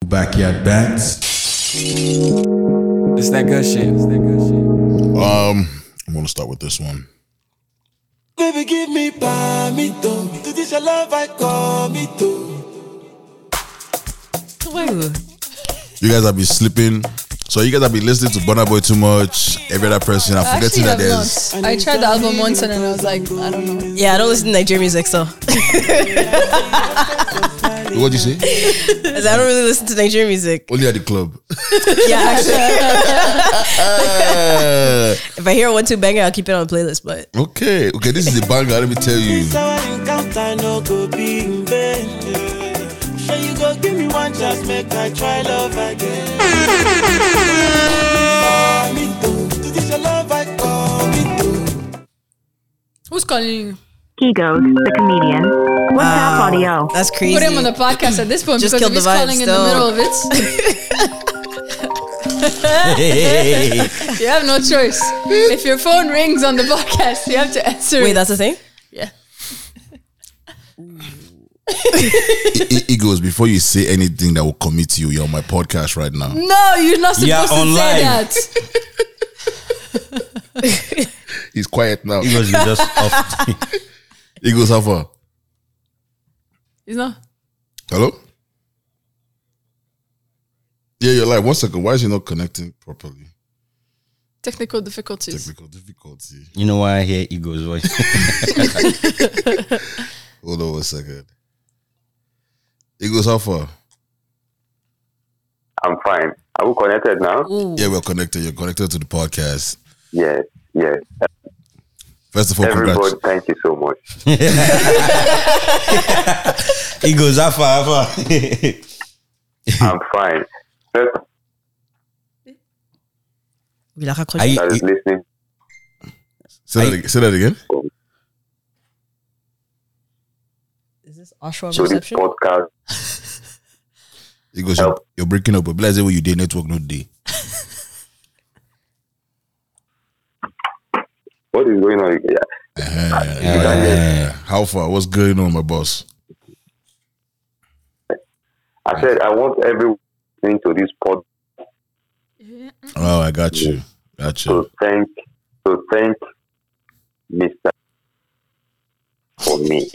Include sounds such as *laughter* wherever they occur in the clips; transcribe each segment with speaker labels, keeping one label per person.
Speaker 1: Backyard bands.
Speaker 2: It's that good shit. It's that good shit.
Speaker 3: Um, I'm gonna start with this one.
Speaker 4: Baby, give me by me though. To this your love I call me though.
Speaker 5: Ooh.
Speaker 3: You guys have been slipping. So you guys have been listening to Burna Boy too much. Every other person, I'm
Speaker 6: Actually,
Speaker 3: forgetting that
Speaker 6: I've
Speaker 3: there's.
Speaker 6: not. I tried the album once and then I was like, I don't know.
Speaker 5: Yeah, I don't listen to Nigerian
Speaker 6: *laughs*
Speaker 5: music, so 'Cause
Speaker 3: What did you say?
Speaker 5: I don't really listen to Nigerian music.
Speaker 3: Only at the club.
Speaker 5: Yeah, actually,
Speaker 7: *laughs*
Speaker 3: Ah,
Speaker 5: if I hear one two banger, I'll keep it on the playlist. But
Speaker 3: okay, okay. This is a banger. Let me tell you.
Speaker 4: So I encounter no go be in vain. Sure you go give me one chance, make I try love again. By me though. To this your love I call me though.
Speaker 6: Who's calling you?
Speaker 8: Kegos, the comedian. What's up, audio?
Speaker 5: that's crazy.
Speaker 6: Put him on the podcast at this point
Speaker 5: Just
Speaker 6: because if
Speaker 5: killed
Speaker 6: he's
Speaker 5: the vibes,
Speaker 6: calling in the
Speaker 5: though.
Speaker 6: middle of it,
Speaker 5: *laughs*
Speaker 6: you have no
Speaker 7: *laughs*
Speaker 6: choice. if your phone rings on the podcast, you have to answer.
Speaker 5: Wait,
Speaker 6: it.
Speaker 5: that's the thing.
Speaker 3: I- I- Eagles, before you say anything that will commit you, you're on my podcast right now.
Speaker 6: no, you're not supposed
Speaker 2: Yeah,
Speaker 6: to
Speaker 2: on live.
Speaker 6: say that.
Speaker 3: He's quiet now.
Speaker 9: Because you just *laughs* off.
Speaker 3: Eagles, how far?
Speaker 6: He's not.
Speaker 3: Hello? Yeah, you're like, one second. Why is he not connecting properly?
Speaker 6: Technical difficulties.
Speaker 3: Technical difficulty.
Speaker 9: You know why I hear Eagles voice?
Speaker 3: Hold on one second. Eagles, how far?
Speaker 7: I'm fine. Are we connected now?
Speaker 3: Yeah, we're connected. You're connected to the podcast.
Speaker 7: Yes, yes.
Speaker 3: First of all,
Speaker 7: Everybody,
Speaker 3: congrats.
Speaker 7: thank you so much.
Speaker 9: *laughs* Eagles, how far? How far?
Speaker 7: I'm fine. First,
Speaker 5: We like a
Speaker 9: *laughs* Are
Speaker 5: country.
Speaker 9: you,
Speaker 7: I was listening.
Speaker 3: Say that, ag- say that again.
Speaker 5: Is this Oshawa
Speaker 7: So this
Speaker 5: reception?
Speaker 7: podcast,
Speaker 3: Eagles, you're, you're breaking up. But let's say what you did network no day.
Speaker 7: what is going on? Yeah.
Speaker 3: Yeah. Uh-huh. How far? What's going on, my boss?
Speaker 7: I said I want everyone listening to this podcast
Speaker 9: Mm-hmm.
Speaker 3: Oh, I got you. Got you.
Speaker 7: to thank to thank Mr. for me.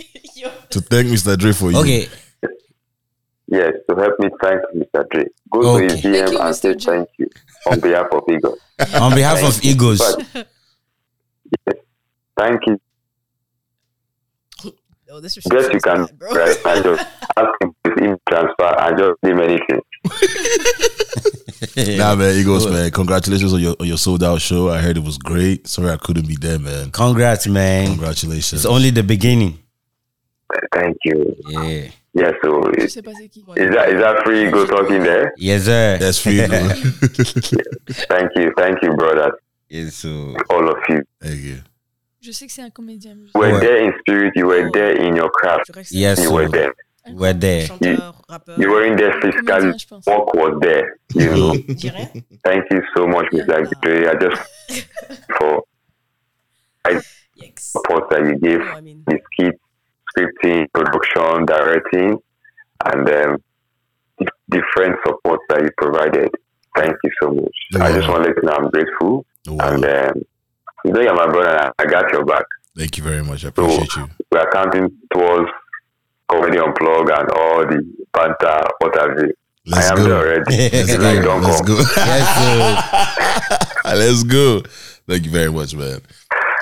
Speaker 3: To thank Mr. Dre for you.
Speaker 9: okay,
Speaker 7: Yes, to help me thank Mr. Dre. Go to his
Speaker 9: Okay.
Speaker 7: DM
Speaker 6: Thank you,
Speaker 7: and say
Speaker 6: Mr. Dre.
Speaker 7: thank you on behalf of
Speaker 9: *laughs*
Speaker 7: Eagles.
Speaker 9: on behalf of Eagles,
Speaker 7: But yes,
Speaker 6: *laughs*
Speaker 7: thank you.
Speaker 5: Oh, this
Speaker 7: Guess
Speaker 5: reception
Speaker 7: you
Speaker 5: is
Speaker 7: can
Speaker 5: bad, bro.
Speaker 7: right, I just ask him if he transfer and just name anything.
Speaker 9: *laughs*
Speaker 3: Nah, man, Eagles, man. Congratulations on your on your sold out show. I heard it was great. Sorry I couldn't be there, man.
Speaker 9: congrats, man.
Speaker 3: Congratulations.
Speaker 9: It's only the beginning.
Speaker 7: Thank you.
Speaker 9: Yeah.
Speaker 7: Yes, so
Speaker 6: Je
Speaker 7: is,
Speaker 6: sais pas c'est qui.
Speaker 7: is that is that free go talking there?
Speaker 9: Yes, sir.
Speaker 3: That's free.
Speaker 9: *laughs*
Speaker 3: bro.
Speaker 7: Thank you, thank you, brother.
Speaker 9: Yes, so.
Speaker 7: All of you.
Speaker 3: Thank you.
Speaker 6: Je sais que c'est un comédien. mais je-
Speaker 7: You were
Speaker 9: Ouais.
Speaker 7: there in spirit, you were there in your craft.
Speaker 5: Je reste
Speaker 9: Yes,
Speaker 7: You were there.
Speaker 9: We're there.
Speaker 5: chanteur, rappeur.
Speaker 7: You were in there physically.
Speaker 6: Comédien, je pense.
Speaker 7: Work was there. You know.
Speaker 5: Je dirais.
Speaker 7: Thank you so much, Mr. Gidre. I just *laughs* for *laughs*
Speaker 5: Yikes.
Speaker 7: support that you
Speaker 5: You
Speaker 7: gave
Speaker 5: know what I mean?
Speaker 7: this kid scripting, production, directing, and um, di- different support that you provided. Thank you so much. I just want to let you know I'm grateful
Speaker 3: Wow.
Speaker 7: and um, you know you're my brother. I got your back.
Speaker 3: Thank you very much. I appreciate you.
Speaker 7: we are counting towards comedy unplugged and all the banter, what have you.
Speaker 3: Let's
Speaker 7: I am
Speaker 3: go.
Speaker 7: there already.
Speaker 3: *laughs* Let's go.
Speaker 7: Like, don't
Speaker 3: Let's
Speaker 7: come.
Speaker 3: go.
Speaker 9: Yes, sir.
Speaker 3: *laughs* Let's go. Thank you very much, man.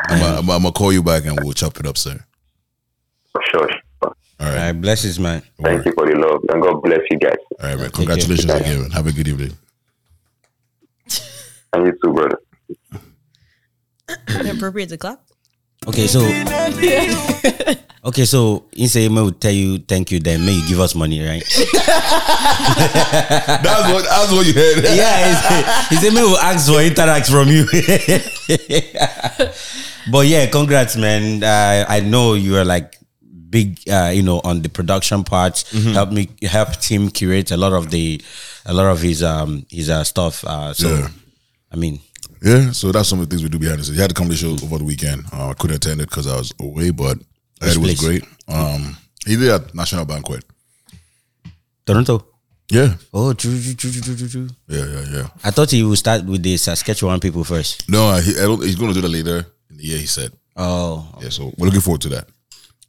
Speaker 3: I'm gonna I'm, i call you back and we'll chop it up, sir.
Speaker 7: Sure. sure.
Speaker 3: All
Speaker 9: All
Speaker 3: right.
Speaker 9: right, blesses, man.
Speaker 3: All
Speaker 7: Thank
Speaker 3: right,
Speaker 7: you for the love and God bless you guys.
Speaker 3: All right man. Congratulations
Speaker 7: Thank you.
Speaker 3: again. man. Have a good evening.
Speaker 7: And you too, brother.
Speaker 5: Inappropriate to clap.
Speaker 9: Okay, so *laughs* okay, so Insei will tell you thank you, then may you give us money, right?
Speaker 3: That's what that's what you heard.
Speaker 9: yeah, he said may will ask for interact from you. *laughs* but yeah, congrats, man. Uh, I know you are like big, uh, you know, on the production part. Help me, help Tim curate a lot of the, a lot of his um his uh, stuff. Uh, so
Speaker 3: Yeah.
Speaker 9: I mean,
Speaker 3: *laughs* Yeah, so that's some of the things we do behind the scenes. You had to come to the show over the weekend. Uh, I couldn't attend it because I was away, but I heard it was
Speaker 9: place?
Speaker 3: great. Um, he did at National Banquet.
Speaker 9: Toronto.
Speaker 3: Yeah,
Speaker 9: Oh, true, true, true, true, true, true, true.
Speaker 3: yeah, yeah, yeah.
Speaker 9: I thought he would start with the Saskatchewan people first.
Speaker 3: No, he, I don't, he's going to do that later in the year. He said.
Speaker 9: *laughs* Oh,
Speaker 3: Yeah, so we're looking forward to that.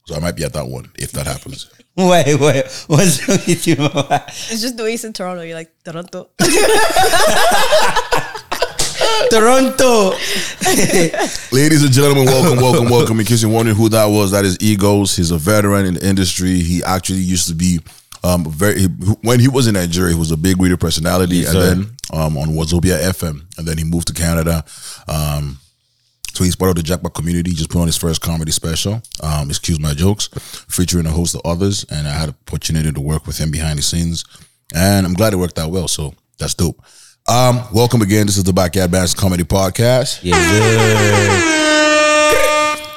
Speaker 3: So I might be at that one if that happens.
Speaker 9: wait, wait. What's wrong with you? Mama?
Speaker 5: It's just the way it's in Toronto. You're like, Toronto. *laughs*
Speaker 9: *laughs* Toronto.
Speaker 3: Ladies and gentlemen, welcome, welcome, welcome. In case you're wondering who that was, that is Egos. He's a veteran in the industry. He actually used to be um very he, when he was in Nigeria, he was a big radio personality, and
Speaker 9: sir.
Speaker 3: then um on Wazobia FM, and then he moved to Canada. Um, so he's part of the Jackpot community. He just put on his first comedy special, um, excuse my jokes, featuring a host of others, and I had an opportunity to work with him behind the scenes, and I'm glad it worked out well. So that's dope. Um, welcome again. This is the Backyard Bands Comedy Podcast.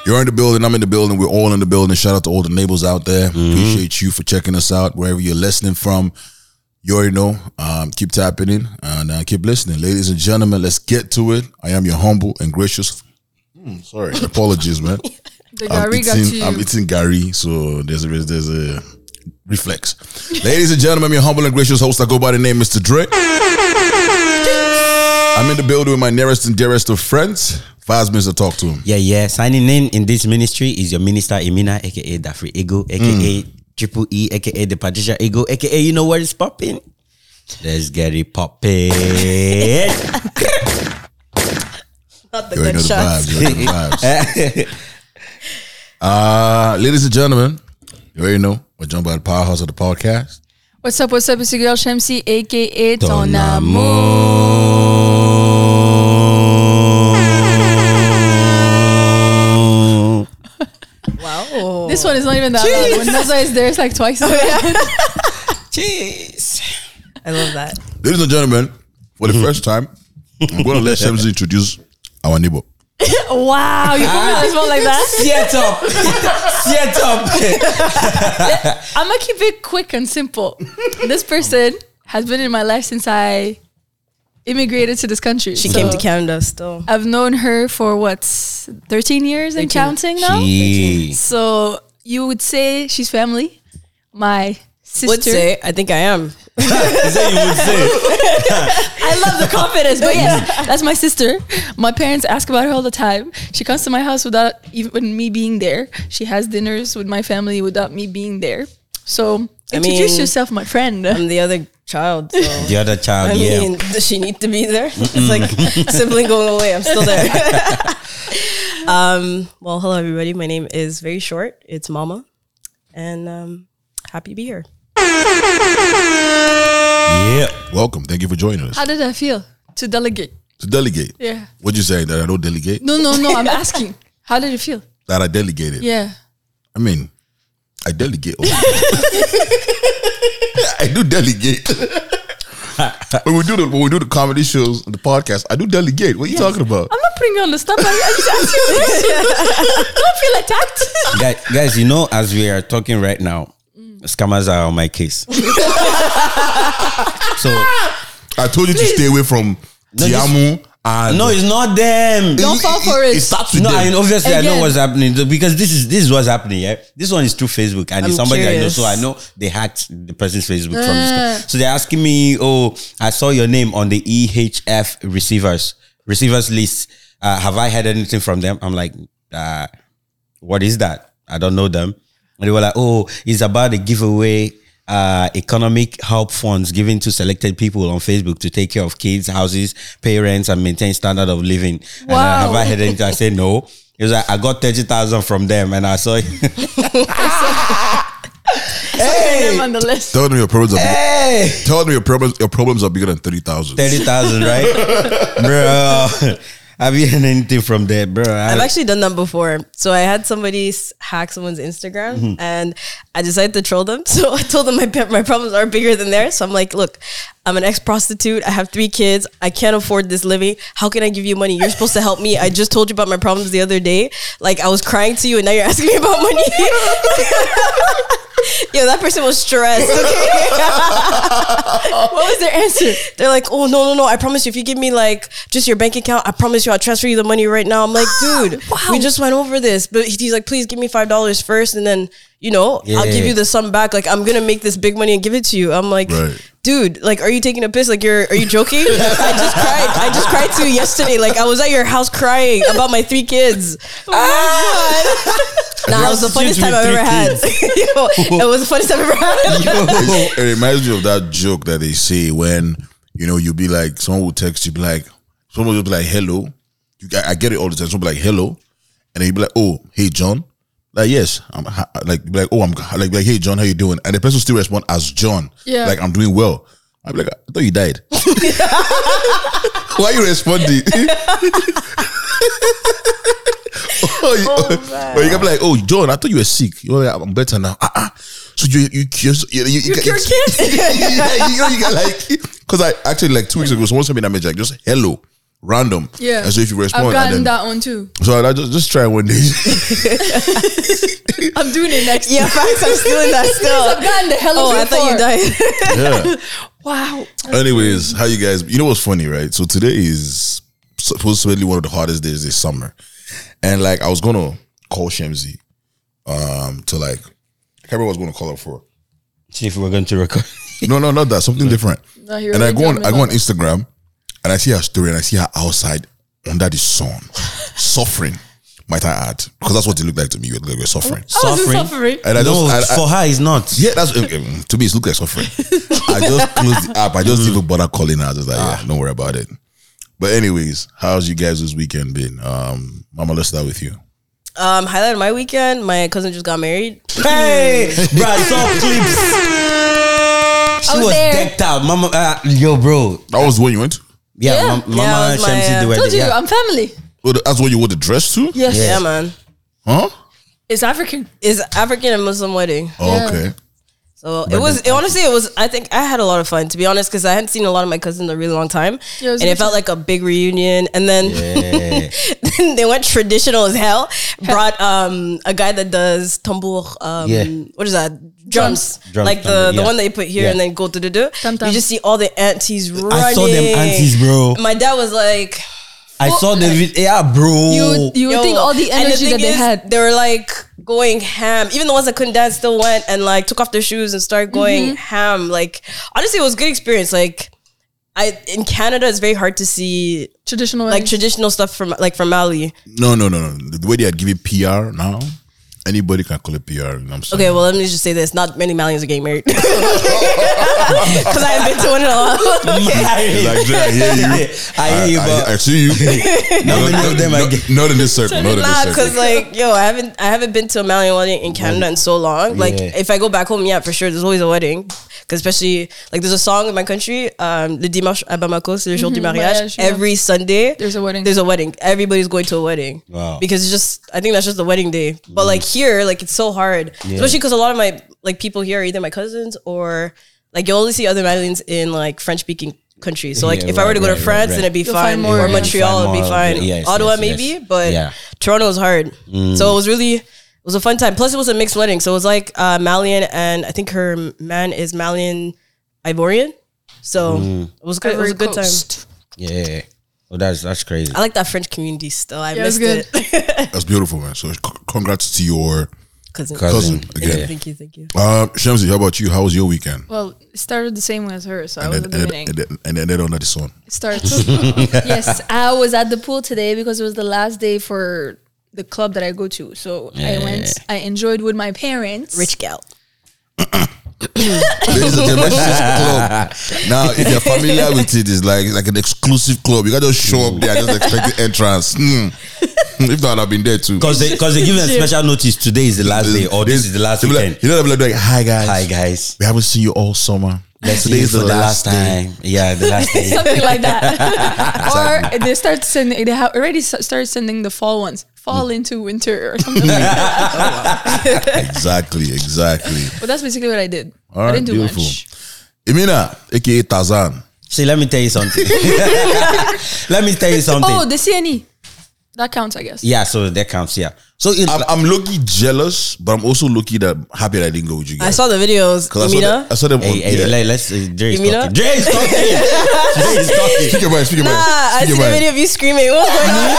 Speaker 3: You're in the building. I'm in the building. We're all in the building. Shout out to all the neighbors out there.
Speaker 6: Mm-hmm.
Speaker 3: Appreciate you for checking us out wherever you're listening from. You already know. Um, keep tapping in and uh, keep listening, ladies and gentlemen. Let's get to it. I am your humble and gracious. Mm,
Speaker 6: *laughs*
Speaker 3: sorry, apologies, man.
Speaker 6: The
Speaker 3: I'm
Speaker 6: Gary got
Speaker 3: eating,
Speaker 6: you.
Speaker 3: I'm eating Gary, so there's a there's a reflex. Ladies and gentlemen, I'm your humble and gracious host. I go by the name Mr. Dre. I'm in the building with my nearest and dearest of friends. Five minutes to talk to him.
Speaker 9: Yeah, yeah. Signing in in this ministry is your minister Emina, aka Dafri Ego, aka Triple E, aka the Patricia Ego, aka you know what is popping. Let's get it popping.
Speaker 5: Not the
Speaker 3: You already know the
Speaker 5: gunshots.
Speaker 3: vibes. You already know the vibes.
Speaker 6: *laughs*
Speaker 3: Uh, ladies and gentlemen, you already know we're joined by the powerhouse of the podcast.
Speaker 6: What's up? What's up? It's your girl Shamsi, aka Ton Amour.
Speaker 9: Tonamo.
Speaker 5: Wow.
Speaker 6: This one is not even that loud. When Noza is there, it's like twice. as loud.
Speaker 5: I love that.
Speaker 3: Ladies and gentlemen, for the first time, I'm going to let Shams introduce our neighbor.
Speaker 6: *laughs* wow, you put this one like that?
Speaker 9: Set up. Set up.
Speaker 6: I'm gonna keep it quick and simple. This person has been in my life since I immigrated to this country.
Speaker 5: She came to Canada still.
Speaker 6: I've known her for what, 13 years and counting now?
Speaker 9: She-
Speaker 6: So you would say she's family, my sister.
Speaker 5: Would say, I think I am.
Speaker 9: Is that you would say?
Speaker 6: I love the confidence, but yes, *laughs* that's my sister. My parents ask about her all the time. She comes to my house without even me being there. She has dinners with my family without me being there. So introduce
Speaker 5: mean-
Speaker 6: yourself, my friend.
Speaker 5: I'm the other child. *laughs* So.
Speaker 9: The other child,
Speaker 5: I
Speaker 9: yeah.
Speaker 5: mean, does she need to be there? *laughs* It's
Speaker 9: *laughs*
Speaker 5: like sibling going away. I'm still there. um, well, hello everybody. My name is very short. It's Mama, and um, happy to be here.
Speaker 9: yeah.
Speaker 3: Welcome. Thank you for joining us.
Speaker 6: How did I feel to delegate?
Speaker 3: To delegate.
Speaker 6: Yeah.
Speaker 3: What'd you say? That I don't delegate?
Speaker 6: No, no, no. I'm asking. How did it feel?
Speaker 3: That I delegated.
Speaker 6: Yeah.
Speaker 3: I mean, I
Speaker 6: *laughs*
Speaker 3: delegate. *laughs* all- I do
Speaker 6: *laughs*
Speaker 3: delegate. when we do the when we do the comedy shows, the podcast, I do delegate. What are you talking about?
Speaker 6: I'm not putting you on the spot. but I'm just asking you a question. *laughs* Don't feel attacked.
Speaker 9: Guys, guys, you know, as we are talking right now,
Speaker 5: Mm.
Speaker 9: scammers are on
Speaker 5: *laughs*
Speaker 9: my case. so
Speaker 3: I told you to stay away from
Speaker 9: just-
Speaker 3: Tiamu and
Speaker 9: No, it's not them.
Speaker 6: Don't fall for it.
Speaker 3: It starts with
Speaker 9: no,
Speaker 3: them.
Speaker 9: I obviously I know
Speaker 6: Again.
Speaker 9: what's happening th- because this is this is what's happening. Yeah, this one is through Facebook and it's
Speaker 5: I'm
Speaker 9: somebody
Speaker 5: curious. Ah.
Speaker 9: I know, so I know they hacked the person's Facebook from this. co- So they're asking me, "Oh, I saw your name on the EHF receivers receivers list. Uh, have I heard anything from them?" I'm like, uh, "What is that? I don't know them." And they were like, "Oh, it's about a giveaway." Uh, economic help funds given to selected people on Facebook to take care of kids, houses, parents, and maintain standard of living. And I- have
Speaker 6: Wow.
Speaker 9: I heard anything? I said no. It was like I got thirty thousand from them, and I saw. it.
Speaker 6: I'm on the list.
Speaker 3: Tell them your problems are bigger.
Speaker 6: Eh.
Speaker 3: Tell them your problems. Your problems are bigger than thirty thousand.
Speaker 9: *laughs* thirty thousand, right, bro? *laughs* Have you heard anything from there, bro? I-
Speaker 5: I've actually done that before. So I had somebody s- hack someone's Instagram,
Speaker 9: Mm-hmm.
Speaker 5: and I decided to troll them. *laughs* So I told them my pe- my problems are bigger than theirs. So I'm like, look, I'm an ex prostitute. I have three kids. I can't afford this living. How can I give you money? You're supposed to help me. I just told you about my *laughs*
Speaker 9: *laughs*
Speaker 5: problems the other day. Like I was crying to you, and now you're asking me about money. Yo, that person was stressed. Okay.
Speaker 6: What was their answer?
Speaker 5: They're like, oh no, no, no. I promise you, if you give me like just your bank account, I promise you I'll transfer you the money right now. I'm like, dude, we just went over this. But he's like, please give me five dollars first and then, you know, I'll give
Speaker 9: Yeah.
Speaker 5: you the sum back. Like, I'm gonna make this big money and give it to you. I'm like,
Speaker 3: Right.
Speaker 5: dude, like, are you taking a piss? Like you're are you joking? I just cried. I just cried to you yesterday. Like I was at your house crying about my three kids. *laughs* ah! Nah, it was the
Speaker 9: Kids
Speaker 5: funniest time
Speaker 9: with
Speaker 5: I've
Speaker 9: three
Speaker 5: ever had. Yo, it was the funniest time I've ever *laughs* had.
Speaker 3: it reminds me of that joke that they say when you know you'll be like someone will text you be like someone will be like hello you, I, I get it all the time someone be like hello and then you be like oh hey John like yes I'm ha- like be like oh I'm like, like hey John how you doing and the person still respond as John
Speaker 6: Yeah.
Speaker 3: like I'm doing well I'm like I thought you died *laughs* why you responding oh, you, *laughs* or you can be like, "Oh, John, I thought you were sick. You're like, I'm better now." Uh-uh. So you you you, you, you, you
Speaker 5: cure kids?
Speaker 3: *laughs* yeah, you know, you got like because I actually like two weeks ago someone sent me that message like just hello, random.
Speaker 6: Yeah.
Speaker 3: And so if you
Speaker 6: I've
Speaker 3: respond, and
Speaker 6: gotten
Speaker 3: then,
Speaker 6: that one too.
Speaker 3: so I just just try one day. *laughs*
Speaker 6: I'm doing it next.
Speaker 5: Yeah, facts. I'm still in that
Speaker 6: I've *laughs*
Speaker 5: still.
Speaker 6: gotten the hello.
Speaker 5: Oh, I thought you died. *laughs*
Speaker 3: yeah.
Speaker 6: *laughs* Wow.
Speaker 3: Anyways, how you guys? You know what's funny, right? So today is supposedly one of the hottest days this summer, and like I was gonna call Shemzi, um, to like I can't remember what I was gonna call her for.
Speaker 9: See if we're going to record.
Speaker 3: No, no, not that. Something different.
Speaker 6: No, you're
Speaker 3: and I
Speaker 6: really
Speaker 3: go on,
Speaker 6: dumb
Speaker 3: I go on
Speaker 6: enough.
Speaker 3: Instagram, and I see her story, and I see her outside under the sun, suffering. Might I add? Because that's what it looked like to me. They were suffering.
Speaker 6: I wasn't
Speaker 9: Suffering.
Speaker 6: suffering.
Speaker 3: And I
Speaker 9: no,
Speaker 3: just, I, I-
Speaker 9: for her, it's not.
Speaker 3: yeah, that's okay, to me. It looked like suffering. I just closed the app. I just didn't even bother calling her. I was just like, yeah, don't worry about it. But anyways, how's you guys this weekend been? Um, Mama, let's start with you.
Speaker 5: Um, highlight of my weekend. My cousin just got married.
Speaker 9: *laughs* Hey, bro, I saw clips. She was,
Speaker 6: there.
Speaker 9: decked out, mama. Uh, yo, bro.
Speaker 3: That was when you went.
Speaker 9: Yeah,
Speaker 6: Yeah.
Speaker 9: mam-
Speaker 5: Yeah,
Speaker 9: mama
Speaker 5: it was my,
Speaker 9: Shamsi,
Speaker 5: uh,
Speaker 9: they were
Speaker 6: told
Speaker 9: there,
Speaker 6: you,
Speaker 9: yeah.
Speaker 6: I'm family.
Speaker 3: Oh, That's when you wore the dress too,
Speaker 6: Yes.
Speaker 5: Yeah, man.
Speaker 3: huh?
Speaker 6: It's African.
Speaker 5: It's African and Muslim wedding.
Speaker 3: Oh,
Speaker 6: Yeah.
Speaker 3: Okay.
Speaker 5: So it was. It, honestly, it was. I think I had a lot of fun to be honest because I hadn't seen a lot of my cousins in a really long time,
Speaker 6: Yeah, it was
Speaker 5: and
Speaker 6: good
Speaker 5: it felt like a big reunion. And then, then *laughs* they went traditional as hell.
Speaker 6: *laughs*
Speaker 5: Brought um a guy that does tambur. Um,
Speaker 9: Yeah.
Speaker 5: What is that? Drums,
Speaker 9: Drums,
Speaker 5: like the
Speaker 9: tambur,
Speaker 5: the
Speaker 9: yeah.
Speaker 5: one that you put here
Speaker 9: Yeah.
Speaker 5: and then go to the do.
Speaker 6: Tam-tam.
Speaker 5: You just see all the aunties running.
Speaker 9: I saw them aunties, bro.
Speaker 5: My dad was like,
Speaker 9: I saw the video. Yeah, bro.
Speaker 6: You you would
Speaker 5: Yo,
Speaker 6: think all the
Speaker 5: and
Speaker 6: energy
Speaker 5: thing
Speaker 6: that they
Speaker 5: is,
Speaker 6: had.
Speaker 5: They were like going ham. Even the ones that couldn't dance still went and like took off their shoes and started going
Speaker 6: Mm-hmm.
Speaker 5: ham. Like honestly, it was a good experience. Like I in Canada, it's very hard to see
Speaker 6: Traditional
Speaker 5: like
Speaker 6: wedding.
Speaker 5: traditional stuff from like from Mali.
Speaker 3: No, no, no, no. The way they are giving PR now, anybody can call it PR. You know what I'm saying?
Speaker 5: Okay, well let me just say this: not many Malians are getting married *laughs* because I haven't been to one in a while.
Speaker 3: Like, Jay, I hear
Speaker 9: *laughs*
Speaker 3: you.
Speaker 9: I hear you, but
Speaker 3: I, I see you.
Speaker 9: *laughs*
Speaker 3: not,
Speaker 9: many of them I
Speaker 3: not-
Speaker 9: get-
Speaker 3: not in this circle. Not in this
Speaker 5: Nah,
Speaker 3: circle.
Speaker 5: because like yo, I haven't I haven't been to a Malian wedding in Canada in so long. Like
Speaker 9: Yeah.
Speaker 5: if I go back home, yeah, for sure, there's always a wedding. Because especially like there's a song in my country, um, le dimanche à Bamako, c'est le jour du mariage.
Speaker 6: Mm-hmm. mariage, yeah.
Speaker 5: Every Sunday,
Speaker 6: There's a wedding.
Speaker 5: There's a wedding. Everybody's going to a wedding.
Speaker 9: Wow. Mm.
Speaker 5: Because it's just I think that's just the wedding day. But like here, like it's so hard, especially because a lot of my like people here are either my cousins or like you only see other Malians in like French speaking countries. So like
Speaker 9: Yeah,
Speaker 5: if I were to go
Speaker 9: right,
Speaker 5: to
Speaker 9: right,
Speaker 5: France,
Speaker 9: right,
Speaker 5: then it'd be
Speaker 6: You'll
Speaker 5: fine.
Speaker 6: find more,
Speaker 5: or
Speaker 6: yeah.
Speaker 5: Montreal
Speaker 9: Find
Speaker 5: would be
Speaker 9: more,
Speaker 5: fine.
Speaker 9: yes,
Speaker 5: Ottawa
Speaker 9: yes,
Speaker 5: maybe,
Speaker 9: yes.
Speaker 5: but
Speaker 9: Yeah.
Speaker 5: Toronto was hard. So it was really it was a fun time. Plus it was a mixed wedding. So it was like uh, Malian and I think her man is Malian Ivorian. So it was good. It was a good time.
Speaker 9: yeah. Oh, that's that's crazy.
Speaker 5: I like that French community still. I
Speaker 6: Yeah, it was
Speaker 5: missed
Speaker 6: good.
Speaker 5: it. *laughs*
Speaker 3: That's beautiful, man. So, c- congrats to your
Speaker 5: Cousin.
Speaker 3: cousin
Speaker 5: Thank you,
Speaker 3: again.
Speaker 5: thank you, thank you.
Speaker 3: Uh, Shamsi, how about you? How was your weekend?
Speaker 6: Well, it started the same way as her, so I
Speaker 3: And
Speaker 6: was
Speaker 3: then,
Speaker 6: not
Speaker 3: and,
Speaker 6: doing
Speaker 3: then, and, then, and then under the sun. *laughs*
Speaker 6: It starts. yes, I was at the pool today because it was the last day for the club that I go to. So I went. I enjoyed with my parents.
Speaker 5: Rich gal.
Speaker 3: Ladies and gentlemen, this is
Speaker 9: *laughs*
Speaker 3: club. Now, if you're familiar with it, it's like like an exclusive club. You got to show up there, just expect the entrance. Hmm. If not, I've been there too.
Speaker 9: Because they, cause they give them special notice. Today is the last day, or this is the last
Speaker 3: They'll be like-
Speaker 9: weekend.
Speaker 3: you know, they'll be like, "Hi guys,
Speaker 9: Hi, guys.
Speaker 3: we haven't seen you all summer. Today is
Speaker 9: For
Speaker 3: the last, day."
Speaker 9: time. Yeah, the last day.
Speaker 6: *laughs* something
Speaker 3: *laughs*
Speaker 6: like that. or they start sending. They have already s- started sending the fall ones.
Speaker 3: Mm.
Speaker 6: Fall into winter or something like that.
Speaker 3: Exactly, exactly.
Speaker 6: But that's basically what I did.
Speaker 3: All
Speaker 6: I
Speaker 3: right,
Speaker 6: didn't do
Speaker 3: beautiful.
Speaker 6: much.
Speaker 3: Imina, aka Tarzan.
Speaker 9: See, let me tell you something. let me tell you something.
Speaker 6: Oh, the CNE. That counts, I guess.
Speaker 9: Yeah, so that counts. Yeah.
Speaker 3: So I'm, I'm low-key jealous, but I'm also low-key that I'm happy that I didn't go with you
Speaker 5: I
Speaker 3: guys.
Speaker 5: saw the videos.
Speaker 3: I saw, them,
Speaker 5: Umina.
Speaker 3: I saw them on.
Speaker 9: Hey, hey,
Speaker 3: yeah.
Speaker 9: let, let's. Uh, Dre is
Speaker 5: You mean
Speaker 9: talking.
Speaker 5: that?
Speaker 9: Dre is talking.
Speaker 5: *laughs*
Speaker 9: Dre is talking.
Speaker 3: Speak your mind. Speak your mind.
Speaker 5: Ah,
Speaker 3: speak
Speaker 5: I see
Speaker 3: your
Speaker 5: the
Speaker 3: mind.
Speaker 5: video of you screaming. What was going on?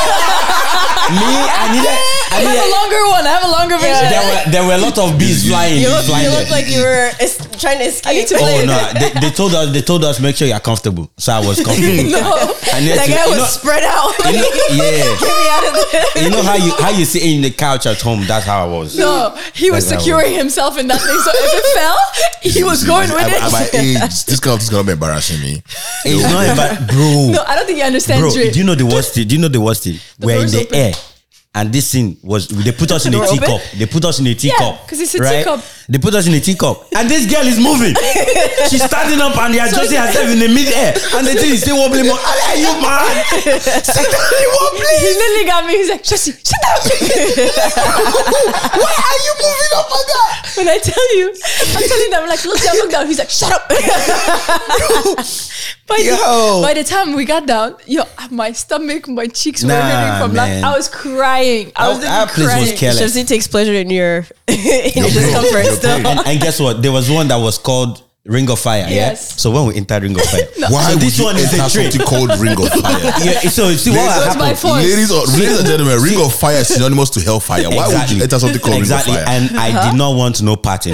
Speaker 9: Me, I needed. I
Speaker 6: I have a
Speaker 9: needed.
Speaker 6: longer one. I have a longer version.
Speaker 9: There were there were a lot of bees flying.
Speaker 5: You look,
Speaker 9: flying
Speaker 5: you
Speaker 9: there.
Speaker 5: look like you were es- trying to escape.
Speaker 9: Oh no! They, they told us. They told us make sure you're comfortable. So I was comfortable.
Speaker 5: *laughs*
Speaker 9: *laughs*
Speaker 5: No.
Speaker 9: I needed
Speaker 5: *laughs* That
Speaker 9: to-
Speaker 5: guy
Speaker 9: you
Speaker 5: was
Speaker 9: know-
Speaker 5: spread out.
Speaker 9: you know, yeah.
Speaker 5: *laughs* Get me out of there.
Speaker 9: You know how you how you sit in the couch at home. That's how I was.
Speaker 6: No, he was
Speaker 9: Like that
Speaker 6: securing himself in that thing. So if
Speaker 9: *laughs*
Speaker 6: it fell, he was going with
Speaker 3: At- At
Speaker 6: *laughs*
Speaker 3: my
Speaker 6: it.
Speaker 3: age, this kind of thing is gonna be embarrassing
Speaker 6: *laughs*
Speaker 3: me.
Speaker 9: It's not about bro.
Speaker 6: No, I don't think you understand,
Speaker 9: bro,
Speaker 6: Dre.
Speaker 9: do you know the worst thing? Do you know the worst thing? We're in
Speaker 6: door's
Speaker 9: the
Speaker 6: open.
Speaker 9: air. And this thing was they put us in a
Speaker 5: Door open?
Speaker 9: teacup. They put us in a teacup.
Speaker 6: 'cause it's a teacup.
Speaker 9: They put us in a teacup. And this girl
Speaker 6: *laughs*
Speaker 9: is moving. She's standing up and they are adjusting herself in the mid-air. And the thing is still wobbling more. Are you
Speaker 6: *laughs*
Speaker 9: mad? Sit down and wobbling.
Speaker 6: he literally got me. He's like, Jesse, sit down.
Speaker 9: *laughs* Why are you moving up like that?
Speaker 6: when I tell you, I'm telling them, like, look down, look down. He's like, shut
Speaker 9: *laughs*
Speaker 6: up. by, the,
Speaker 9: Yo.
Speaker 6: by the time we got down, yo, my stomach, my cheeks were
Speaker 9: Nah,
Speaker 6: hurting from
Speaker 9: man.
Speaker 6: laughter. I was crying. I was
Speaker 9: That- that
Speaker 6: literally
Speaker 9: place was
Speaker 6: crying.
Speaker 9: careless.
Speaker 5: Shazzy takes pleasure in your *laughs* in your
Speaker 3: pain,
Speaker 5: discomfort
Speaker 3: your
Speaker 6: *laughs*
Speaker 5: still.
Speaker 3: pain.
Speaker 9: and, and guess what? There was one that was called Ring of Fire.
Speaker 6: Yes.
Speaker 9: Yeah. So when we entered Ring of
Speaker 6: *laughs*
Speaker 9: Fire,
Speaker 3: Why
Speaker 9: so
Speaker 3: would
Speaker 9: this
Speaker 3: you
Speaker 9: one is
Speaker 3: enter
Speaker 9: a trick.
Speaker 3: something called Ring of Fire?
Speaker 9: Yeah, so see
Speaker 3: Ladies-
Speaker 9: what happened.
Speaker 6: That's my fault.
Speaker 3: Ladies, or, ladies and gentlemen, Ring of Fire is synonymous to Hellfire. Why would you enter something called
Speaker 9: exactly?
Speaker 3: Ring of Fire?
Speaker 9: And I
Speaker 6: Uh-huh.
Speaker 9: did not want no part in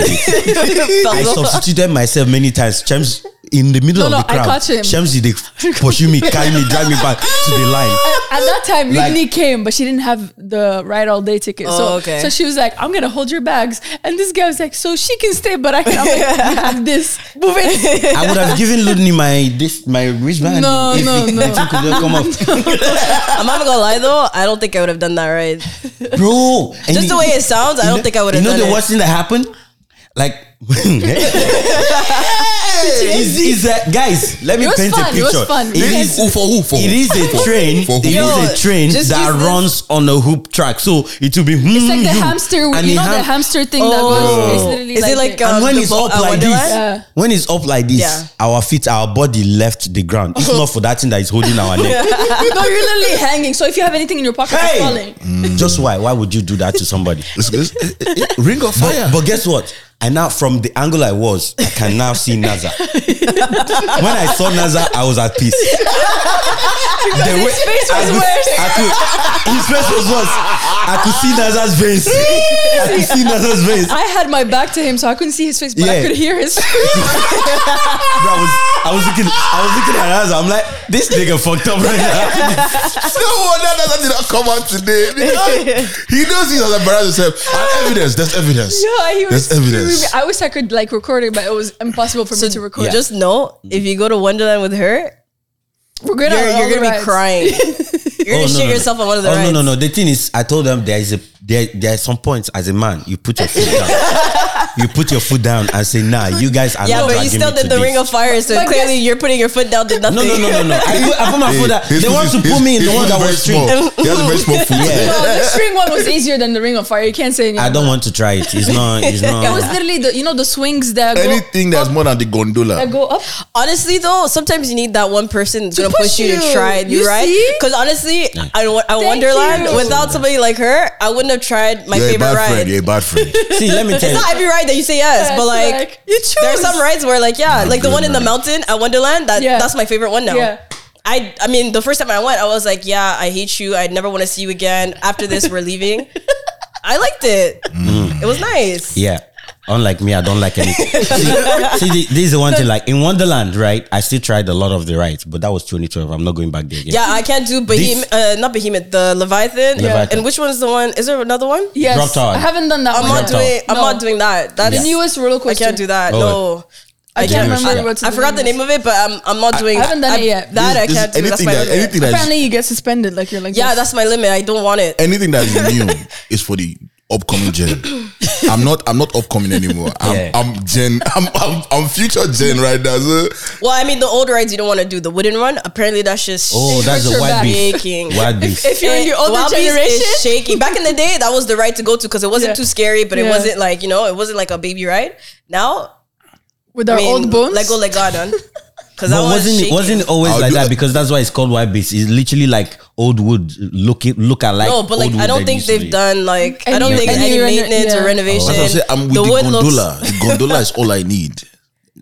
Speaker 6: *laughs*
Speaker 9: it. I substituted myself many times. Chems in the middle
Speaker 6: No,
Speaker 9: of
Speaker 6: no,
Speaker 9: the
Speaker 6: I
Speaker 9: crowd.
Speaker 6: caught him.
Speaker 9: Chems did they pursue me, carry me, drag me back to the line.
Speaker 6: At that time,
Speaker 9: Like-
Speaker 6: Ridney came, but she didn't have the ride all day ticket.
Speaker 5: Oh,
Speaker 6: so,
Speaker 5: okay.
Speaker 6: so she was like, "I'm gonna hold your bags," and this guy was like, "So she can stay, but I can." I'm like, "We have this. Move it."
Speaker 9: I would have given Ludni my this my wristband.
Speaker 6: No,
Speaker 9: if
Speaker 6: no,
Speaker 9: it-
Speaker 6: no.
Speaker 9: that thing could just
Speaker 6: *laughs*
Speaker 9: come off,
Speaker 5: I'm not gonna lie though, I don't think I would have done that right.
Speaker 9: bro. and
Speaker 5: Just
Speaker 9: you-
Speaker 5: the way it sounds, I
Speaker 9: you
Speaker 5: don't
Speaker 9: know-
Speaker 5: think I would
Speaker 9: You
Speaker 5: have
Speaker 9: know
Speaker 5: done
Speaker 9: the
Speaker 5: it.
Speaker 9: worst thing that happened,
Speaker 6: *laughs*
Speaker 9: like. It's- it's a- guys, let me
Speaker 6: It was
Speaker 9: paint a
Speaker 6: fun, it was
Speaker 9: picture.
Speaker 6: fun.
Speaker 9: It
Speaker 6: Yes.
Speaker 9: is
Speaker 3: Who for who? For
Speaker 9: It
Speaker 3: who?
Speaker 9: is a train.
Speaker 3: For
Speaker 9: It
Speaker 3: who?
Speaker 9: is
Speaker 5: Yo,
Speaker 9: a train
Speaker 5: just
Speaker 9: that
Speaker 5: use this-
Speaker 9: runs on a hoop track, so it will be. hmm,
Speaker 6: It's like the
Speaker 5: Mm-hmm.
Speaker 6: hamster. you know the hamster thing that goes. It's literally
Speaker 5: Oh. Is
Speaker 6: like,
Speaker 5: it like
Speaker 6: the-
Speaker 5: uh,
Speaker 9: and when
Speaker 5: the
Speaker 9: it's
Speaker 5: boat
Speaker 9: up
Speaker 5: at
Speaker 9: like this,
Speaker 5: Wonderland?
Speaker 6: Yeah.
Speaker 9: when it's up like this,
Speaker 5: Yeah.
Speaker 9: our feet, our body left the ground. It's not for that thing that is holding
Speaker 6: *laughs*
Speaker 9: our neck.
Speaker 6: no, you're literally hanging. So if you have anything in your pocket,
Speaker 9: Hey!
Speaker 6: it's
Speaker 5: *laughs*
Speaker 6: falling.
Speaker 9: Mm. Just why? Why would you do that to somebody?
Speaker 3: It's- it's- it- it- Ring of
Speaker 9: But,
Speaker 3: Fire.
Speaker 9: but guess what? I now from the angle I was, I can now see
Speaker 6: *laughs*
Speaker 9: Naza. when I saw Naza, I was at peace. The way-
Speaker 6: his face
Speaker 9: I
Speaker 6: was
Speaker 9: could-
Speaker 6: worse.
Speaker 9: I could, his face was worse. I could see Naza's veins. I could see Naza's veins.
Speaker 6: I had my back to him, so I couldn't see his face, but I
Speaker 9: Yeah.
Speaker 6: could hear
Speaker 5: *laughs*
Speaker 6: his. *laughs* face.
Speaker 9: Bro, I was, I was looking, I was looking at Naza. I'm like, this nigga fucked up right now.
Speaker 3: No wonder that that did not come out today.
Speaker 6: *laughs*
Speaker 3: because He knows he has embarrassed himself. And evidence. There's evidence.
Speaker 6: yeah, he was.
Speaker 3: There's evidence.
Speaker 6: screaming. I wish I could like record it, but it was impossible for
Speaker 5: So
Speaker 6: me to record. Just
Speaker 5: just know if you go to Wonderland with her,
Speaker 6: we're gonna,
Speaker 5: you're, you're gonna
Speaker 6: *laughs*
Speaker 5: be crying. You're gonna
Speaker 9: Oh,
Speaker 5: shit yourself on one of the
Speaker 9: oh,
Speaker 5: rides.
Speaker 9: no, no, no. The thing is, I told them there is a there, there are some points as a man, you put your foot
Speaker 5: *laughs*
Speaker 9: down. you put your foot down and say, nah, you guys are
Speaker 5: Yeah,
Speaker 9: not
Speaker 5: but you
Speaker 9: dragging
Speaker 5: still
Speaker 9: me
Speaker 5: did
Speaker 9: to
Speaker 5: the
Speaker 9: this.
Speaker 5: ring of fire, so
Speaker 6: But
Speaker 5: clearly
Speaker 6: guess-
Speaker 5: you're putting your foot down to nothing.
Speaker 9: No, no, no, no, no. I put, I put my foot down.
Speaker 3: His
Speaker 9: They
Speaker 3: foot
Speaker 9: want
Speaker 3: is-
Speaker 9: to
Speaker 3: his-
Speaker 9: put me in the
Speaker 3: his foot
Speaker 9: one that
Speaker 3: is very
Speaker 9: was string.
Speaker 3: small. He has a very small foot.
Speaker 9: *laughs* Yeah.
Speaker 6: No, the string one was easier than the ring of fire. You can't say anything.
Speaker 9: I don't want to try it. It's not. It's
Speaker 5: *laughs*
Speaker 6: It was
Speaker 9: not.
Speaker 6: literally the you know the swings that go,
Speaker 3: Anything that's more than the gondola.
Speaker 6: that go up.
Speaker 5: Honestly, though, sometimes you need that one person that's gonna
Speaker 6: push
Speaker 5: push, you to
Speaker 6: you.
Speaker 5: try it,
Speaker 6: You
Speaker 5: right?
Speaker 6: see?
Speaker 5: Because honestly, I, wa- I Wonderland
Speaker 6: you.
Speaker 5: without somebody like her, I wouldn't have tried my
Speaker 3: You're a
Speaker 5: favorite
Speaker 3: bad
Speaker 5: ride.
Speaker 3: friend. You're a bad
Speaker 6: *laughs*
Speaker 3: friend.
Speaker 9: See, let me
Speaker 5: It's
Speaker 9: tell you.
Speaker 5: not every ride that you say yes,
Speaker 6: Yeah,
Speaker 5: but
Speaker 6: it's
Speaker 5: like,
Speaker 6: like, you
Speaker 5: There are some
Speaker 6: choose.
Speaker 5: rides where like yeah, like the one in the
Speaker 3: goodness.
Speaker 5: mountain at Wonderland. That
Speaker 6: Yeah.
Speaker 5: that's my favorite one now.
Speaker 6: Yeah.
Speaker 5: I I mean the first time I went, I was like, yeah, I hate you. I never want to see you again. After this, we're
Speaker 6: *laughs*
Speaker 5: leaving. I liked it.
Speaker 3: Mm.
Speaker 5: It was nice.
Speaker 9: Yeah. Unlike me, I don't like
Speaker 5: *laughs*
Speaker 9: anything. see, see, this is the one thing. Like in Wonderland, right? I still tried a lot of the rides, but that was 2012. I'm not going back there again.
Speaker 5: Yeah, I can't do behemoth. Uh, not behemoth. The Leviathan.
Speaker 9: Leviathan.
Speaker 5: And which one's the one? Is there another one?
Speaker 6: Yes,
Speaker 9: Drop tower.
Speaker 6: I haven't done that.
Speaker 5: I'm
Speaker 6: one.
Speaker 5: not doing. I'm
Speaker 6: No.
Speaker 5: not doing that. That's
Speaker 6: The newest roller
Speaker 5: I
Speaker 6: coaster.
Speaker 5: can't do that.
Speaker 9: Oh,
Speaker 5: no. I
Speaker 9: the
Speaker 5: can't
Speaker 9: newest,
Speaker 5: remember.
Speaker 9: yeah.
Speaker 6: What's
Speaker 5: I
Speaker 6: the
Speaker 5: forgot the name of it, but I'm, I'm not doing.
Speaker 6: I haven't done it yet.
Speaker 5: That
Speaker 3: This-
Speaker 5: I
Speaker 3: this-
Speaker 5: can't do. That's
Speaker 3: anything
Speaker 5: my
Speaker 3: that,
Speaker 5: limit.
Speaker 3: anything that's
Speaker 6: Apparently, you get suspended. Like you're like
Speaker 5: Yeah,
Speaker 6: this.
Speaker 5: that's my limit. I don't want it.
Speaker 3: anything that's new is for the upcoming gen. I'm not I'm not upcoming anymore. I'm,
Speaker 9: Yeah.
Speaker 3: I'm gen I'm, I'm I'm future gen right now. So
Speaker 5: Well, I mean, the old rides you don't want to do. The wooden run, apparently that's just
Speaker 9: Oh, that's
Speaker 6: hurts
Speaker 9: a
Speaker 6: your
Speaker 9: wild
Speaker 6: back.
Speaker 9: beef.
Speaker 5: shaking. *laughs*
Speaker 9: Wild beef.
Speaker 6: if you're in your older
Speaker 5: Wild Beast is
Speaker 6: generation.
Speaker 5: shaking. Back in the day, that was the ride to go to because it wasn't
Speaker 6: Yeah.
Speaker 5: too scary, but it
Speaker 6: Yeah.
Speaker 5: wasn't like you know, it wasn't like a baby ride. Now,
Speaker 6: with
Speaker 5: I
Speaker 6: our
Speaker 5: mean,
Speaker 6: old bones. *laughs*
Speaker 5: Lego Leganon. because I
Speaker 9: But
Speaker 5: was
Speaker 9: wasn't it,
Speaker 5: shaking.
Speaker 9: wasn't it always
Speaker 3: I'll
Speaker 9: like
Speaker 3: do
Speaker 9: that
Speaker 3: that.
Speaker 9: because that's why it's called white beats. It's literally like old wood looking look alike.
Speaker 5: no, but like
Speaker 9: old
Speaker 5: I
Speaker 9: wood
Speaker 5: don't
Speaker 9: that
Speaker 5: think
Speaker 9: used to
Speaker 5: they've
Speaker 9: be.
Speaker 5: done like I
Speaker 6: Any-
Speaker 5: don't think
Speaker 6: any
Speaker 5: any
Speaker 6: reno-
Speaker 5: maintenance
Speaker 6: yeah.
Speaker 5: or renovation.
Speaker 3: That's what Oh, I said. I'm with the,
Speaker 5: wood looks-
Speaker 3: gondola. the gondola is all I need.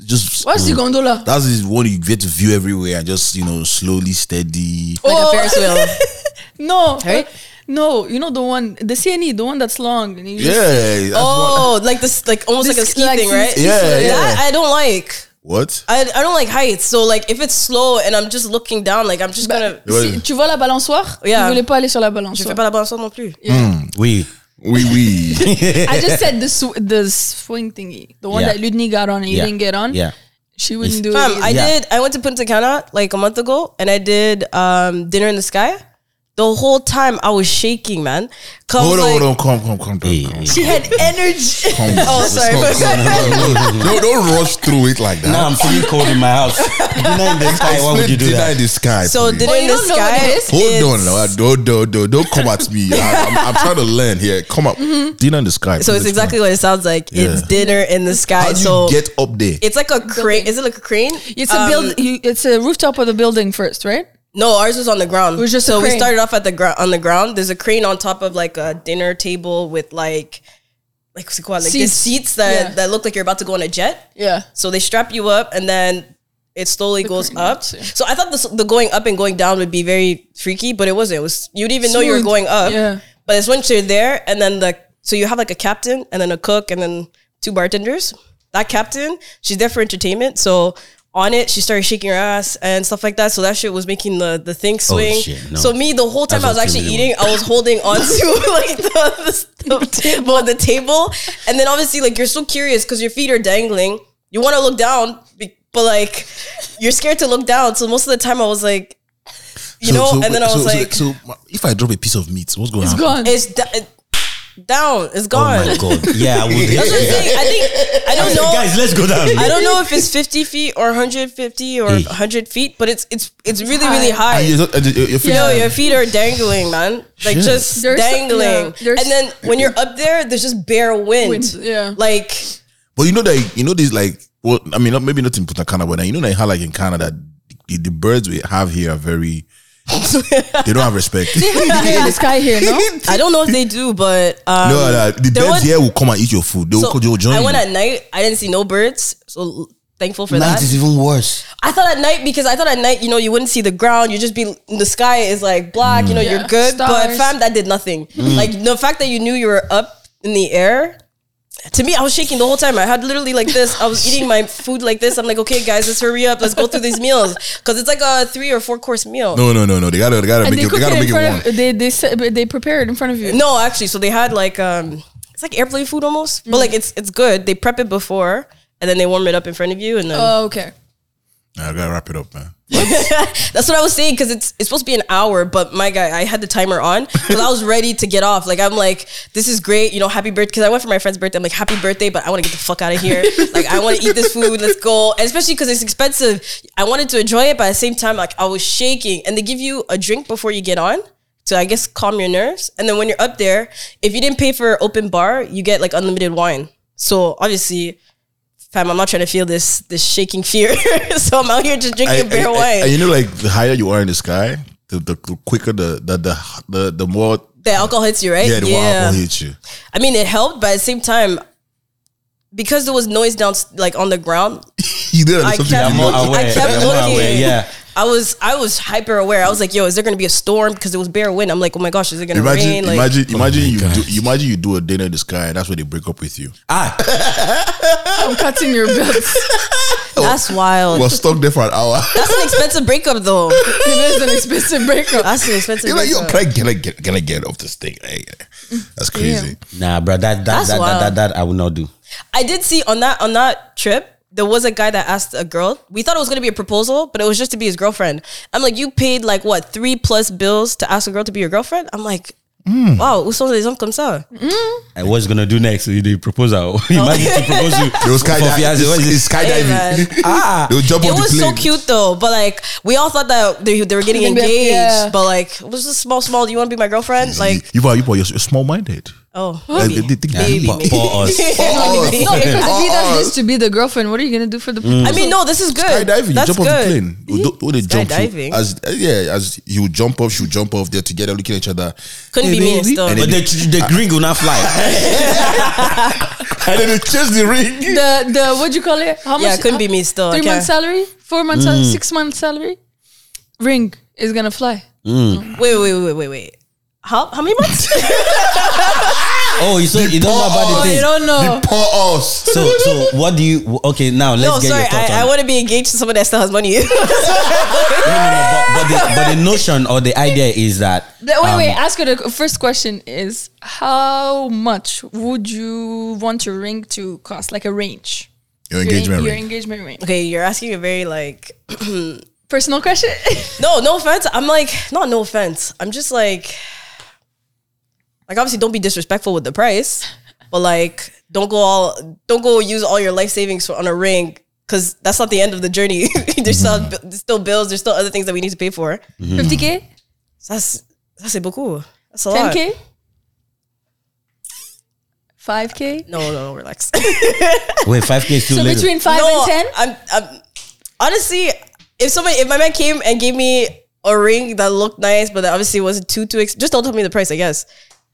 Speaker 3: Just mm.
Speaker 6: What's the
Speaker 9: Mm.
Speaker 6: gondola?
Speaker 3: That's the one you get to view everywhere and just you know slowly, steady.
Speaker 5: like
Speaker 6: Oh.
Speaker 5: a Ferris wheel.
Speaker 6: *laughs* No, uh,
Speaker 5: Right?
Speaker 6: no, you know the one, the CNE, the one that's long. And you just-
Speaker 3: Yeah. that's what-
Speaker 5: Oh, like this, like almost
Speaker 6: This
Speaker 5: like a ski
Speaker 6: like
Speaker 5: thing,
Speaker 6: ski-
Speaker 5: right?
Speaker 6: ski
Speaker 3: Yeah, slope. yeah.
Speaker 5: That I don't like.
Speaker 3: What?
Speaker 5: I, I don't like heights. So like, if it's slow and I'm just looking down, like I'm just gonna.
Speaker 3: Ouais.
Speaker 6: Si- tu vois la balançoire?
Speaker 5: Yeah.
Speaker 6: Je voulais pas aller sur la
Speaker 5: Je
Speaker 6: balançoire.
Speaker 5: fais pas la balançoire non plus.
Speaker 9: We
Speaker 3: Oui, oui.
Speaker 6: I just said the sw- the swing thingy, the one
Speaker 9: Yeah.
Speaker 6: that Ludni got on and you
Speaker 9: yeah,
Speaker 6: didn't get on.
Speaker 9: *laughs* Yeah.
Speaker 6: She wouldn't do
Speaker 5: Fam,
Speaker 6: it.
Speaker 5: I
Speaker 9: Yeah.
Speaker 5: did. I went to Punta Cana like a month ago, and I did um dinner in the sky. The whole time I was shaking, man. 'Cause *laughs* I
Speaker 3: hold
Speaker 5: was
Speaker 3: on,
Speaker 5: like-
Speaker 3: hold on. Come, come, come, come.
Speaker 9: Hey,
Speaker 3: come.
Speaker 9: hey.
Speaker 5: She
Speaker 6: *laughs*
Speaker 5: had energy.
Speaker 3: Come,
Speaker 5: oh,
Speaker 3: let's
Speaker 5: sorry.
Speaker 3: go, come, come. don't, don't rush through it like that.
Speaker 9: Now I'm feeling cold in my house. Dinner in the sky. Why would you
Speaker 3: Explain
Speaker 9: do
Speaker 3: dinner
Speaker 9: that?
Speaker 3: in the sky.
Speaker 5: So
Speaker 3: please.
Speaker 5: dinner
Speaker 6: Oh, you
Speaker 5: in the
Speaker 6: don't know what
Speaker 5: sky.
Speaker 6: it is?
Speaker 3: Hold on,
Speaker 5: is-
Speaker 3: now. don't, don't, don't, don't come at
Speaker 5: *laughs*
Speaker 3: me. I, I'm, I'm trying to learn here. Come up, dinner in the sky.
Speaker 5: *laughs* Mm-hmm. So
Speaker 3: please
Speaker 5: it's
Speaker 3: explain.
Speaker 5: exactly what it sounds like. It's
Speaker 3: Yeah.
Speaker 5: dinner in the
Speaker 3: How
Speaker 5: sky.
Speaker 3: do you
Speaker 5: so
Speaker 3: get up there?
Speaker 5: it's like a crane. Is it like a crane?
Speaker 6: It's a
Speaker 5: Um,
Speaker 6: build. You, it's a rooftop of the building first, right?
Speaker 5: No, ours was on the ground.
Speaker 6: was just a
Speaker 5: so we
Speaker 6: crane.
Speaker 5: started off at the ground on the ground. There's a crane on top of like a dinner table with like like what's it called? Like
Speaker 6: Seats.
Speaker 5: these seats that
Speaker 6: Yeah.
Speaker 5: that look like you're about to go on a jet.
Speaker 6: Yeah.
Speaker 5: So they strap you up and then it slowly goes
Speaker 6: crane,
Speaker 5: up.
Speaker 6: yeah.
Speaker 5: So I thought this, the going up and going down would be very freaky, but it wasn't. It was you'd even know you were
Speaker 6: Smooth.
Speaker 5: going up.
Speaker 6: Yeah.
Speaker 5: But it's once you're there and then the so you have like a captain and then a cook and then two bartenders. That captain, she's there for entertainment. So on it, she started shaking her ass and stuff like that. So that shit was making the, the
Speaker 3: Oh,
Speaker 5: thing swing.
Speaker 9: shit, no.
Speaker 5: So me, the whole time I
Speaker 9: That's
Speaker 5: was
Speaker 9: what
Speaker 5: actually
Speaker 9: really
Speaker 5: eating, I was holding on to
Speaker 3: *laughs*
Speaker 5: *laughs* like the, the, the table, the table, and then obviously like you're so curious because your feet are dangling. You want to look down, be- but like you're scared to look down. So most of the time, I was like, you know, and then I was
Speaker 3: so-
Speaker 5: like,
Speaker 3: so, so if I drop a piece of meat, what's going
Speaker 6: It's
Speaker 3: on?
Speaker 6: gone.
Speaker 5: it's da- it- down, it's
Speaker 9: Oh
Speaker 5: gone.
Speaker 9: my god. Yeah, I would
Speaker 5: *laughs* That's what I'm
Speaker 9: hate
Speaker 5: saying. I think I don't
Speaker 9: that.
Speaker 5: know.
Speaker 9: Guys, let's go down.
Speaker 5: I don't know if it's 50 feet or 150 or
Speaker 9: Hey.
Speaker 5: 100 feet, but it's it's it's really really high.
Speaker 3: And you don't- and you- you feel-
Speaker 5: Yo, your feet are dangling, man. Like
Speaker 3: Shit.
Speaker 5: just
Speaker 6: There's some-
Speaker 5: dangling.
Speaker 6: yeah, there's-
Speaker 5: and then when you're up there, there's just bare wind.
Speaker 6: Wind, yeah.
Speaker 5: Like
Speaker 3: But you know that you know this like well, I mean not, maybe not in Punta Cana, but you know that how like in Canada the, the birds we have here are very they don't have respect. *laughs*
Speaker 6: in
Speaker 5: *laughs*
Speaker 6: the sky here, no?
Speaker 5: I don't know if they do, but um,
Speaker 3: no, no, the
Speaker 5: there
Speaker 3: birds
Speaker 5: was-
Speaker 3: here will come and eat your food. They will,
Speaker 5: so
Speaker 3: co- they will join
Speaker 5: I
Speaker 3: you.
Speaker 5: went at night. I didn't see no birds, so l- thankful for
Speaker 9: Night
Speaker 5: that.
Speaker 9: is even worse.
Speaker 5: I thought at night because I thought at night, you know, you wouldn't see the ground. You just be the sky is like black. You know,
Speaker 6: Yeah.
Speaker 5: you're good. But
Speaker 6: Stars.
Speaker 5: fam, that did nothing. Like the fact that you knew you were up in the air. To me, I was shaking the whole time. I had literally like this. I was eating my food like this. I'm like, okay, guys, let's hurry up. Let's go through these meals because it's like a three or four course meal. No.
Speaker 3: no, no, no, no. They gotta, they gotta
Speaker 6: And
Speaker 3: make
Speaker 6: they
Speaker 3: it. They
Speaker 6: cook
Speaker 3: gotta
Speaker 6: it in
Speaker 3: make it warm.
Speaker 6: front of they they se- but they prepare it in front of you.
Speaker 5: actually, so they had like um, it's like airplane food almost,
Speaker 6: Mm.
Speaker 5: but like it's it's good. They prep it before and then they warm it up in front of you, and then
Speaker 6: Oh, okay.
Speaker 3: Nah, I gotta wrap it up, man.
Speaker 5: That's what I was saying because it's it's supposed to be an hour, but my guy, I had the timer on because I was
Speaker 3: *laughs*
Speaker 5: ready to get off. Like I'm like, this is great, you know, happy birthday. Because I went for my friend's birthday. I'm like, happy birthday, but I want to get the fuck out
Speaker 3: *laughs*
Speaker 5: of here. like I want to eat this food. Let's go. And especially because it's expensive. I wanted to enjoy it, but at the same time, like I was shaking. And they give you a drink before you get on. to I guess calm your nerves. And then when you're up there, if you didn't pay for open bar, you get like unlimited wine. So obviously, fam, I'm not trying to feel this this shaking fear. *laughs* so I'm out here just
Speaker 3: I-
Speaker 5: drinking
Speaker 3: I-
Speaker 5: beer
Speaker 3: I-
Speaker 5: wine.
Speaker 3: And you know, like the higher you are in the sky, the the, the quicker the the the the, the more
Speaker 5: the alcohol hits you, right?
Speaker 3: yeah the more alcohol hits you.
Speaker 5: I mean, it helped, but at the same time, because there was noise down like on the ground,
Speaker 3: You know,
Speaker 5: I
Speaker 3: there's something
Speaker 5: kept,
Speaker 3: you
Speaker 9: more
Speaker 5: looking-
Speaker 3: know.
Speaker 9: aware.
Speaker 5: I kept
Speaker 9: Yeah, more
Speaker 5: looking.
Speaker 9: aware, yeah.
Speaker 5: I was I was hyper aware. I was like, "Yo, is there going to be a storm?" Because it was bare wind. I'm like, "Oh my gosh, is it going to
Speaker 3: Imagine,
Speaker 5: rain?" Like,
Speaker 3: imagine, imagine you do, imagine you do a dinner in the sky. That's where they break up with you.
Speaker 9: Ah,
Speaker 6: I'm cutting your
Speaker 5: *laughs*
Speaker 6: belts.
Speaker 5: that's
Speaker 3: *laughs*
Speaker 5: wild.
Speaker 3: We're stuck there for an hour.
Speaker 5: that's an expensive breakup, though.
Speaker 6: it is an expensive
Speaker 5: *laughs*
Speaker 6: breakup.
Speaker 5: *laughs* That's an expensive.
Speaker 3: You're like, yo,
Speaker 5: breakup.
Speaker 3: can I get, can I get, can I get off this thing? Like, That's crazy.
Speaker 9: nah, bro. That that
Speaker 5: That's
Speaker 9: that, that
Speaker 5: wild.
Speaker 9: that that I would not do.
Speaker 5: I did see on that on that trip there was a guy that asked a girl. We thought it was gonna be a proposal, but it was just to be his girlfriend. I'm like, you paid like what three plus bills to ask a girl to be your girlfriend? I'm like.
Speaker 3: Hmm.
Speaker 5: Wow, où sont les hommes comme ça?
Speaker 9: And what's gonna do next? The proposal. *laughs* Imagine to propose you.
Speaker 3: It was
Speaker 9: For fiancé, what
Speaker 3: skydiving.
Speaker 9: is it?
Speaker 3: It's *laughs* skydiving.
Speaker 5: Hey,
Speaker 9: Ah,
Speaker 3: They'll jump
Speaker 5: It
Speaker 3: off the
Speaker 5: was so
Speaker 3: plane.
Speaker 5: cute though, but like we all thought that they, they were getting
Speaker 6: Gonna be a-
Speaker 5: engaged,
Speaker 6: yeah.
Speaker 5: but like it was just small, small. Do you want to be my girlfriend? Like
Speaker 3: you, you, are- you, are- you're small minded.
Speaker 5: Oh,
Speaker 3: Like,
Speaker 5: *laughs* maybe.
Speaker 3: they think
Speaker 5: Maybe,
Speaker 9: For,
Speaker 5: maybe.
Speaker 9: for us. *laughs*
Speaker 5: Maybe.
Speaker 6: No, because if he does
Speaker 3: Oh.
Speaker 6: this to be the girlfriend, what are you gonna do for the?
Speaker 5: I mean, no, this is good.
Speaker 3: Skydiving, you
Speaker 5: That's
Speaker 3: jump
Speaker 5: good.
Speaker 3: off the plane. Do- do they jump you?
Speaker 5: Skydiving.
Speaker 3: As uh, yeah, as you would jump off, she would jump off. They're together, looking at each other. Hey,
Speaker 5: Couldn't be me
Speaker 3: baby.
Speaker 5: still.
Speaker 3: And
Speaker 9: But
Speaker 3: then,
Speaker 9: the, the green will not *laughs* fly.
Speaker 3: and then they chase the ring.
Speaker 6: The the what do you call it? How
Speaker 5: Yeah,
Speaker 6: much?
Speaker 5: it couldn't be
Speaker 6: how-
Speaker 5: me still. I
Speaker 6: Three months
Speaker 5: can't.
Speaker 6: salary, four months salary,
Speaker 5: Mm.
Speaker 6: six months salary. Ring is gonna fly.
Speaker 5: Wait, wait, wait, wait, wait. How how many months? *laughs*
Speaker 9: Oh, you, so, you don't know about the
Speaker 6: I
Speaker 9: thing.
Speaker 6: don't know.
Speaker 3: Poor us.
Speaker 9: So, so what do you? Okay, now let's
Speaker 5: no,
Speaker 9: get
Speaker 5: sorry.
Speaker 9: your thoughts
Speaker 5: I, I
Speaker 9: on.
Speaker 5: want to be engaged to somebody that still has money. *laughs*
Speaker 9: No, no, no, but, but, the, but the notion or the idea is that
Speaker 6: *laughs* The- wait,
Speaker 9: um,
Speaker 6: wait. Ask her the first question is how much would you want your ring to cost? Like a range.
Speaker 3: Your
Speaker 6: Your-
Speaker 3: engagement
Speaker 6: Your,
Speaker 3: ring.
Speaker 6: engagement ring. *laughs*
Speaker 5: okay, you're asking a very like
Speaker 6: Personal question.
Speaker 5: No, no offense. I'm like, not no offense. I'm just like, like obviously, don't be disrespectful with the price, but like, don't go all, don't go use all your life savings for, on a ring because that's not the end of the journey. *laughs* there's still
Speaker 9: Mm-hmm.
Speaker 5: there's still bills. There's still other things that we need to pay for.
Speaker 6: *laughs* Fifty k,
Speaker 5: So that's that's a beaucoup. That's a
Speaker 6: ten
Speaker 5: lot.
Speaker 6: k, five k.
Speaker 5: No, no, no, relax. *laughs*
Speaker 9: wait, five k is too
Speaker 6: So
Speaker 9: little.
Speaker 6: between five
Speaker 5: no,
Speaker 6: and ten.
Speaker 5: I'm, I'm honestly, if somebody, if my man came and gave me a ring that looked nice, but that obviously wasn't too too, ex- just don't tell me the price. I guess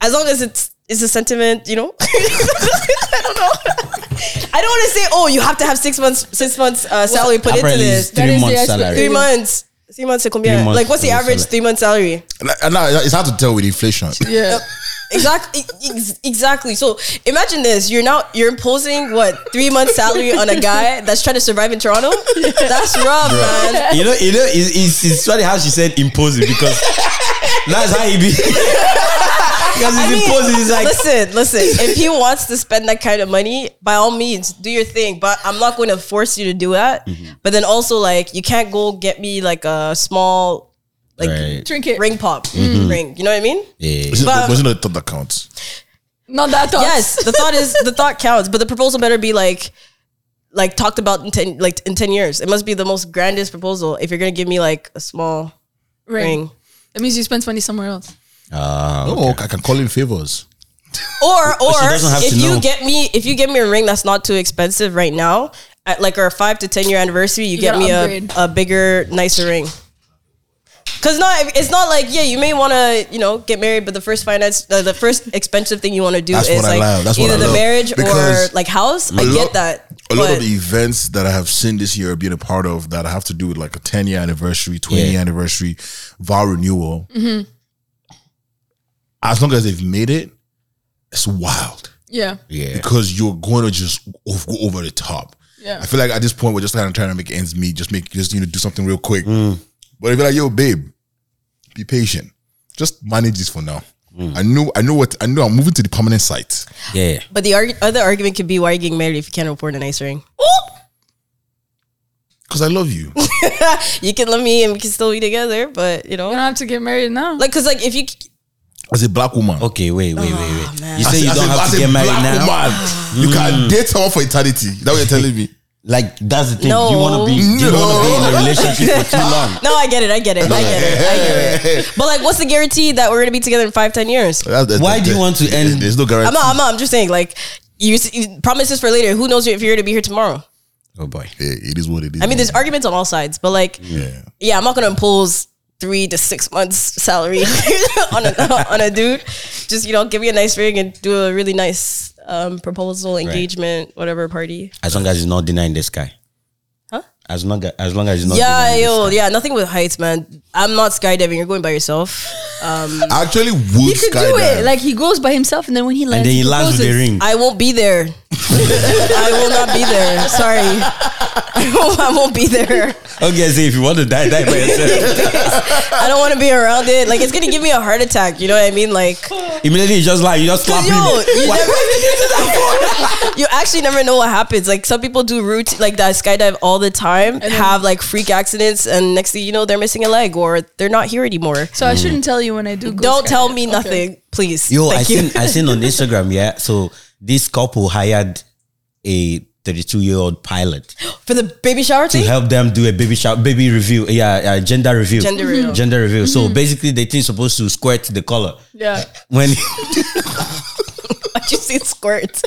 Speaker 5: as long as it's it's a sentiment, you know. *laughs* I don't know. I don't want to say, oh, you have to have six months six months uh, salary put into
Speaker 9: Apparently, it's
Speaker 5: this.
Speaker 6: That
Speaker 9: three
Speaker 6: is
Speaker 9: months
Speaker 6: the
Speaker 9: salary.
Speaker 5: Three months. Three months to combine.
Speaker 9: Three months
Speaker 5: Like, what's the
Speaker 9: salary.
Speaker 5: average three month salary?
Speaker 3: Like, And now it's hard to tell with inflation.
Speaker 6: yeah.
Speaker 5: Exactly. e, ex- Exactly. So imagine this: you're now you're imposing what three months salary on a guy that's trying to survive in Toronto. That's rough, man.
Speaker 9: You know, you know, it's, it's, it's funny how she said impose it because that's how he be. *laughs* because
Speaker 5: I
Speaker 9: it's
Speaker 5: mean,
Speaker 9: imposing. It's like
Speaker 5: listen, listen. If he wants to spend that kind of money, by all means, do your thing. But I'm not going to force you to do that.
Speaker 9: Mm-hmm.
Speaker 5: But then also, like, you can't go get me like a small, like,
Speaker 9: Right. Mm-hmm.
Speaker 6: Trinket.
Speaker 5: ring pop ring. You know what I mean?
Speaker 9: Yeah.
Speaker 3: It's
Speaker 5: But-
Speaker 3: not- Wasn't it the thought that counts?
Speaker 6: Not that thought.
Speaker 5: Yes, the thought is the thought counts, but the proposal better be like, like talked about in ten, like in ten years. It must be the most grandest proposal if you're gonna give me like a small ring.
Speaker 6: That means you spend money somewhere else.
Speaker 9: Ah,
Speaker 3: Oh, I can call in favors.
Speaker 5: or or
Speaker 9: she doesn't have
Speaker 5: if
Speaker 9: to
Speaker 5: you
Speaker 9: know.
Speaker 5: get me if you get me a ring that's not too expensive right now at like our five to ten year anniversary you, get
Speaker 6: gotta
Speaker 5: me
Speaker 6: upgrade.
Speaker 5: a, a bigger nicer ring because no it's not like yeah you may want to you know get married but the first finance uh, the first expensive thing you want to do
Speaker 3: That's
Speaker 5: is
Speaker 3: what I
Speaker 5: like
Speaker 3: love. That's what
Speaker 5: either
Speaker 3: I
Speaker 5: the
Speaker 3: love.
Speaker 5: marriage
Speaker 3: Because
Speaker 5: or like house i
Speaker 3: lot-
Speaker 5: get that
Speaker 3: A lot
Speaker 5: but-
Speaker 3: of the events that I have seen this year, being a part of, that have to do with like a 10 year anniversary, 20 year
Speaker 9: Yeah. Mm-hmm.
Speaker 3: anniversary, vow renewal. As long as they've made it, it's wild
Speaker 6: Yeah.
Speaker 9: yeah.
Speaker 3: because you're going to just o- go over the top.
Speaker 6: Yeah.
Speaker 3: I feel like at this point, we're just kind of trying to make ends meet, just make, just, you know, do something real quick.
Speaker 9: Mm.
Speaker 3: But if you're like, yo, babe, be patient. Just manage this for now.
Speaker 9: Mm.
Speaker 3: I know, I know what, I know I'm moving to the permanent site.
Speaker 9: Yeah.
Speaker 5: but the arg- other argument could be why are you getting married if you can't afford a nice ring
Speaker 3: Cause I love
Speaker 9: *laughs*
Speaker 3: you.
Speaker 5: *laughs* you can love me and we can still be together but you
Speaker 6: You
Speaker 5: know
Speaker 6: don't have to get married now.
Speaker 5: like because like if you
Speaker 3: As a black woman.
Speaker 9: Okay, wait, wait, wait, wait.
Speaker 5: man.
Speaker 9: you say
Speaker 3: As
Speaker 9: you
Speaker 3: a-
Speaker 9: don't
Speaker 3: as a-
Speaker 9: have
Speaker 3: as
Speaker 9: to
Speaker 3: a
Speaker 9: get married
Speaker 3: black
Speaker 9: now. Mm. Hmm.
Speaker 3: woman, you can date someone for eternity. That's what you're telling me.
Speaker 9: Like that's the thing.
Speaker 5: No.
Speaker 9: You want to be. You want to be
Speaker 5: *laughs*
Speaker 9: in a relationship for too long.
Speaker 5: no i get it i get it *laughs* i get it i get it But like, what's the guarantee that we're gonna be together in five, ten
Speaker 3: *laughs*
Speaker 5: years?
Speaker 3: That's the-
Speaker 9: Why do you
Speaker 3: the-
Speaker 9: want to
Speaker 3: the-
Speaker 9: end-
Speaker 3: There's no guarantee.
Speaker 5: I'm not, I'm not, I'm just saying, like, you, you promises for later. Who knows if you're gonna be here tomorrow?
Speaker 9: Oh boy.
Speaker 3: Yeah, it is what it is.
Speaker 5: I mean, there's arguments on all sides, but like, yeah,
Speaker 3: Yeah.
Speaker 5: I'm not gonna impose three to six months salary *laughs* on a on a dude. Just you know, give me a nice ring and do a really nice um, proposal, engagement, whatever party.
Speaker 9: As long as it's not denying the sky.
Speaker 5: Huh?
Speaker 9: As long as, as long as it's not.
Speaker 5: Yeah,
Speaker 9: dinner in the
Speaker 5: yo,
Speaker 9: sky.
Speaker 5: yeah, nothing with heights, man. I'm not skydiving. You're going by yourself. Um,
Speaker 3: I actually would
Speaker 6: he could do
Speaker 3: skydive.
Speaker 6: it. Like he goes by himself, and then when he lands,
Speaker 9: And then he lands with the
Speaker 6: proposes.
Speaker 9: ring.
Speaker 5: I won't be there. *laughs* I will not be there. Sorry, *laughs* I won't, I won't be there.
Speaker 9: Okay, so if you want to die, die
Speaker 5: *laughs*
Speaker 9: by yourself.
Speaker 5: I don't want to be around it. Like it's gonna give me a heart attack. You know what I mean? Like,
Speaker 9: Immediately, you just like you just slap
Speaker 5: yo,
Speaker 9: him.
Speaker 5: you
Speaker 9: Why-
Speaker 5: never, you actually never know what happens. Like some people do route like that skydive all the time, have like freak accidents, and next thing you know, they're missing a leg or they're not here anymore.
Speaker 6: So
Speaker 9: Mm.
Speaker 6: I shouldn't tell you when I do. Go
Speaker 5: Don't tell
Speaker 6: skydiving.
Speaker 5: me
Speaker 6: Okay.
Speaker 5: nothing, please.
Speaker 9: Yo, I
Speaker 5: Thank you.
Speaker 9: seen I seen on Instagram. Yeah, so this couple hired a 32 year old pilot
Speaker 5: for the baby shower
Speaker 9: to
Speaker 5: thing.
Speaker 9: help them do a baby shower, baby review. Yeah, uh, gender review,
Speaker 5: Gender Mhm. *laughs* reveal.
Speaker 9: gender
Speaker 5: *laughs*
Speaker 9: review. So basically, the thing supposed to squirt the color
Speaker 6: Yeah.
Speaker 9: when
Speaker 5: you see squirt.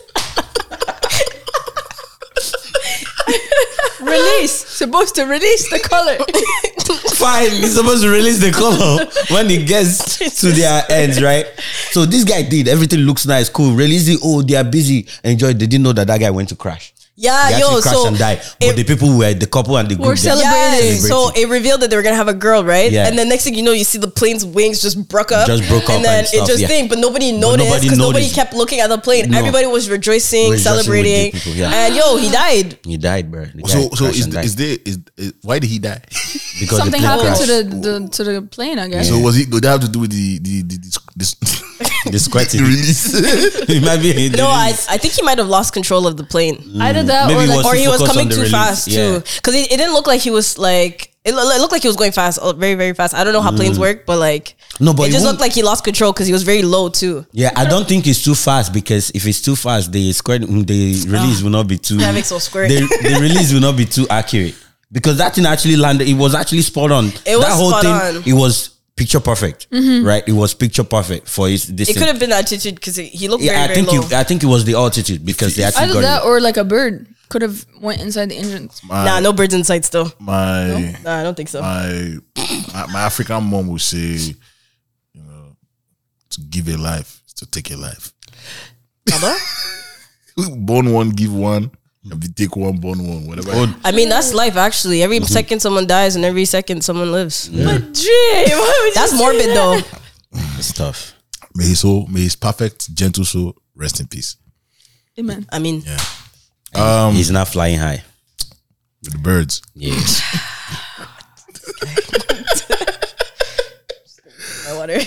Speaker 6: Release. Supposed to release the
Speaker 5: *laughs*
Speaker 6: color.
Speaker 9: Fine, he's supposed to release the color *laughs* when it gets to their ends, right? So this guy did. Everything looks nice, cool. Release it. Oh, they are busy. Enjoy. They didn't know that that guy went to crash. He
Speaker 5: Yeah,
Speaker 9: actually
Speaker 5: Ah, yo.
Speaker 9: crashed
Speaker 5: So
Speaker 9: and died. But
Speaker 5: it-
Speaker 9: the people were the couple and the group.
Speaker 6: We're
Speaker 9: they-
Speaker 5: Yeah,
Speaker 6: celebrating.
Speaker 5: so it revealed that they were gonna have a girl, right?
Speaker 9: Yeah.
Speaker 5: And then next thing you know, you see the plane's wings just broke up,
Speaker 9: Just broke up
Speaker 5: and then
Speaker 9: and stuff,
Speaker 5: it just
Speaker 9: yeah.
Speaker 5: thing. But nobody noticed
Speaker 9: nobody
Speaker 5: because nobody,
Speaker 9: noticed.
Speaker 5: kept looking at the plane.
Speaker 9: No.
Speaker 5: Everybody was rejoicing,
Speaker 9: Rejoicing with
Speaker 5: celebrating,
Speaker 9: the people, yeah.
Speaker 5: and yo, he died.
Speaker 9: He died, bro. The guy
Speaker 3: So, so
Speaker 9: crashed
Speaker 3: is,
Speaker 9: and died
Speaker 3: is there is, is why did he die?
Speaker 9: because
Speaker 6: *laughs*
Speaker 9: the
Speaker 6: Something
Speaker 9: plane
Speaker 6: happened to
Speaker 9: crashed.
Speaker 6: the, the to the plane, I guess.
Speaker 3: So was he? Did that have to do with the the the, the, this,
Speaker 9: *laughs* the
Speaker 3: *laughs* the
Speaker 9: squirting.
Speaker 3: release?
Speaker 9: *laughs* it might be.
Speaker 5: No, I, I think he might have lost control of the plane,
Speaker 6: Either that
Speaker 9: mm, Maybe
Speaker 6: or
Speaker 9: it
Speaker 6: like
Speaker 9: was
Speaker 5: or
Speaker 9: to
Speaker 5: he was
Speaker 9: focus on
Speaker 5: coming
Speaker 9: the
Speaker 5: too
Speaker 9: release,
Speaker 5: fast
Speaker 9: yeah.
Speaker 5: too, because it, it didn't look like he was like. It, lo- it looked like he was going fast, oh, very very fast. I don't know how planes work, but like,
Speaker 9: Mm. No, but
Speaker 5: it
Speaker 9: it
Speaker 5: just
Speaker 9: won't-
Speaker 5: looked like he lost control because he was very low too.
Speaker 9: Yeah, I don't think it's too fast because if it's too fast, the square mm, the
Speaker 5: Ah.
Speaker 9: release will not be too.
Speaker 5: That makes us squirt.
Speaker 9: The, the release will not be too accurate because that thing actually landed. It was actually spot on.
Speaker 5: It was
Speaker 9: that whole
Speaker 5: spot
Speaker 9: thing.
Speaker 5: on. Mm-hmm.
Speaker 9: It was picture perfect, right? It was picture perfect for his. This
Speaker 5: It
Speaker 9: thing.
Speaker 5: could have been altitude because he looked
Speaker 9: Yeah,
Speaker 5: very
Speaker 9: I think
Speaker 5: very low.
Speaker 9: it, I think it was the altitude because they actually
Speaker 6: either
Speaker 9: got
Speaker 6: that
Speaker 9: it.
Speaker 6: or like a bird could have went inside the engine.
Speaker 5: nah, no birds in sight still.
Speaker 3: my
Speaker 5: Nah, I don't think so.
Speaker 3: my my my African mom would say, you know, to give a life is to take a life.
Speaker 5: Baba?
Speaker 3: Born one, give one.
Speaker 9: Mm.
Speaker 3: If you take one, born one. Whatever.
Speaker 5: I mean, that's life actually. Every
Speaker 9: Mm-hmm.
Speaker 5: second someone dies and every second someone lives. But Jay, that's morbid though.
Speaker 9: It's tough.
Speaker 3: May his soul, may his perfect, gentle soul rest in peace.
Speaker 6: Amen.
Speaker 5: I mean,
Speaker 9: He's not flying high.
Speaker 3: With the birds.
Speaker 9: Yeah.
Speaker 5: I *laughs* wonder.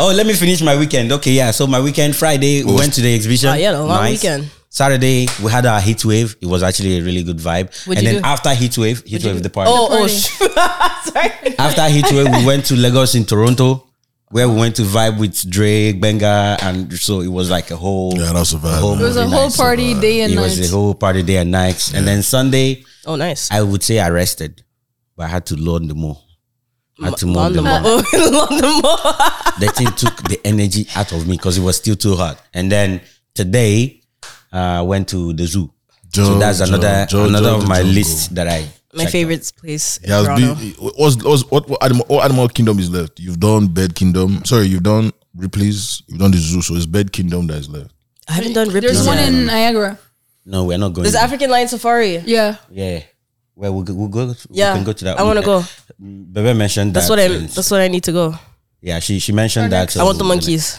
Speaker 9: Oh, let me finish my weekend. Okay, yeah. So my weekend Friday we went to the exhibition.
Speaker 5: Ah, yeah, the long weekend.
Speaker 9: Saturday we had our heat wave. It was actually a really good vibe.
Speaker 5: What'd
Speaker 9: and
Speaker 5: you
Speaker 9: then
Speaker 5: do?
Speaker 9: after heat wave, heat wave the party.
Speaker 5: oh, oh,
Speaker 6: Party.
Speaker 5: shoot. *laughs* sorry.
Speaker 9: After heat wave, we went to Lagos in Toronto, where we went to vibe with Drake, Benga, and so it was like a whole.
Speaker 3: Yeah, that's a vibe,
Speaker 9: whole
Speaker 3: man.
Speaker 6: It was a
Speaker 9: movie
Speaker 6: whole
Speaker 9: night. So
Speaker 6: party day and
Speaker 9: It
Speaker 6: night.
Speaker 9: was a whole party day and night. And then Sunday,
Speaker 5: Oh, nice.
Speaker 9: I would say I rested, but I had to load the more. Had to mow the
Speaker 5: London
Speaker 9: more.
Speaker 5: Mall. *laughs* London Mall.
Speaker 9: that thing took the energy out of me because it was still too hot. And then today, uh, went to the zoo. so
Speaker 3: Joe,
Speaker 9: that's
Speaker 3: Joe,
Speaker 9: another
Speaker 3: Joe,
Speaker 9: another
Speaker 3: Joe,
Speaker 9: of
Speaker 3: the
Speaker 9: my
Speaker 3: jungle.
Speaker 9: list that I
Speaker 5: My
Speaker 9: checked
Speaker 5: favorite place.
Speaker 3: He has
Speaker 5: in Toronto.
Speaker 3: been. What's, what's, what what animal, what animal kingdom is left? You've done Bed Kingdom. Sorry, you've done Ripley's. You've done the zoo. So it's Bed Kingdom that is left.
Speaker 5: I haven't done Ripley's.
Speaker 6: There's one
Speaker 5: yet.
Speaker 6: in Niagara.
Speaker 9: out. No, we're not going.
Speaker 5: There's African Lion Safari.
Speaker 6: Yeah.
Speaker 9: yeah, well we'll go. We'll go
Speaker 5: Yeah,
Speaker 9: we can go to that.
Speaker 5: I wanna go.
Speaker 9: Bebe mentioned that.
Speaker 5: That's what I.
Speaker 9: and-
Speaker 5: That's what I need to go.
Speaker 9: yeah, she she mentioned that.
Speaker 5: I want the
Speaker 9: so-
Speaker 5: monkeys.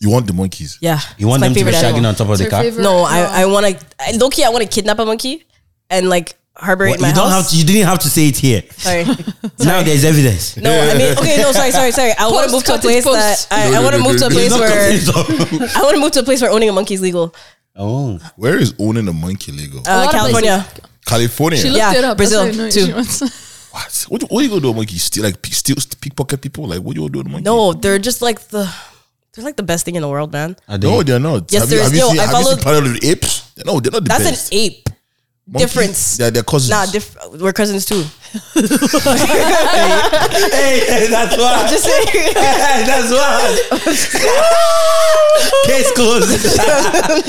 Speaker 3: You want the monkeys?
Speaker 5: Yeah,
Speaker 9: You want
Speaker 5: It's
Speaker 9: them
Speaker 5: my
Speaker 9: to be
Speaker 5: favorite
Speaker 9: shagging
Speaker 5: animal.
Speaker 9: on top of the
Speaker 6: your
Speaker 9: car.
Speaker 6: favorite-
Speaker 5: No, I. I want to. Low key, I want to kidnap a monkey, and like harbor it
Speaker 9: Well,
Speaker 5: in my
Speaker 9: you don't have
Speaker 5: house.
Speaker 9: to. You didn't have to say it here.
Speaker 5: *laughs* Sorry.
Speaker 9: Now there's evidence.
Speaker 5: No, I mean, okay, no, sorry, sorry, sorry. I want
Speaker 6: Post,
Speaker 5: to move to a
Speaker 6: cut it,
Speaker 5: place that
Speaker 6: post.
Speaker 5: I, I want to move to a place where I want to move to a place where owning a monkey is legal.
Speaker 9: *laughs* oh,
Speaker 3: Where is owning a monkey legal?
Speaker 6: A lot
Speaker 5: Uh,
Speaker 6: of
Speaker 5: California,
Speaker 3: California.
Speaker 6: She looked
Speaker 5: Yeah,
Speaker 6: it up.
Speaker 5: Brazil, too.
Speaker 6: too.
Speaker 3: what? What, what you gonna do with monkey? Steal like p- steal st- pickpocket people? Like what you gonna do with monkey?
Speaker 5: no, they're just like the they're like the best thing in the world, man.
Speaker 9: Are they-
Speaker 3: no, they're not.
Speaker 5: Yes,
Speaker 3: have you,
Speaker 5: there
Speaker 3: have
Speaker 5: is.
Speaker 3: you
Speaker 5: Yo,
Speaker 3: seen,
Speaker 5: I
Speaker 3: have you seen
Speaker 5: followed-
Speaker 3: Planet of the Apes? No, they're not the
Speaker 5: That's
Speaker 3: best.
Speaker 5: an ape.
Speaker 3: Monkeys,
Speaker 5: difference.
Speaker 3: They're, they're cousins.
Speaker 5: Nah, diff- we're cousins *laughs* too.
Speaker 9: hey, *laughs* that's why.
Speaker 5: Just saying.
Speaker 9: that's *laughs* why. Case *laughs* closed.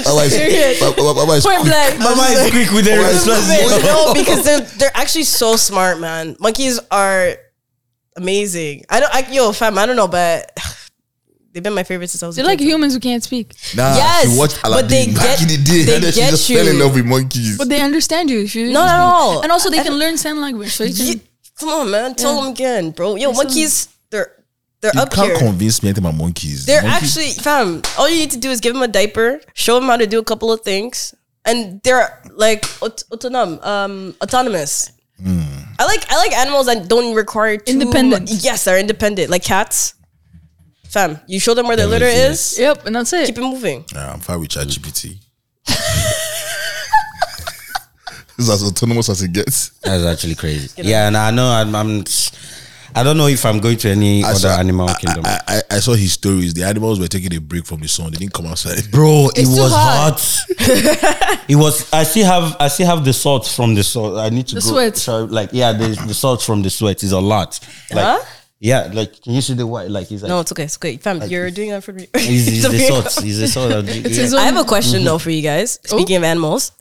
Speaker 3: Baba is- Ba- Ba- Baba
Speaker 5: *laughs*
Speaker 3: is
Speaker 6: Point
Speaker 3: quick.
Speaker 6: blank.
Speaker 9: Mama is quick with the response.
Speaker 5: no, because they're they're actually so smart, man. Monkeys are amazing. I don't, I, yo, fam, I don't know, but *sighs* they've been my favorite since I was. a
Speaker 6: They're like
Speaker 5: kid.
Speaker 6: humans who can't speak,
Speaker 3: Nah,
Speaker 5: Yes,
Speaker 3: she watched
Speaker 5: but they
Speaker 3: Aladdin back
Speaker 5: get-
Speaker 3: in the day,
Speaker 5: they
Speaker 3: and then she
Speaker 5: get
Speaker 3: just
Speaker 5: you.
Speaker 3: fell in love with monkeys.
Speaker 6: but they understand you if you.
Speaker 5: Not at all.
Speaker 6: And also, they can learn sign language. So you
Speaker 5: Yeah,
Speaker 6: can,
Speaker 5: come on, man. Tell them again, bro. Yo,
Speaker 6: Tell
Speaker 5: monkeys, they're they're
Speaker 3: you
Speaker 5: up
Speaker 3: can't
Speaker 5: here.
Speaker 3: convince me anything about monkeys.
Speaker 5: They're
Speaker 3: Monkeys-
Speaker 5: actually, fam. All you need to do is give them a diaper, show them how to do a couple of things, and they're like aut- autonom, um, autonomous.
Speaker 3: Hmm.
Speaker 5: I like I like animals that don't require too mu-
Speaker 6: Independent.
Speaker 5: yes, they're independent, like cats. Fam, you show them where their litter is.
Speaker 6: yep, and that's
Speaker 5: Keep
Speaker 6: it.
Speaker 5: it moving.
Speaker 3: Nah, I'm fine with ChatGPT. *laughs* it's as autonomous as it gets.
Speaker 9: That's actually crazy. Yeah, and I know I'm, I'm. I don't know if I'm going to any
Speaker 3: I
Speaker 9: other
Speaker 3: saw-
Speaker 9: animal kingdom.
Speaker 3: I, I, I saw his stories. The animals were taking a break from the sun. They didn't come outside.
Speaker 9: Bro, it
Speaker 6: It's too
Speaker 9: was
Speaker 6: hot.
Speaker 9: hot. it was. I still have. I still have the salt from the salt. I need to
Speaker 6: The
Speaker 9: go.
Speaker 6: sweat.
Speaker 9: So like, yeah, the, the salt from the sweat is a lot. Like,
Speaker 5: Huh?
Speaker 9: Yeah, like can you see the white? Like he's like
Speaker 5: No, it's okay. It's okay. Fam, you're doing that for me.
Speaker 9: he's,
Speaker 5: *laughs* It's
Speaker 9: he's
Speaker 5: a
Speaker 9: the
Speaker 5: miracle.
Speaker 9: sort. He's the
Speaker 5: *laughs*
Speaker 9: sort of
Speaker 6: his
Speaker 5: I have a
Speaker 3: Mm-hmm.
Speaker 5: question though for you guys. Speaking of animals,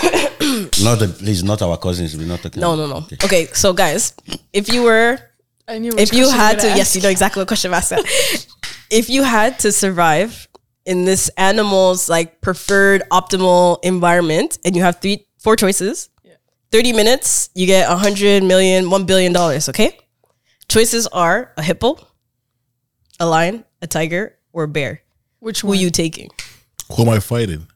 Speaker 9: not the please not our cousins. We're not talking.
Speaker 5: no, no, no. Okay, so guys, if you were,
Speaker 6: I knew
Speaker 5: if
Speaker 6: which
Speaker 5: you
Speaker 6: question
Speaker 5: had
Speaker 6: were
Speaker 5: to,
Speaker 6: gonna
Speaker 5: yes, you know exactly what question I'm asking. if you had to survive in this animal's like preferred optimal environment, and you have three, four choices, thirty minutes, you get a hundred million, one billion dollars. Okay, choices are a hippo, a lion, a tiger, or a bear.
Speaker 6: ask. Which
Speaker 5: Who
Speaker 6: one?
Speaker 5: you taking?
Speaker 3: Who am I fighting?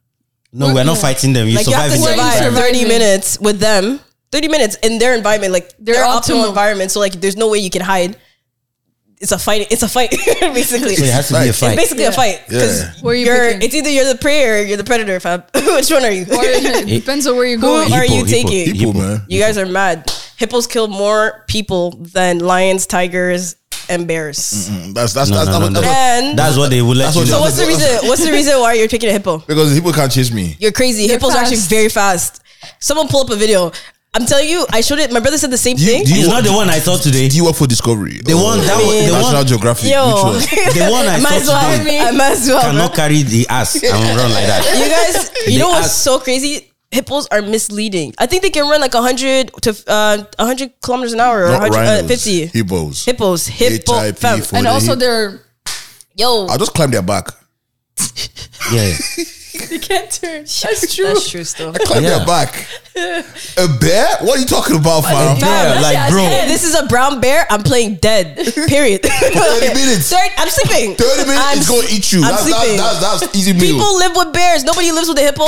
Speaker 9: no, we're not fighting them. You
Speaker 5: Like you have to
Speaker 9: survive in the
Speaker 5: survive
Speaker 9: environment.
Speaker 5: thirty
Speaker 6: Surviving.
Speaker 5: minutes with them. Thirty minutes in their environment, like their, optimal
Speaker 6: optimal.
Speaker 5: environment. So like, there's no way you can hide. It's a fight. It's a fight, *laughs* basically.
Speaker 9: So it has to be a fight.
Speaker 5: It's basically a fight because
Speaker 3: Yeah.
Speaker 6: Where you
Speaker 5: you're.
Speaker 6: picking?
Speaker 5: It's either you're the prey or you're the predator. Fam, *laughs* which one are you?
Speaker 6: Or it depends on where you're
Speaker 5: *laughs* Who
Speaker 6: going.
Speaker 5: are you
Speaker 9: Hippo,
Speaker 5: taking?
Speaker 3: People, man.
Speaker 5: You guys are mad. Hippos kill more people than lions, tigers, and
Speaker 9: Mm-hmm.
Speaker 5: bears.
Speaker 3: Mm, That's that's
Speaker 9: No,
Speaker 3: that's,
Speaker 9: no, no,
Speaker 3: that's,
Speaker 9: no.
Speaker 5: And-
Speaker 9: That's what they will let
Speaker 3: That's
Speaker 9: you
Speaker 3: what
Speaker 5: So
Speaker 9: know.
Speaker 5: what's
Speaker 9: *laughs*
Speaker 5: the reason? What's the reason why you're picking a hippo?
Speaker 3: because people can't chase me.
Speaker 5: You're crazy.
Speaker 6: They're
Speaker 5: Hippos are actually
Speaker 6: fast.
Speaker 5: very fast. Someone pull up a video. I'm telling you, I showed it. My brother said the same thing.
Speaker 3: do
Speaker 9: It's not the one I saw today.
Speaker 3: Do you work for Discovery?
Speaker 9: The one that was- the
Speaker 3: National
Speaker 9: one-
Speaker 3: Geographic.
Speaker 5: *laughs* Yo,
Speaker 3: Which one?
Speaker 9: The one I
Speaker 5: might as
Speaker 9: saw
Speaker 5: well.
Speaker 9: today
Speaker 5: I might as well. bro.
Speaker 9: cannot carry the ass and run like that.
Speaker 5: You guys, you
Speaker 9: *laughs* They
Speaker 5: know what's
Speaker 9: ask-
Speaker 5: so crazy? Hippos are misleading. I think they can run like 100 to uh, 100 kilometers an hour or
Speaker 3: Not
Speaker 5: 100, uh,
Speaker 3: rhinos,
Speaker 5: 50.
Speaker 3: hippos.
Speaker 5: Hippos, hippo,
Speaker 3: HIP
Speaker 5: fam.
Speaker 3: for
Speaker 6: And
Speaker 3: the
Speaker 6: also,
Speaker 3: hip-
Speaker 6: they're
Speaker 5: Yo,
Speaker 3: I'll just climb their back.
Speaker 9: *laughs*
Speaker 3: *laughs*
Speaker 9: Yeah.
Speaker 6: they can't turn. That's true.
Speaker 5: that's true still.
Speaker 3: Climb
Speaker 9: Yeah.
Speaker 3: their back. a bear? What are you talking about, fam?
Speaker 9: Yeah, like bro.
Speaker 5: Hey, *laughs* this is a brown bear. I'm playing dead. Period. *laughs*
Speaker 3: 30 minutes.
Speaker 5: Third, I'm sleeping.
Speaker 3: 30 minutes
Speaker 5: I'm
Speaker 3: is going to eat you.
Speaker 5: I'm
Speaker 3: That's, that's,
Speaker 5: sleeping.
Speaker 3: that's, that's easy meal.
Speaker 5: People live with bears. Nobody lives with a hippo.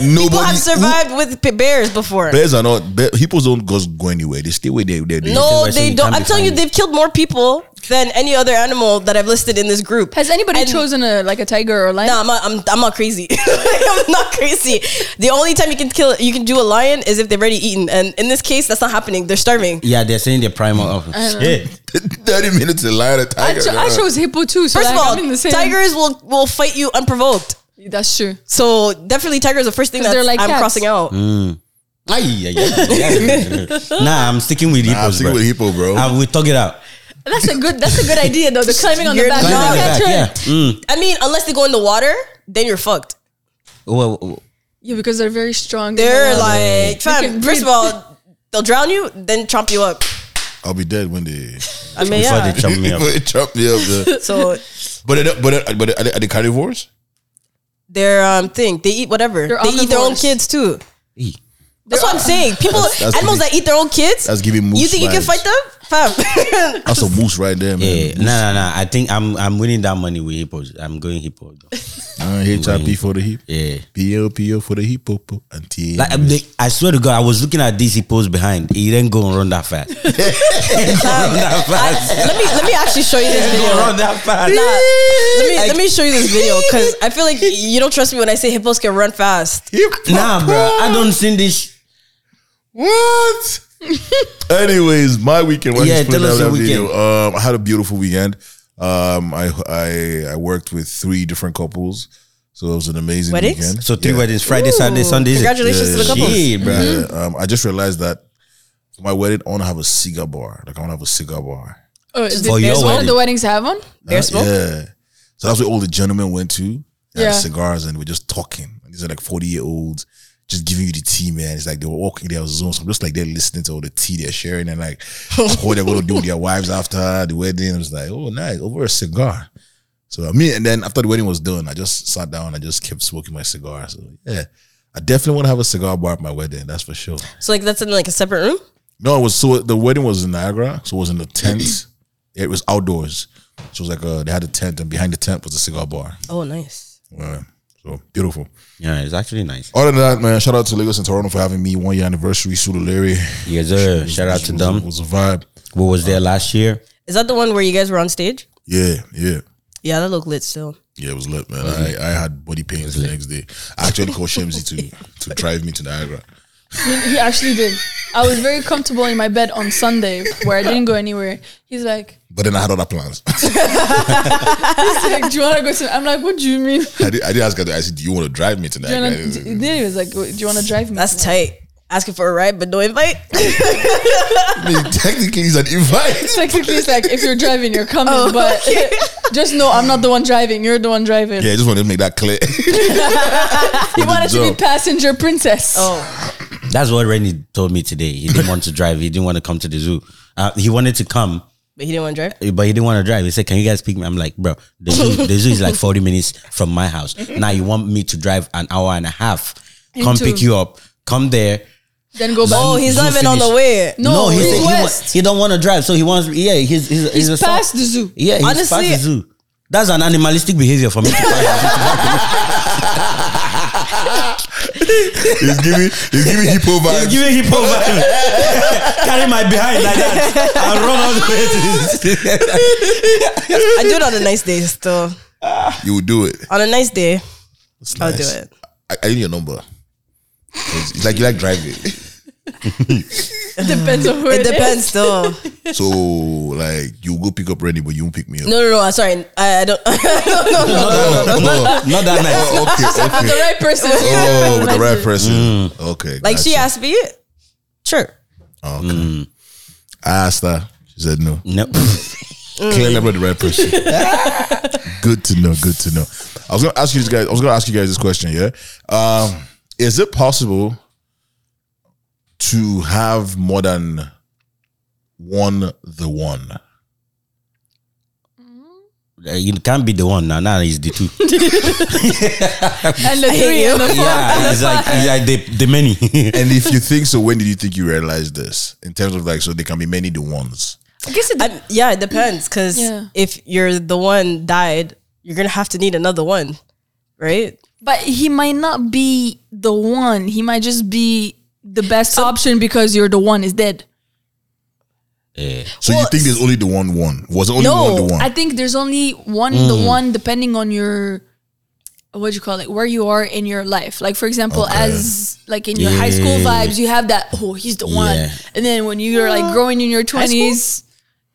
Speaker 3: Nobody
Speaker 5: People have survived with p- bears before.
Speaker 3: Bears are not. Bear, hippos don't just go anywhere. They stay where they. they, they
Speaker 5: No,
Speaker 9: They
Speaker 5: they
Speaker 9: can't
Speaker 5: don't.
Speaker 9: be
Speaker 5: I'm telling you,
Speaker 9: found.
Speaker 5: they've killed more people than any other animal that I've listed in this group.
Speaker 6: Has anybody
Speaker 5: And-
Speaker 6: chosen a like a tiger or a lion?
Speaker 5: No, I'm not, I'm, I'm not crazy. *laughs* I'm not crazy. The only time you can kill, you can do a lion is if they've already eaten. And in this case, that's not happening. They're starving.
Speaker 9: Yeah, they're saying they're primal. of Yeah.
Speaker 3: *laughs* Thirty minutes to lion a
Speaker 6: I,
Speaker 3: tiger.
Speaker 6: cho- I chose hippo too. So
Speaker 5: First of
Speaker 6: like,
Speaker 5: all,
Speaker 6: I'm in the same.
Speaker 5: tigers will, will fight you unprovoked.
Speaker 6: That's true.
Speaker 5: So definitely tigers are the first thing
Speaker 6: 'Cause
Speaker 5: that
Speaker 6: they're like
Speaker 5: I'm
Speaker 6: cats.
Speaker 5: crossing out.
Speaker 9: Mm. Ay, ay, ay, ay, ay. nah, I'm sticking with hippos.
Speaker 3: I'm sticking
Speaker 9: bro.
Speaker 3: with hippo, bro.
Speaker 9: Ah, we talk it out.
Speaker 6: That's a good. That's a good idea though. The climbing on the
Speaker 5: You're
Speaker 6: back.
Speaker 5: not-
Speaker 9: Climb
Speaker 5: No,
Speaker 9: on the
Speaker 5: I
Speaker 9: back,
Speaker 6: can't
Speaker 9: yeah.
Speaker 6: turn.
Speaker 9: Mm.
Speaker 5: I mean, unless they go in the water, then you're fucked.
Speaker 9: Well, well,
Speaker 6: *laughs* Yeah, because they're very strong. in the
Speaker 5: They're
Speaker 6: water.
Speaker 5: like, fam,
Speaker 6: can
Speaker 5: first of
Speaker 6: breathe.
Speaker 5: all, they'll drown you, then chomp you up.
Speaker 3: I'll be dead when they
Speaker 5: I mean,
Speaker 9: before
Speaker 5: yeah.
Speaker 9: they chop me up.
Speaker 3: *laughs* when they chop me up. yeah.
Speaker 5: *laughs* so
Speaker 3: But they don't- but they- but they- are they, are they carnivores?
Speaker 5: their um thing, they eat whatever.
Speaker 6: They're
Speaker 5: they eat their own
Speaker 6: omnivores.
Speaker 5: kids too.
Speaker 9: Eh.
Speaker 5: That's what I'm saying. People,
Speaker 3: that's
Speaker 5: animals that eat their own kids,
Speaker 3: That's giving moose.
Speaker 5: you think you can
Speaker 3: vibes.
Speaker 5: fight them, fam? *laughs*
Speaker 3: That's a moose right there,
Speaker 9: Yeah,
Speaker 3: man.
Speaker 9: no, no, no. I think I'm I'm winning that money with hippos. I'm going hippo. though.
Speaker 3: Uh, HIP for the hip.
Speaker 9: Yeah.
Speaker 3: PO PO for the hippo. po- And T.
Speaker 9: Like um, I'm like- I swear to God, I was looking at these hippos behind. He didn't go and run that fast. *laughs* He didn't go run that fast.
Speaker 5: *laughs* let me let me actually show you this
Speaker 3: *laughs*
Speaker 9: He didn't
Speaker 5: video.
Speaker 9: go run that fast.
Speaker 5: Nah, let me let me show you this video because I feel
Speaker 3: *laughs*
Speaker 5: like you don't trust me when I say hippos can run fast.
Speaker 9: Nah, bro. I don't seen this. sh-
Speaker 3: What?
Speaker 9: *laughs*
Speaker 3: Anyways, my weekend. Why
Speaker 9: Yeah,
Speaker 3: yeah, tell
Speaker 9: tell us
Speaker 3: that
Speaker 9: your
Speaker 3: video. Um, I had a beautiful weekend. Um, I I I worked with three different couples, so it was an amazing
Speaker 5: Weddings?
Speaker 3: weekend.
Speaker 9: So three
Speaker 3: Yeah.
Speaker 9: weddings: Friday, Saturday, Sunday. is it?
Speaker 5: Congratulations to the couples.
Speaker 9: Shit, bro.
Speaker 3: Yeah, um, I just realized that for my wedding, I want to have a cigar bar. Like I want to have a cigar bar.
Speaker 6: Oh, did
Speaker 9: For your
Speaker 6: does one
Speaker 9: wedding.
Speaker 6: of the weddings have one?
Speaker 5: Bear
Speaker 3: Uh,
Speaker 5: smoke?
Speaker 3: Yeah. So that's where all the gentlemen went to. They
Speaker 6: Yeah.
Speaker 3: had cigars and we're just talking. These are like 40 year olds just giving you the tea, man. It's like they were walking their zones. I'm just like they're listening to all the tea they're sharing and like what they're going to do with their wives after the wedding. I was like, oh, nice, over a cigar. So I mean, and then after the wedding was done, I just sat down. I just kept smoking my cigar. So yeah, I definitely want to have a cigar bar at my wedding. That's for sure.
Speaker 5: So like that's in like a separate room.
Speaker 3: No, it was so the wedding was in Niagara, so it was in a tent. it was outdoors, so it was like a, they had a tent, and behind the tent was a cigar bar.
Speaker 5: Oh, nice.
Speaker 3: Yeah. So beautiful.
Speaker 9: Yeah, it's actually nice.
Speaker 3: Other than that, man, shout out to Lagos and Toronto for having me one year anniversary. Sulu Larry,
Speaker 9: Yes, sir. Shout out
Speaker 3: It
Speaker 9: to
Speaker 3: was a-
Speaker 9: them.
Speaker 3: was a vibe.
Speaker 9: Who was there last year?
Speaker 5: Is that the one where you guys were on stage?
Speaker 3: Yeah, yeah.
Speaker 5: Yeah, that looked lit still.
Speaker 3: Yeah, it was lit, man. I, I had body pains the next day. I actually called Shemzi to to drive me to Niagara.
Speaker 6: He actually did. I was very comfortable in my bed on Sunday where I didn't go anywhere. He's like, *laughs*
Speaker 3: But then I had other plans. *laughs*
Speaker 6: he's like do you want to go to? I'm like, what do you mean? Do
Speaker 3: I did I did ask her, I said, Do you want to drive me to
Speaker 6: *laughs* you
Speaker 3: Niagara?
Speaker 6: wanna, d- then he was like, do you want to drive me?
Speaker 5: That's tight. asking for a ride but no invite.
Speaker 3: *laughs* I mean, technically, he's an invite.
Speaker 6: Technically, it's like if you're driving, you're coming,
Speaker 5: Oh,
Speaker 6: but *laughs* just know I'm not the one driving. You're the one driving.
Speaker 3: Yeah, I just wanted to make that
Speaker 5: *laughs*
Speaker 3: clear.
Speaker 6: You wanted to
Speaker 3: job.
Speaker 6: be passenger princess.
Speaker 5: oh,
Speaker 9: That's what Rennie told me today. He didn't
Speaker 5: *laughs*
Speaker 9: want to drive. He didn't want to come to the zoo. Uh, he wanted to come,
Speaker 5: but he didn't want to drive.
Speaker 9: but he didn't want to drive. He said, "Can you guys pick me?" I'm like, "Bro, the zoo, the
Speaker 5: *laughs*
Speaker 9: zoo is like 40 minutes from my house. Now you want me to drive an hour and a half? Come
Speaker 6: Into-
Speaker 9: pick you up. Come there.
Speaker 6: Then go back.
Speaker 5: Oh, he's not
Speaker 9: Zoo
Speaker 5: even on the
Speaker 9: finish.
Speaker 5: way.
Speaker 6: No,
Speaker 9: he
Speaker 6: he's
Speaker 9: said he, wa-
Speaker 6: west.
Speaker 9: he don't want to drive, so he wants. Yeah, he's he's,
Speaker 6: he's,
Speaker 9: a
Speaker 6: past the zoo.
Speaker 9: Yeah, he's
Speaker 5: Honestly-
Speaker 9: past the zoo. That's an animalistic behavior for me. To call
Speaker 3: he's giving, he's
Speaker 5: *laughs*
Speaker 3: giving hippo vibes.
Speaker 9: giving hippo vibe. *laughs* Carry my behind like that. I'll run all the way to this.
Speaker 5: I do it on a nice day still.
Speaker 3: you would do it.
Speaker 5: On a nice day,
Speaker 3: It's
Speaker 5: I'll
Speaker 3: nice.
Speaker 5: do it.
Speaker 3: I, I need your number. It's, it's like you like
Speaker 5: *laughs*
Speaker 3: driving.
Speaker 6: Depends on who
Speaker 5: It
Speaker 6: is.
Speaker 5: depends still.
Speaker 3: So like you go pick up Rennie, but you won't pick me up.
Speaker 5: No, no, no. I'm Sorry, I, I don't. *laughs* no, no,
Speaker 3: no,
Speaker 5: no. *laughs*
Speaker 3: no.
Speaker 9: Not that nice.
Speaker 3: Oh, okay,
Speaker 6: The
Speaker 3: okay.
Speaker 6: right person.
Speaker 3: Oh, with the right person. Okay.
Speaker 5: Like she
Speaker 3: gotcha.
Speaker 5: asked me, sure.
Speaker 3: Okay. I asked her. She said no.
Speaker 9: No.
Speaker 3: Clearly, I'm not the right person. good to know. Good to know. I was gonna ask you guys. I was gonna ask you guys this question. Yeah. Um, is it possible to have more than one the one?
Speaker 9: Uh, It can't be the one now. Now it's the two.
Speaker 6: And the three *laughs* and the four.
Speaker 9: Yeah, it's like, it's like the, the many. *laughs*
Speaker 3: And if you think so, when did you think you realized this? In terms of like, so there can be many the ones.
Speaker 6: I guess it
Speaker 5: I, yeah, it depends. Because
Speaker 6: Yeah.
Speaker 5: if you're the one died, you're gonna have to need another one, right?
Speaker 6: But he might not be the one. He might just be the best
Speaker 5: Oh.
Speaker 6: option because you're the one is dead.
Speaker 3: So you
Speaker 5: Well,
Speaker 3: think there's only the one one? Was it only one the one?
Speaker 6: I think there's only one the
Speaker 9: Mm.
Speaker 6: one depending on your what do you call it where you are in your life. Like for example, as like in your high school
Speaker 9: Yeah.
Speaker 6: vibes, you have that oh he's the one,
Speaker 9: Yeah.
Speaker 6: and then when you're like growing in your twenties.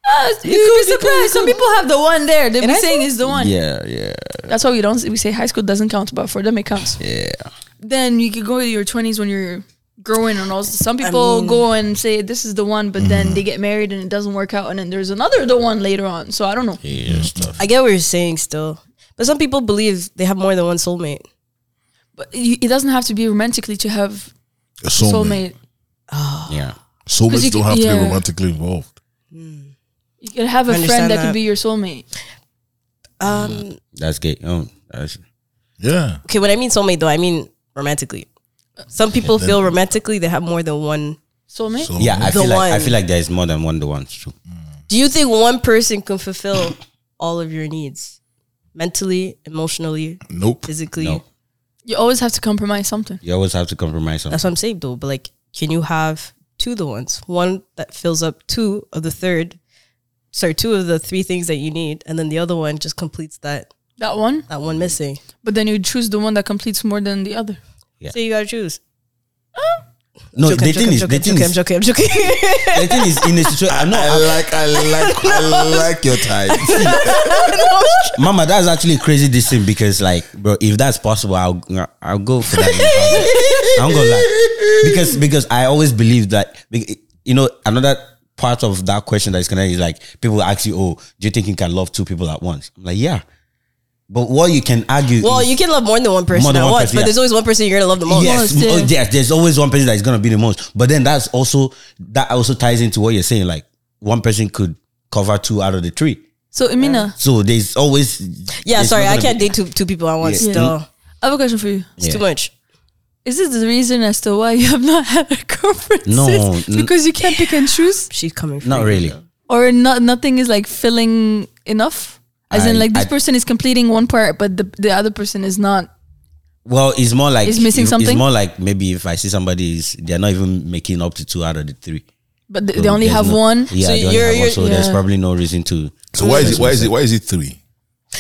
Speaker 6: Uh, you'd be surprised. Some people have the one there. They be saying it's the one.
Speaker 9: yeah, yeah.
Speaker 6: That's why we don't. We say high school doesn't count, but for them it counts.
Speaker 9: Yeah.
Speaker 6: Then you could go to your twenties when you're growing, and also some people go and say this is the one, but
Speaker 9: Mm-hmm.
Speaker 6: then they get married and it doesn't work out, and then there's another the one later on. So I don't know.
Speaker 9: Yeah, stuff.
Speaker 5: I get what you're saying still, but some people believe they have more than one soulmate.
Speaker 6: But you, it doesn't have to be romantically to have
Speaker 3: A soulmate.
Speaker 6: soulmate.
Speaker 9: Yeah.
Speaker 3: Soulmates
Speaker 6: you
Speaker 3: don't
Speaker 6: can-
Speaker 3: have to
Speaker 6: yeah.
Speaker 3: be romantically involved.
Speaker 6: You could have a friend
Speaker 5: Understand
Speaker 6: that, could
Speaker 5: that.
Speaker 6: be your soulmate.
Speaker 5: Um,
Speaker 9: That's gay. Oh, that's,
Speaker 3: Yeah.
Speaker 5: okay, when I mean soulmate though, I mean romantically. Some people feel romantically they have more than one.
Speaker 6: Soulmate.
Speaker 3: So
Speaker 9: yeah, I
Speaker 5: The
Speaker 9: feel like I
Speaker 5: one.
Speaker 9: feel like there is more than one the ones too.
Speaker 5: Do you think one person can fulfill all of your needs, mentally, emotionally,
Speaker 3: Nope.
Speaker 5: physically?
Speaker 9: No.
Speaker 6: You always have to compromise something.
Speaker 9: You always have to compromise on
Speaker 5: That's what I'm saying though. But like, can you have two of the ones? One that fills up two of the third, sorry, two of the three things that you need, and then the other one just completes that
Speaker 6: That one,
Speaker 5: that one missing.
Speaker 6: but then you choose the one that completes more than the other.
Speaker 9: Yeah.
Speaker 5: So you gotta choose.
Speaker 9: No,
Speaker 5: Joking,
Speaker 9: the
Speaker 5: joking,
Speaker 9: thing is,
Speaker 5: joking,
Speaker 9: the thing
Speaker 5: joking,
Speaker 9: is,
Speaker 5: I'm joking, I'm joking.
Speaker 9: *laughs* the thing is, in a situation, I know,
Speaker 3: I
Speaker 9: I-
Speaker 3: like,
Speaker 9: *laughs*
Speaker 3: I like, I like your type.
Speaker 9: Mama, that's actually a crazy. This thing because, like, bro, if that's possible, I'll I'll go for that. I'm gonna lie because because I always believe that be- you know another part of that question that is connected is like people ask you, oh, do you think you can love two people at once? I'm like, yeah, but what you can argue,
Speaker 5: well,
Speaker 9: is,
Speaker 5: you can love more than one person
Speaker 9: More than
Speaker 5: at
Speaker 9: one
Speaker 5: once,
Speaker 9: person,
Speaker 5: but
Speaker 9: yeah.
Speaker 5: there's always one person you're gonna love the most.
Speaker 9: Yes,
Speaker 6: Most,
Speaker 9: oh,
Speaker 6: yeah.
Speaker 9: yes, there's always one person that's gonna be the most. But then that's also that also ties into what you're saying. Like one person could cover two out of the three.
Speaker 6: So Emina,
Speaker 9: So there's always
Speaker 5: Yeah,
Speaker 9: there's
Speaker 5: sorry, I
Speaker 9: not gonna
Speaker 5: can't
Speaker 9: be-
Speaker 5: date two two people at once.
Speaker 6: Yeah.
Speaker 5: Still,
Speaker 6: I have a question for you.
Speaker 5: it's
Speaker 9: Mm-hmm. Yeah.
Speaker 5: too much.
Speaker 6: Is this the reason as to why you have not *laughs* had a girlfriend?
Speaker 9: No,
Speaker 6: since?
Speaker 9: n-
Speaker 6: because you can't pick and choose,
Speaker 5: She's coming. For
Speaker 9: Not
Speaker 5: you.
Speaker 9: really.
Speaker 6: or not. Nothing is like filling enough. As in,
Speaker 9: I-
Speaker 6: like this
Speaker 9: I-
Speaker 6: person is completing one part, but the the other person is not.
Speaker 9: Well, it's more like
Speaker 6: It's missing something?
Speaker 9: It's more like maybe if I see somebody is they're not even making up to two out of the three.
Speaker 6: But th-
Speaker 9: So
Speaker 6: they only
Speaker 9: Mm, there's
Speaker 6: have
Speaker 9: no-
Speaker 6: one.
Speaker 9: Yeah,
Speaker 5: So
Speaker 9: they only
Speaker 5: you're-
Speaker 9: have one,
Speaker 5: you're-
Speaker 9: so there's
Speaker 6: yeah.
Speaker 9: probably no reason to.
Speaker 3: So why is it? Why is it? Why is it three?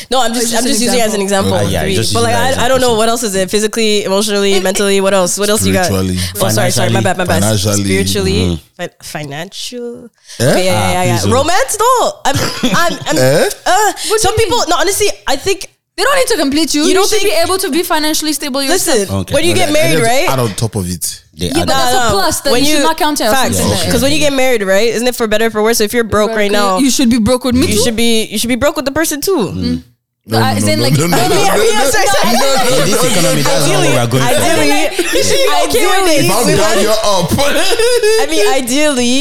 Speaker 5: No, I'm just,
Speaker 6: It's just
Speaker 5: I'm
Speaker 6: an
Speaker 5: just using it as an example.
Speaker 9: Uh, yeah,
Speaker 5: Three.
Speaker 9: just
Speaker 5: but
Speaker 9: using
Speaker 5: like,
Speaker 9: that as
Speaker 5: I,
Speaker 9: an
Speaker 5: I don't know
Speaker 9: example.
Speaker 5: what else is it? Physically, emotionally, mentally. What else? What else you got?
Speaker 3: Spiritually.
Speaker 5: Oh, sorry, sorry. My bad, my bad.
Speaker 3: Financially.
Speaker 5: Spiritually, fin- financial.
Speaker 3: Eh?
Speaker 5: Okay, yeah, yeah, yeah. yeah.
Speaker 9: Mm-hmm. Ah, please don't.
Speaker 5: Romance, though. I'm, I'm, I'm
Speaker 3: Eh?
Speaker 5: uh, some people. No, honestly, I think
Speaker 6: They don't need to complete you. You,
Speaker 5: You don't
Speaker 6: should
Speaker 5: think-
Speaker 6: be able to be financially stable yourself.
Speaker 5: Listen,
Speaker 9: Okay.
Speaker 5: when you get
Speaker 9: Okay.
Speaker 5: married, right?
Speaker 3: Add on top of it.
Speaker 9: They
Speaker 6: Yeah, but
Speaker 9: add up.
Speaker 6: that's a plus. Then
Speaker 5: when
Speaker 6: you should not count it as
Speaker 5: Facts.
Speaker 6: something
Speaker 5: Because
Speaker 6: that-
Speaker 5: when you get married, right? Isn't it for better or for worse? So if you're broke right now,
Speaker 6: you
Speaker 5: you,
Speaker 6: should be broke with me too.
Speaker 5: should be you should be broke with the person too.
Speaker 9: Mm.
Speaker 3: No,
Speaker 6: I- as in, like-
Speaker 3: *laughs*
Speaker 5: Yeah,
Speaker 9: *laughs*
Speaker 5: yeah, sorry, sorry.
Speaker 9: In
Speaker 5: *laughs*
Speaker 9: this economy, that's not what we are going for.
Speaker 5: Ideally, *laughs* you should be okay with it.
Speaker 3: If I'm
Speaker 5: We
Speaker 3: down,
Speaker 5: wanna-
Speaker 3: you're up. *laughs*
Speaker 5: I mean, ideally,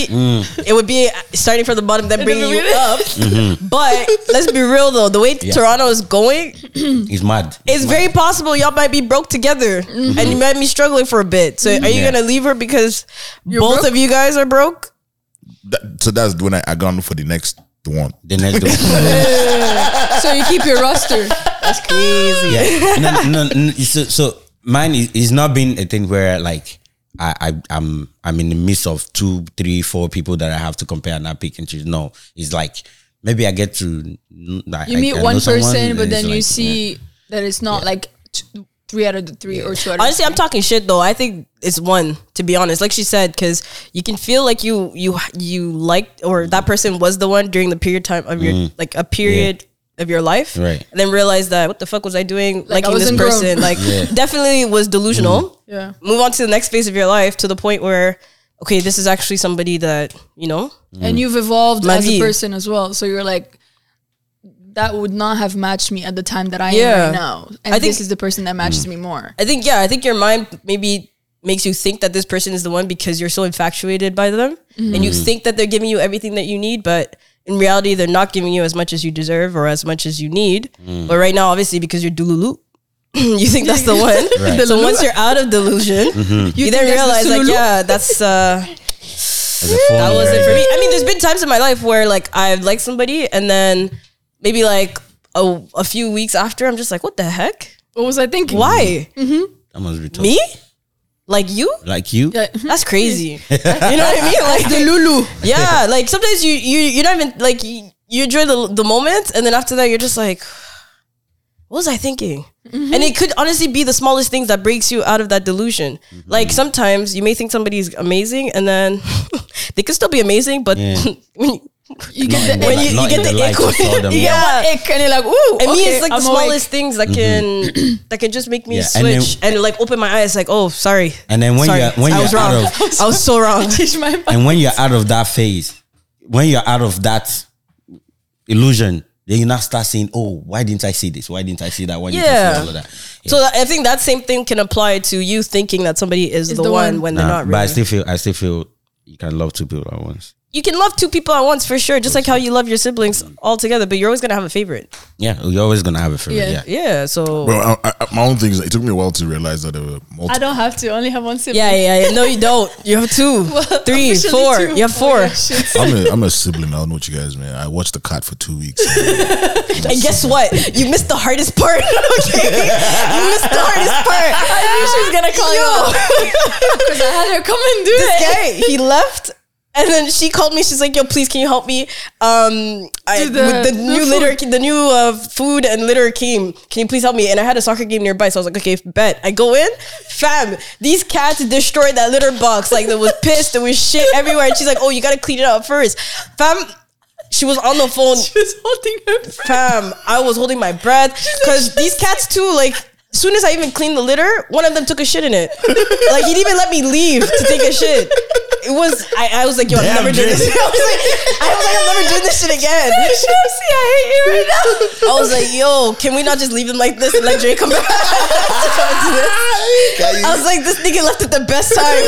Speaker 5: it would be starting from the bottom, then bringing you up. But let's be real though, the way Toronto is going,
Speaker 9: It's mad.
Speaker 5: it's very possible y'all might be broke together and you might be struggling for a bit. So, are you
Speaker 9: Yeah.
Speaker 5: gonna leave her because both of you guys are broke?
Speaker 3: That- so that's when I, I gone for the next one.
Speaker 9: The next
Speaker 5: *laughs*
Speaker 9: one.
Speaker 6: so you keep your roster.
Speaker 5: That's crazy. *laughs*
Speaker 9: yeah. No, no, no, so, so mine is, is not been a thing where like I, I I'm I'm in the midst of two, three, four people that I have to compare and I pick and choose. No, it's like maybe I get to kn- like,
Speaker 6: You
Speaker 9: I-
Speaker 6: meet
Speaker 9: I know
Speaker 6: one
Speaker 9: someone,
Speaker 6: person,
Speaker 9: and
Speaker 6: but
Speaker 9: it's
Speaker 6: then you
Speaker 9: like, yeah.
Speaker 6: see that it's not like t- three out of the three or two out of
Speaker 5: Honestly,
Speaker 6: the
Speaker 5: I'm talking shit though. I think it's one to be honest. Like she said, because you can feel like you you you liked or that person was the one during the period time of your like a period of your life,
Speaker 9: Right.
Speaker 5: And then realize that what the fuck was I doing
Speaker 6: Like, I
Speaker 5: liking
Speaker 6: wasn't
Speaker 5: this
Speaker 6: grown. *laughs*
Speaker 5: person? Like definitely was delusional.
Speaker 6: Yeah.
Speaker 5: Move on to the next phase of your life to the point where okay, this is actually somebody that you know.
Speaker 9: Mm.
Speaker 6: and you've evolved
Speaker 5: Ma
Speaker 6: as
Speaker 5: vie.
Speaker 6: a person as well. So you're like, that would not have matched me at the time that I
Speaker 5: Yeah.
Speaker 6: am right now, and
Speaker 5: I think-
Speaker 6: this is the person that
Speaker 9: Mm.
Speaker 6: matches me more.
Speaker 5: I think yeah, I think your mind maybe makes you think that this person is the one because you're so infatuated by them and you think that they're giving you everything that you need, but in reality they're not giving you as much as you deserve or as much as you need. But right now obviously because you're Dululu, *clears throat* you think that's the one. *laughs* So once you're out of delusion, you, then
Speaker 6: think that's
Speaker 5: realize
Speaker 6: the
Speaker 5: like
Speaker 6: Sululu?
Speaker 5: yeah, that's uh
Speaker 9: As a phone,
Speaker 5: that
Speaker 9: you're
Speaker 5: wasn't for
Speaker 9: in-
Speaker 5: me. I mean, there's been times in my life where like I've liked somebody and then maybe like a, a few weeks after I'm just like, what the heck?
Speaker 6: What was I thinking?
Speaker 5: Why?
Speaker 9: That must be tough.
Speaker 5: Me? Like you?
Speaker 9: Like you?
Speaker 6: Yeah.
Speaker 5: That's crazy. Hmm? *laughs* you know what I mean? Like the Lulu. *laughs* Yeah, like sometimes you you you're not even like you, you enjoy the the moment, and then after that you're just like, what was I thinking? And it could honestly be the smallest things that breaks you out of that delusion.
Speaker 9: Mm-hmm.
Speaker 5: Like sometimes you may think somebody's amazing, and then *laughs* they could still be amazing, but *laughs* when you,
Speaker 6: You get the
Speaker 9: Not in
Speaker 6: egg.
Speaker 9: the
Speaker 5: you-
Speaker 9: light-
Speaker 5: you
Speaker 9: not
Speaker 5: get
Speaker 9: in
Speaker 5: the
Speaker 9: light
Speaker 5: echo. *laughs*
Speaker 9: of Sodom,
Speaker 5: Yeah.
Speaker 9: yeah.
Speaker 6: egg, and you're like, ooh.
Speaker 5: and me
Speaker 6: okay,
Speaker 5: it's like
Speaker 6: I'm
Speaker 5: the
Speaker 6: awake. *laughs*
Speaker 5: smallest things that can that can just make me
Speaker 9: Mm-hmm. Yeah, and then-
Speaker 5: switch and, like open my eyes. Like oh sorry.
Speaker 9: And then when
Speaker 5: Sorry,
Speaker 9: you're when
Speaker 5: I
Speaker 9: you're
Speaker 5: was
Speaker 9: out
Speaker 5: wrong.
Speaker 9: of
Speaker 5: *laughs* I was so wrong.
Speaker 9: *laughs*
Speaker 6: Teach my mind.
Speaker 9: and when you're out of that phase, when you're out of that illusion, then you now start saying, "Oh, why didn't I see this? Why didn't I see that? Why didn't I
Speaker 5: Yeah.
Speaker 9: see all of that?" Yeah.
Speaker 5: So that, I think that same thing can apply to you thinking that somebody is, the,
Speaker 6: the
Speaker 5: one,
Speaker 6: one.
Speaker 5: when
Speaker 9: Nah,
Speaker 5: they're not.
Speaker 9: but I
Speaker 5: Really.
Speaker 9: still feel I still feel you can love two people at once.
Speaker 5: you can love two people at once for sure, just like how you love your siblings all together. But you're always gonna have a favorite.
Speaker 9: Yeah, you're always gonna have a favorite. Yeah,
Speaker 6: Yeah.
Speaker 5: Yeah. So.
Speaker 3: Well, I, I, my own thing is, it took me a while to realize that there were multiple.
Speaker 6: I don't have to. I only have one *laughs* sibling.
Speaker 5: Yeah, yeah, yeah. No, you don't. You have *laughs* two, three,
Speaker 6: Officially
Speaker 5: four.
Speaker 6: two.
Speaker 5: You have four.
Speaker 6: Oh, yeah, shit.
Speaker 3: I'm
Speaker 5: *laughs*
Speaker 3: a, I'm a sibling. I don't know what you guys, man. I watched the cat for two weeks. *laughs*
Speaker 5: and guess what? You missed the hardest part. *laughs* okay, you missed the hardest part. *laughs* I knew she was gonna call *laughs* you.
Speaker 6: Because I had her come and do
Speaker 5: this *laughs*
Speaker 6: it. *laughs*
Speaker 5: guy, he left. And then she called me. She's like, "Yo, please, can you help me? Um, I,
Speaker 6: Do the-
Speaker 5: with the,
Speaker 6: the
Speaker 5: new
Speaker 6: food.
Speaker 5: litter, the new uh, food and litter came. Can you please help me?" And I had a soccer game nearby, so I was like, "Okay, bet." I go in, fam. These cats destroyed that litter box. Like there was piss, there was shit everywhere. And she's like, "Oh, you gotta clean it up first, fam." She was on the phone
Speaker 6: She was holding her. friend.
Speaker 5: fam, I was holding my breath because these cats too. Like, as soon as I even cleaned the litter, one of them took a shit in it. Like, he didn't even let me leave to take a shit. It was I, I was like, yo, I'm
Speaker 9: Damn,
Speaker 5: never doing this. *laughs* I was,
Speaker 9: Jay.
Speaker 5: like, I was like, I'm never doing this shit
Speaker 6: *laughs*
Speaker 5: again.
Speaker 6: Chelsea, I hate you right now.
Speaker 5: I was like, yo, can we not just leave them like this and let Dre come back? *laughs* I was like, this nigga left at the
Speaker 6: *laughs*
Speaker 5: best time.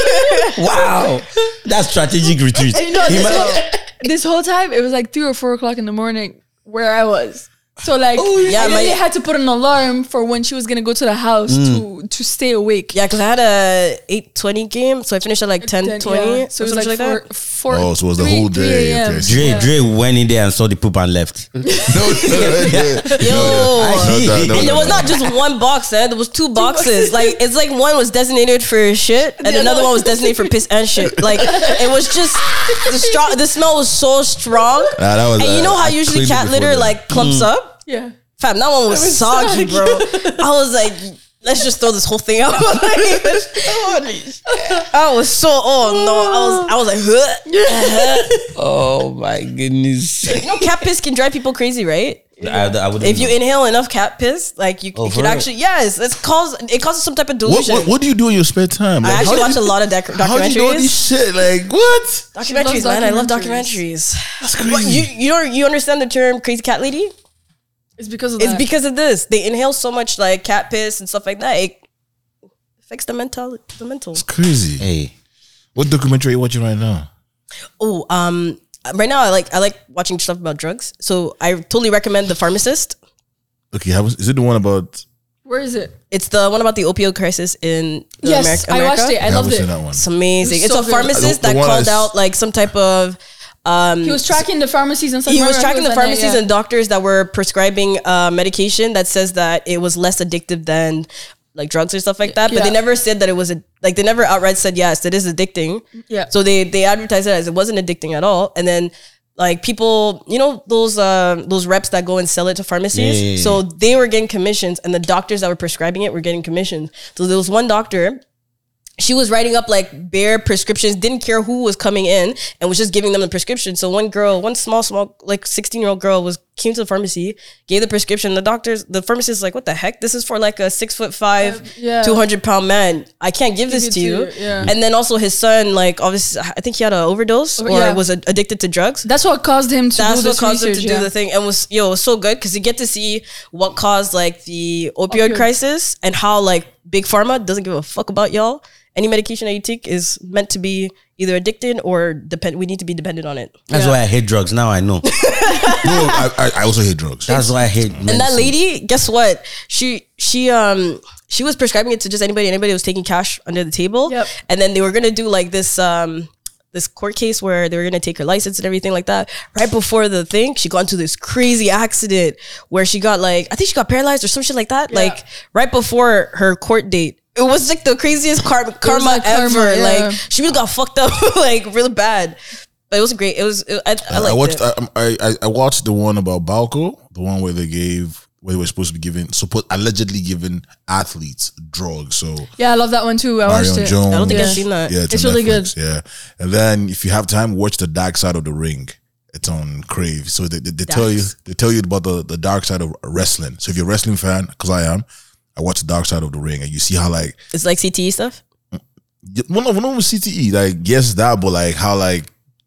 Speaker 9: Wow, *laughs* that's
Speaker 5: *laughs*
Speaker 9: strategic retreat. He might-
Speaker 6: this whole time it was like three or four o'clock in the morning where I was. So like,
Speaker 5: Oh, yeah.
Speaker 6: I
Speaker 5: Yeah,
Speaker 6: really
Speaker 5: my-
Speaker 6: had to put an alarm for when she was gonna go to the house
Speaker 3: Mm.
Speaker 6: to to stay awake.
Speaker 5: yeah, because I had a 8.20 game, so I finished at like 10.20.
Speaker 6: Then, yeah.
Speaker 5: So
Speaker 6: So
Speaker 5: it was like,
Speaker 6: four,
Speaker 5: that.
Speaker 6: four.
Speaker 3: Oh, so it was the whole day, okay.
Speaker 9: Dre, Dre went in there and saw the poop and left.
Speaker 3: no, no,
Speaker 5: Yo.
Speaker 3: no, no,
Speaker 5: And there
Speaker 3: no,
Speaker 5: was
Speaker 3: no.
Speaker 5: not just one box, eh? there was two boxes. Like it's like one was designated for shit, and another one was designated for piss and shit. Like it was just the strong. The smell was so strong.
Speaker 3: Nah, that was,
Speaker 5: and you
Speaker 3: uh,
Speaker 5: know how
Speaker 3: I
Speaker 5: usually
Speaker 3: cleaned it
Speaker 5: cat
Speaker 3: before
Speaker 5: litter
Speaker 3: that.
Speaker 5: like clumps up.
Speaker 6: Yeah.
Speaker 5: Fam, that one was, soggy, bro. I was like, let's just throw this whole thing out. *laughs* I was so oh no, I was I was like, huh. Uh-huh. *laughs*
Speaker 9: Oh my goodness!
Speaker 5: you know, cat piss can drive people crazy, right?
Speaker 9: I, I wouldn't
Speaker 5: If you
Speaker 9: know.
Speaker 5: inhale enough cat piss, like you,
Speaker 9: Oh,
Speaker 5: you
Speaker 9: for
Speaker 5: can
Speaker 9: real?
Speaker 5: actually yes, it's cause it causes some type of
Speaker 3: What,
Speaker 5: delusion.
Speaker 3: what, what do you do in your spare time?
Speaker 5: I actually
Speaker 3: how
Speaker 5: watch
Speaker 3: do
Speaker 5: a
Speaker 3: you-
Speaker 5: lot of doc-
Speaker 3: *laughs* How do you do all this
Speaker 5: documentaries.
Speaker 3: shit? Like what?
Speaker 5: Documentaries,
Speaker 6: She loves
Speaker 5: man, I love
Speaker 6: documentaries.
Speaker 5: documentaries. But you you know you understand the term crazy cat lady?
Speaker 6: It's because of
Speaker 5: It's
Speaker 6: that.
Speaker 5: because of this. They inhale so much like cat piss and stuff like that. It affects the mental the mental.
Speaker 3: It's crazy.
Speaker 9: hey,
Speaker 3: What documentary are you watching right now?
Speaker 5: Oh, um, right now I like I like watching stuff about drugs. So I totally recommend the pharmacist.
Speaker 3: Okay, how was, is it the one about?
Speaker 6: Where is it?
Speaker 5: It's the one about the opioid crisis in the
Speaker 6: Yes,
Speaker 5: Ameri-
Speaker 6: I
Speaker 5: America.
Speaker 6: watched it. I
Speaker 3: haven't
Speaker 6: loved
Speaker 3: seen
Speaker 6: it.
Speaker 3: that one.
Speaker 5: It's amazing.
Speaker 6: It
Speaker 5: It's
Speaker 6: was so
Speaker 5: a
Speaker 6: good.
Speaker 5: pharmacist
Speaker 3: The- the
Speaker 5: that
Speaker 3: one
Speaker 5: called
Speaker 3: is-
Speaker 5: out like some type of.
Speaker 6: He was tracking the pharmacies and stuff.
Speaker 5: He was
Speaker 6: Remember,
Speaker 5: tracking the
Speaker 6: on that,
Speaker 5: pharmacies
Speaker 6: yeah.
Speaker 5: and doctors that were prescribing uh, medication that says that it was less addictive than like drugs or stuff like that. But they
Speaker 6: Yeah.
Speaker 5: never said that it was a, like they never outright said yes, it is addicting.
Speaker 6: Yeah.
Speaker 5: So they they advertised it as it wasn't addicting at all, and then. Like people, you know those uh, those reps that go and sell it to pharmacies.
Speaker 9: Yeah, yeah, yeah.
Speaker 5: So they were getting commissions, and the doctors that were prescribing it were getting commissions. So there was one doctor she was writing up like bare prescriptions, didn't care who was coming in and was just giving them the prescription. So one girl, one small, small, like 16 year old girl was came to the pharmacy, gave the prescription. The doctors, the pharmacist is like, what the heck? This is for like a six foot five,
Speaker 6: yeah.
Speaker 5: 200 pound man. I can't give this
Speaker 6: it to
Speaker 5: to you.
Speaker 6: you, yeah.
Speaker 5: And then also his son, like obviously, I think he had an overdose or
Speaker 6: Oh, yeah.
Speaker 5: was a- addicted to drugs
Speaker 6: That's what caused him to
Speaker 5: that's
Speaker 6: do
Speaker 5: what
Speaker 6: this
Speaker 5: caused
Speaker 6: research.
Speaker 5: him to
Speaker 6: yeah.
Speaker 5: do the thing and was yo it was so good because you get to see what caused like the opioid
Speaker 6: Opioid.
Speaker 5: crisis and how like big pharma doesn't give a fuck about y'all any medication that you take is meant to be either addicted or depend we need to be dependent on it
Speaker 9: that's why I hate drugs. Now I know.
Speaker 5: *laughs*
Speaker 3: No, I, I, I also hate drugs.
Speaker 9: That's why I hate.
Speaker 5: and that lady guess what she she um she was prescribing it to just anybody anybody who was taking cash under the table
Speaker 6: Yep.
Speaker 5: and then they were gonna do like this um this court case where they were gonna take her license and everything like that. Right before the thing, she got into this crazy accident where she got like I think she got paralyzed or some shit like that. Like right before her court date, it was like the craziest car- karma
Speaker 6: like karma,
Speaker 5: ever.
Speaker 6: yeah.
Speaker 5: Like she really got fucked up *laughs* like really bad. But it was great. It was it, I, I,
Speaker 3: I,
Speaker 5: liked
Speaker 3: watched.
Speaker 5: it.
Speaker 3: I, I I- I watched the one about Balco, the one where they gave where they were supposed to be giving, suppo- allegedly giving athletes drugs. So
Speaker 6: Yeah, I love that one too. I watched
Speaker 3: Marion
Speaker 6: it.
Speaker 3: Jones.
Speaker 5: I don't think I've
Speaker 6: Yeah.
Speaker 5: seen that.
Speaker 3: Yeah, it's,
Speaker 6: It's
Speaker 3: on
Speaker 6: really
Speaker 3: Netflix, Yeah, and then if you have time, watch the Dark Side of the Ring. It's on Crave. So they, they, they tell you they tell you about the, the dark side of wrestling. So if you're a wrestling fan, because I am, I watch the Dark Side of the Ring, and you see how like
Speaker 5: It's like CTE stuff.
Speaker 3: one of them was CTE. E, Like yes, that, but like how like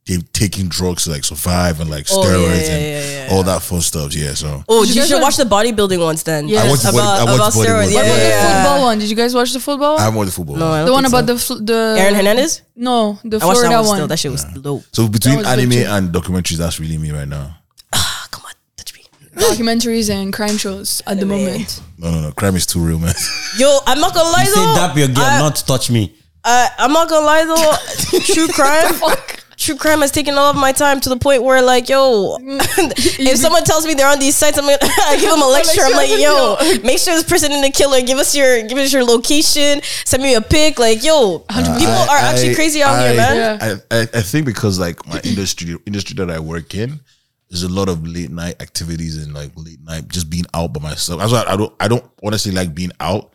Speaker 3: they've taken drugs to like survive and like
Speaker 5: Oh, yeah,
Speaker 3: steroids
Speaker 5: yeah,
Speaker 3: and
Speaker 5: yeah,
Speaker 3: all that fun stuff. Yeah, so.
Speaker 5: Oh,
Speaker 6: Did you
Speaker 5: you
Speaker 6: guys
Speaker 5: should
Speaker 6: watch-
Speaker 5: watch the bodybuilding ones then.
Speaker 6: Yeah. I watched
Speaker 3: the body- I
Speaker 5: Oh, about,
Speaker 3: watched
Speaker 5: about
Speaker 3: the bodybuilding
Speaker 5: steroids.
Speaker 3: ones.
Speaker 5: Yeah,
Speaker 6: What about
Speaker 5: yeah,
Speaker 6: the
Speaker 5: yeah.
Speaker 6: football one? Did you guys watch the football?
Speaker 3: I
Speaker 6: one?
Speaker 3: haven't watched the football.
Speaker 5: No, I don't
Speaker 6: the one
Speaker 5: think
Speaker 6: about
Speaker 5: so.
Speaker 6: the fl- the
Speaker 5: Aaron Hernandez.
Speaker 6: No, the
Speaker 5: I watched
Speaker 6: Florida
Speaker 5: that one.
Speaker 6: one.
Speaker 5: Still, that shit was dope.
Speaker 3: So between
Speaker 6: was a bit
Speaker 3: anime
Speaker 6: too-
Speaker 3: and documentaries, that's really me right now.
Speaker 5: Ah, come on, touch me.
Speaker 6: Documentaries and crime shows at the moment.
Speaker 3: No, no, no. Crime is too real, man. *laughs*
Speaker 5: Yo, I'm not gonna lie
Speaker 9: You say
Speaker 5: though.
Speaker 9: dap your girl,
Speaker 5: I,
Speaker 9: not touch me.
Speaker 5: I, I'm not gonna lie
Speaker 3: *laughs*
Speaker 5: though. *laughs* true crime. True crime has taken all of my time to the point where, like, yo, *laughs* if someone tells me they're on these sites, I'm gonna *laughs* I give them a lecture. I'm like, yo, make sure this person is the killer. Give us your, give us your location. Send me a pic. Like, yo, people are actually crazy out
Speaker 3: I-
Speaker 5: here, man.
Speaker 3: I, I, I think because like my industry industry that I work in, there's a lot of late night activities and like late night just being out by myself. That's why I don't I don't honestly like being out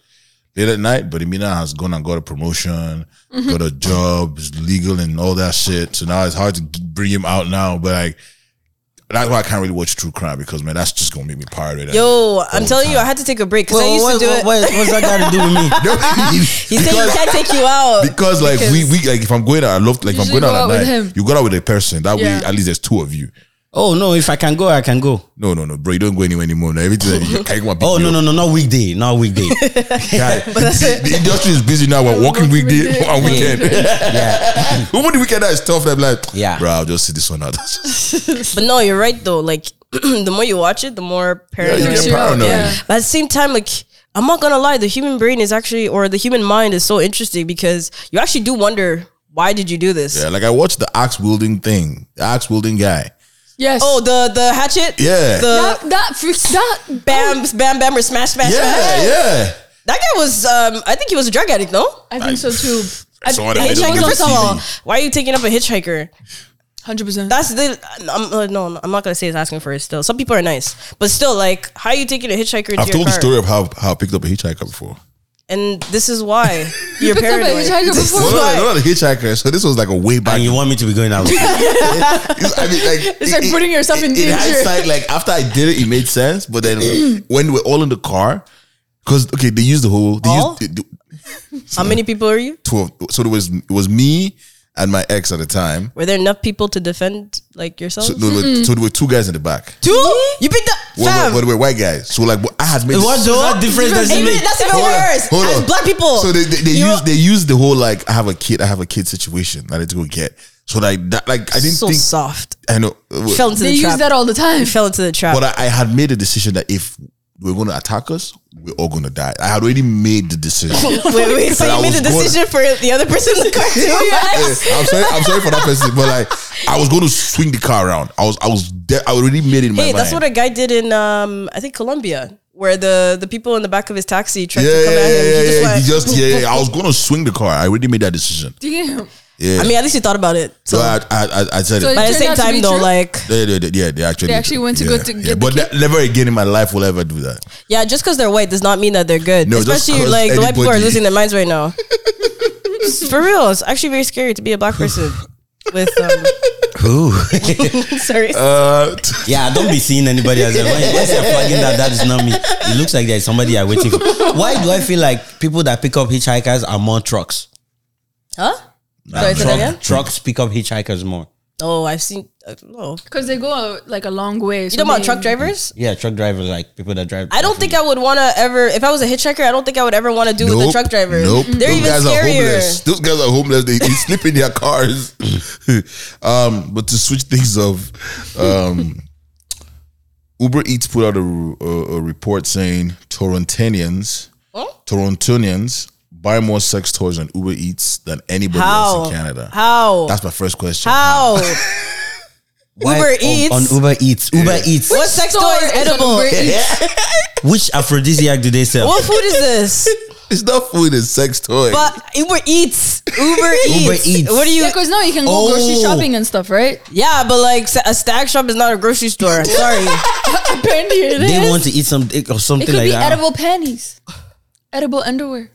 Speaker 3: late at night. But Amina has gone and got a promotion,
Speaker 5: Mm-hmm.
Speaker 3: got a job, is legal and all that shit. So now it's hard to g- bring him out now. But like that's why I can't really watch true crime because man, that's just gonna make me paranoid. *laughs*
Speaker 5: Yo, I'm telling you, I had to take a break because I used to do it.
Speaker 9: what's that got to do
Speaker 5: *laughs*
Speaker 9: with me?
Speaker 5: He said he can't take you out.
Speaker 3: *laughs* because like we we like if I'm going out, I love like if I'm
Speaker 6: Usually
Speaker 3: going out,
Speaker 6: go
Speaker 3: at
Speaker 6: out with
Speaker 3: night,
Speaker 6: him.
Speaker 3: you go out with a person. That way,
Speaker 6: Yeah.
Speaker 3: at least there's two of you.
Speaker 9: Oh no! If I can go, I can go.
Speaker 3: No, no, no, bro, you don't go anywhere anymore. Now everything like, you can't go and pick
Speaker 9: Oh
Speaker 3: me
Speaker 9: no,
Speaker 3: up.
Speaker 9: no, no! Not weekday. Not
Speaker 5: *laughs*
Speaker 9: weekday. *laughs*
Speaker 3: Guy, the, the industry is busy now. We're working weekday *laughs* on weekend. *laughs*
Speaker 9: yeah.
Speaker 3: Over the weekend that is tough. I'm like,
Speaker 9: Yeah.
Speaker 3: bro, I'll just see this one out. *laughs*
Speaker 5: But no, you're right though. Like *clears throat* the more you watch it, the more
Speaker 3: yeah,
Speaker 5: paranoid.
Speaker 3: you get
Speaker 6: you out,
Speaker 3: paranoid.
Speaker 6: yeah.
Speaker 5: But at the same time, like I'm not gonna lie, the human brain is actually or the human mind is so interesting because you actually do wonder why did you do this?
Speaker 3: Yeah, like I watched the axe wielding thing, the axe wielding guy.
Speaker 6: Yes.
Speaker 5: Oh, the the hatchet.
Speaker 3: Yeah.
Speaker 5: The
Speaker 6: that that freaks that
Speaker 5: bam bam bam or smash smash
Speaker 3: Yeah,
Speaker 5: smash.
Speaker 3: yeah.
Speaker 5: That guy was um I think he was a drug addict, no?
Speaker 6: I think so too. I,
Speaker 3: Someone that they don't
Speaker 5: Hitchhiker
Speaker 3: look
Speaker 5: first of
Speaker 3: TV.
Speaker 5: all. Why are you taking up a hitchhiker?
Speaker 6: Hundred percent.
Speaker 5: That's the I'm, uh, no, no, I'm not gonna say it's asking for it still. Some people are nice. But still, like, how are you taking a hitchhiker into
Speaker 3: I've
Speaker 5: your
Speaker 3: told the
Speaker 5: car?
Speaker 3: story of how how I picked up a hitchhiker before.
Speaker 5: And this
Speaker 6: *laughs*
Speaker 5: is why you're
Speaker 6: picked up a
Speaker 5: paranoid.
Speaker 6: hitchhiker
Speaker 5: This is
Speaker 6: before?
Speaker 3: Well,
Speaker 5: why.
Speaker 3: no, no, no, the hitchhiker. So this was like a way back.
Speaker 9: And you want me to be
Speaker 5: *laughs*
Speaker 9: going out?
Speaker 3: I mean, like
Speaker 6: It's like putting yourself in danger.
Speaker 3: hindsight, like after I did it, it made sense. But then when we're all in the car, because okay, they used the whole they
Speaker 5: All?
Speaker 3: used the, the
Speaker 5: How many people are you?
Speaker 3: twelve. So it was it was me and my ex at the time.
Speaker 5: Were there enough people to defend like yourself?
Speaker 3: So, there were, so there were two guys in the back.
Speaker 5: Two? You picked up
Speaker 3: Well,
Speaker 5: Mm-hmm. fam.
Speaker 3: well, well, white guys. So like I had made
Speaker 9: What the what difference does it
Speaker 5: Even-
Speaker 9: make?
Speaker 5: that's even
Speaker 3: Hold on,
Speaker 5: worse.
Speaker 3: hold
Speaker 5: As
Speaker 3: on.
Speaker 5: black people.
Speaker 3: So they they, they
Speaker 5: You
Speaker 3: use
Speaker 5: know-
Speaker 3: they use the whole like I have a kid, I have a kid situation that I had to go get. So like that, like I didn't
Speaker 5: so
Speaker 3: think
Speaker 5: soft.
Speaker 3: I know. uh,
Speaker 5: Fell into
Speaker 6: They
Speaker 5: the
Speaker 6: use
Speaker 5: trap.
Speaker 6: that all the time.
Speaker 5: fell into the
Speaker 3: *laughs*
Speaker 5: trap.
Speaker 3: But I, I had made a decision that if we're going to attack us, we're all going to die. I had already made the
Speaker 5: *laughs*
Speaker 3: decision.
Speaker 5: *laughs* wait,
Speaker 3: *laughs*
Speaker 5: wait. So
Speaker 3: But I
Speaker 5: you made
Speaker 3: was
Speaker 5: the decision for the other person
Speaker 3: *laughs*
Speaker 5: in the car too?
Speaker 3: Yeah, I'm sorry. I'm sorry for that person, but like, I was going to swing the car around. I was, I was, de- I already made it in *laughs* my
Speaker 5: Hey,
Speaker 3: mind.
Speaker 5: that's what a guy did in um I think Colombia, where the the people in the back of his taxi tried
Speaker 3: yeah,
Speaker 5: to
Speaker 3: yeah,
Speaker 5: come at him.
Speaker 3: yeah,
Speaker 5: he
Speaker 3: yeah,
Speaker 5: just
Speaker 3: yeah. He
Speaker 5: went,
Speaker 3: just, yeah, yeah. I
Speaker 5: *laughs*
Speaker 3: was going to swing the car. I already made that decision.
Speaker 6: Damn.
Speaker 3: Yeah.
Speaker 5: I mean, at least he thought about it. So,
Speaker 3: so I, I, I, I said
Speaker 6: So
Speaker 3: it.
Speaker 5: but at the
Speaker 6: Turned
Speaker 5: same
Speaker 6: out to
Speaker 5: time,
Speaker 6: be
Speaker 5: though,
Speaker 6: true.
Speaker 5: like
Speaker 3: Yeah, yeah, yeah, yeah, they actually,
Speaker 6: They actually went to
Speaker 3: yeah,
Speaker 6: go to
Speaker 3: yeah.
Speaker 6: get the
Speaker 3: but that, never again in my life will I ever do that.
Speaker 5: yeah, just because they're white does not mean that they're good.
Speaker 3: No, just
Speaker 5: Especially
Speaker 3: 'cause
Speaker 5: like the white people are
Speaker 3: anybody-
Speaker 5: losing their minds right
Speaker 3: *laughs*
Speaker 5: now. For real, it's actually very scary to be a black person with. Um, *laughs* sorry.
Speaker 3: Uh,
Speaker 9: Yeah, don't be seeing anybody else. When- Once you're flagging that, that is not me. It looks like there's somebody I'm waiting for. Why do I feel like people that pick up hitchhikers are more trucks?
Speaker 5: huh? Sorry, say that again?
Speaker 9: Truck, trucks pick up hitchhikers more.
Speaker 5: Oh, I've seen. Uh, no.
Speaker 6: Because they go uh, like a long way.
Speaker 5: You talking about truck drivers?
Speaker 9: Yeah, truck drivers like people that drive.
Speaker 5: I don't think I would want to ever. If I was a hitchhiker, I don't think I would ever want to do with a
Speaker 3: Nope.
Speaker 5: truck driver.
Speaker 3: Nope.
Speaker 5: They're
Speaker 3: Those
Speaker 5: even
Speaker 3: guys
Speaker 5: scarier.
Speaker 3: are homeless. Those guys are homeless. They, they sleep in their cars. *laughs* um, but to switch things off, um, Uber Eats put out a, a, a report saying Torontonians,
Speaker 5: Oh.
Speaker 3: Torontonians buy more sex toys on Uber Eats than anybody else
Speaker 5: How?
Speaker 3: in Canada.
Speaker 5: How?
Speaker 3: That's my first question.
Speaker 5: How?
Speaker 3: *laughs*
Speaker 9: Why-
Speaker 5: Uber
Speaker 9: on-
Speaker 5: Eats?
Speaker 9: on Uber Eats. Uber Eats.
Speaker 5: what sex toy
Speaker 6: store
Speaker 5: is
Speaker 6: is on
Speaker 3: *laughs*
Speaker 5: edible?
Speaker 6: Uber Eats?
Speaker 9: Which aphrodisiac do they sell?
Speaker 5: What food
Speaker 3: *laughs*
Speaker 5: is this?
Speaker 3: It's not food, it's sex toys.
Speaker 5: But Uber Eats. Uber Eats.
Speaker 9: Uber Eats.
Speaker 5: What are you?
Speaker 6: Yeah, because now you can go grocery
Speaker 9: Oh.
Speaker 6: shopping and stuff,
Speaker 5: *laughs*
Speaker 6: right?
Speaker 5: Yeah, but like s- a stack shop is not a
Speaker 6: *laughs*
Speaker 5: grocery store. Sorry.
Speaker 6: Apparently it
Speaker 9: They
Speaker 6: is.
Speaker 9: want to eat something or
Speaker 6: it
Speaker 9: something
Speaker 6: could
Speaker 9: like
Speaker 6: be
Speaker 9: that.
Speaker 6: edible panties, edible underwear.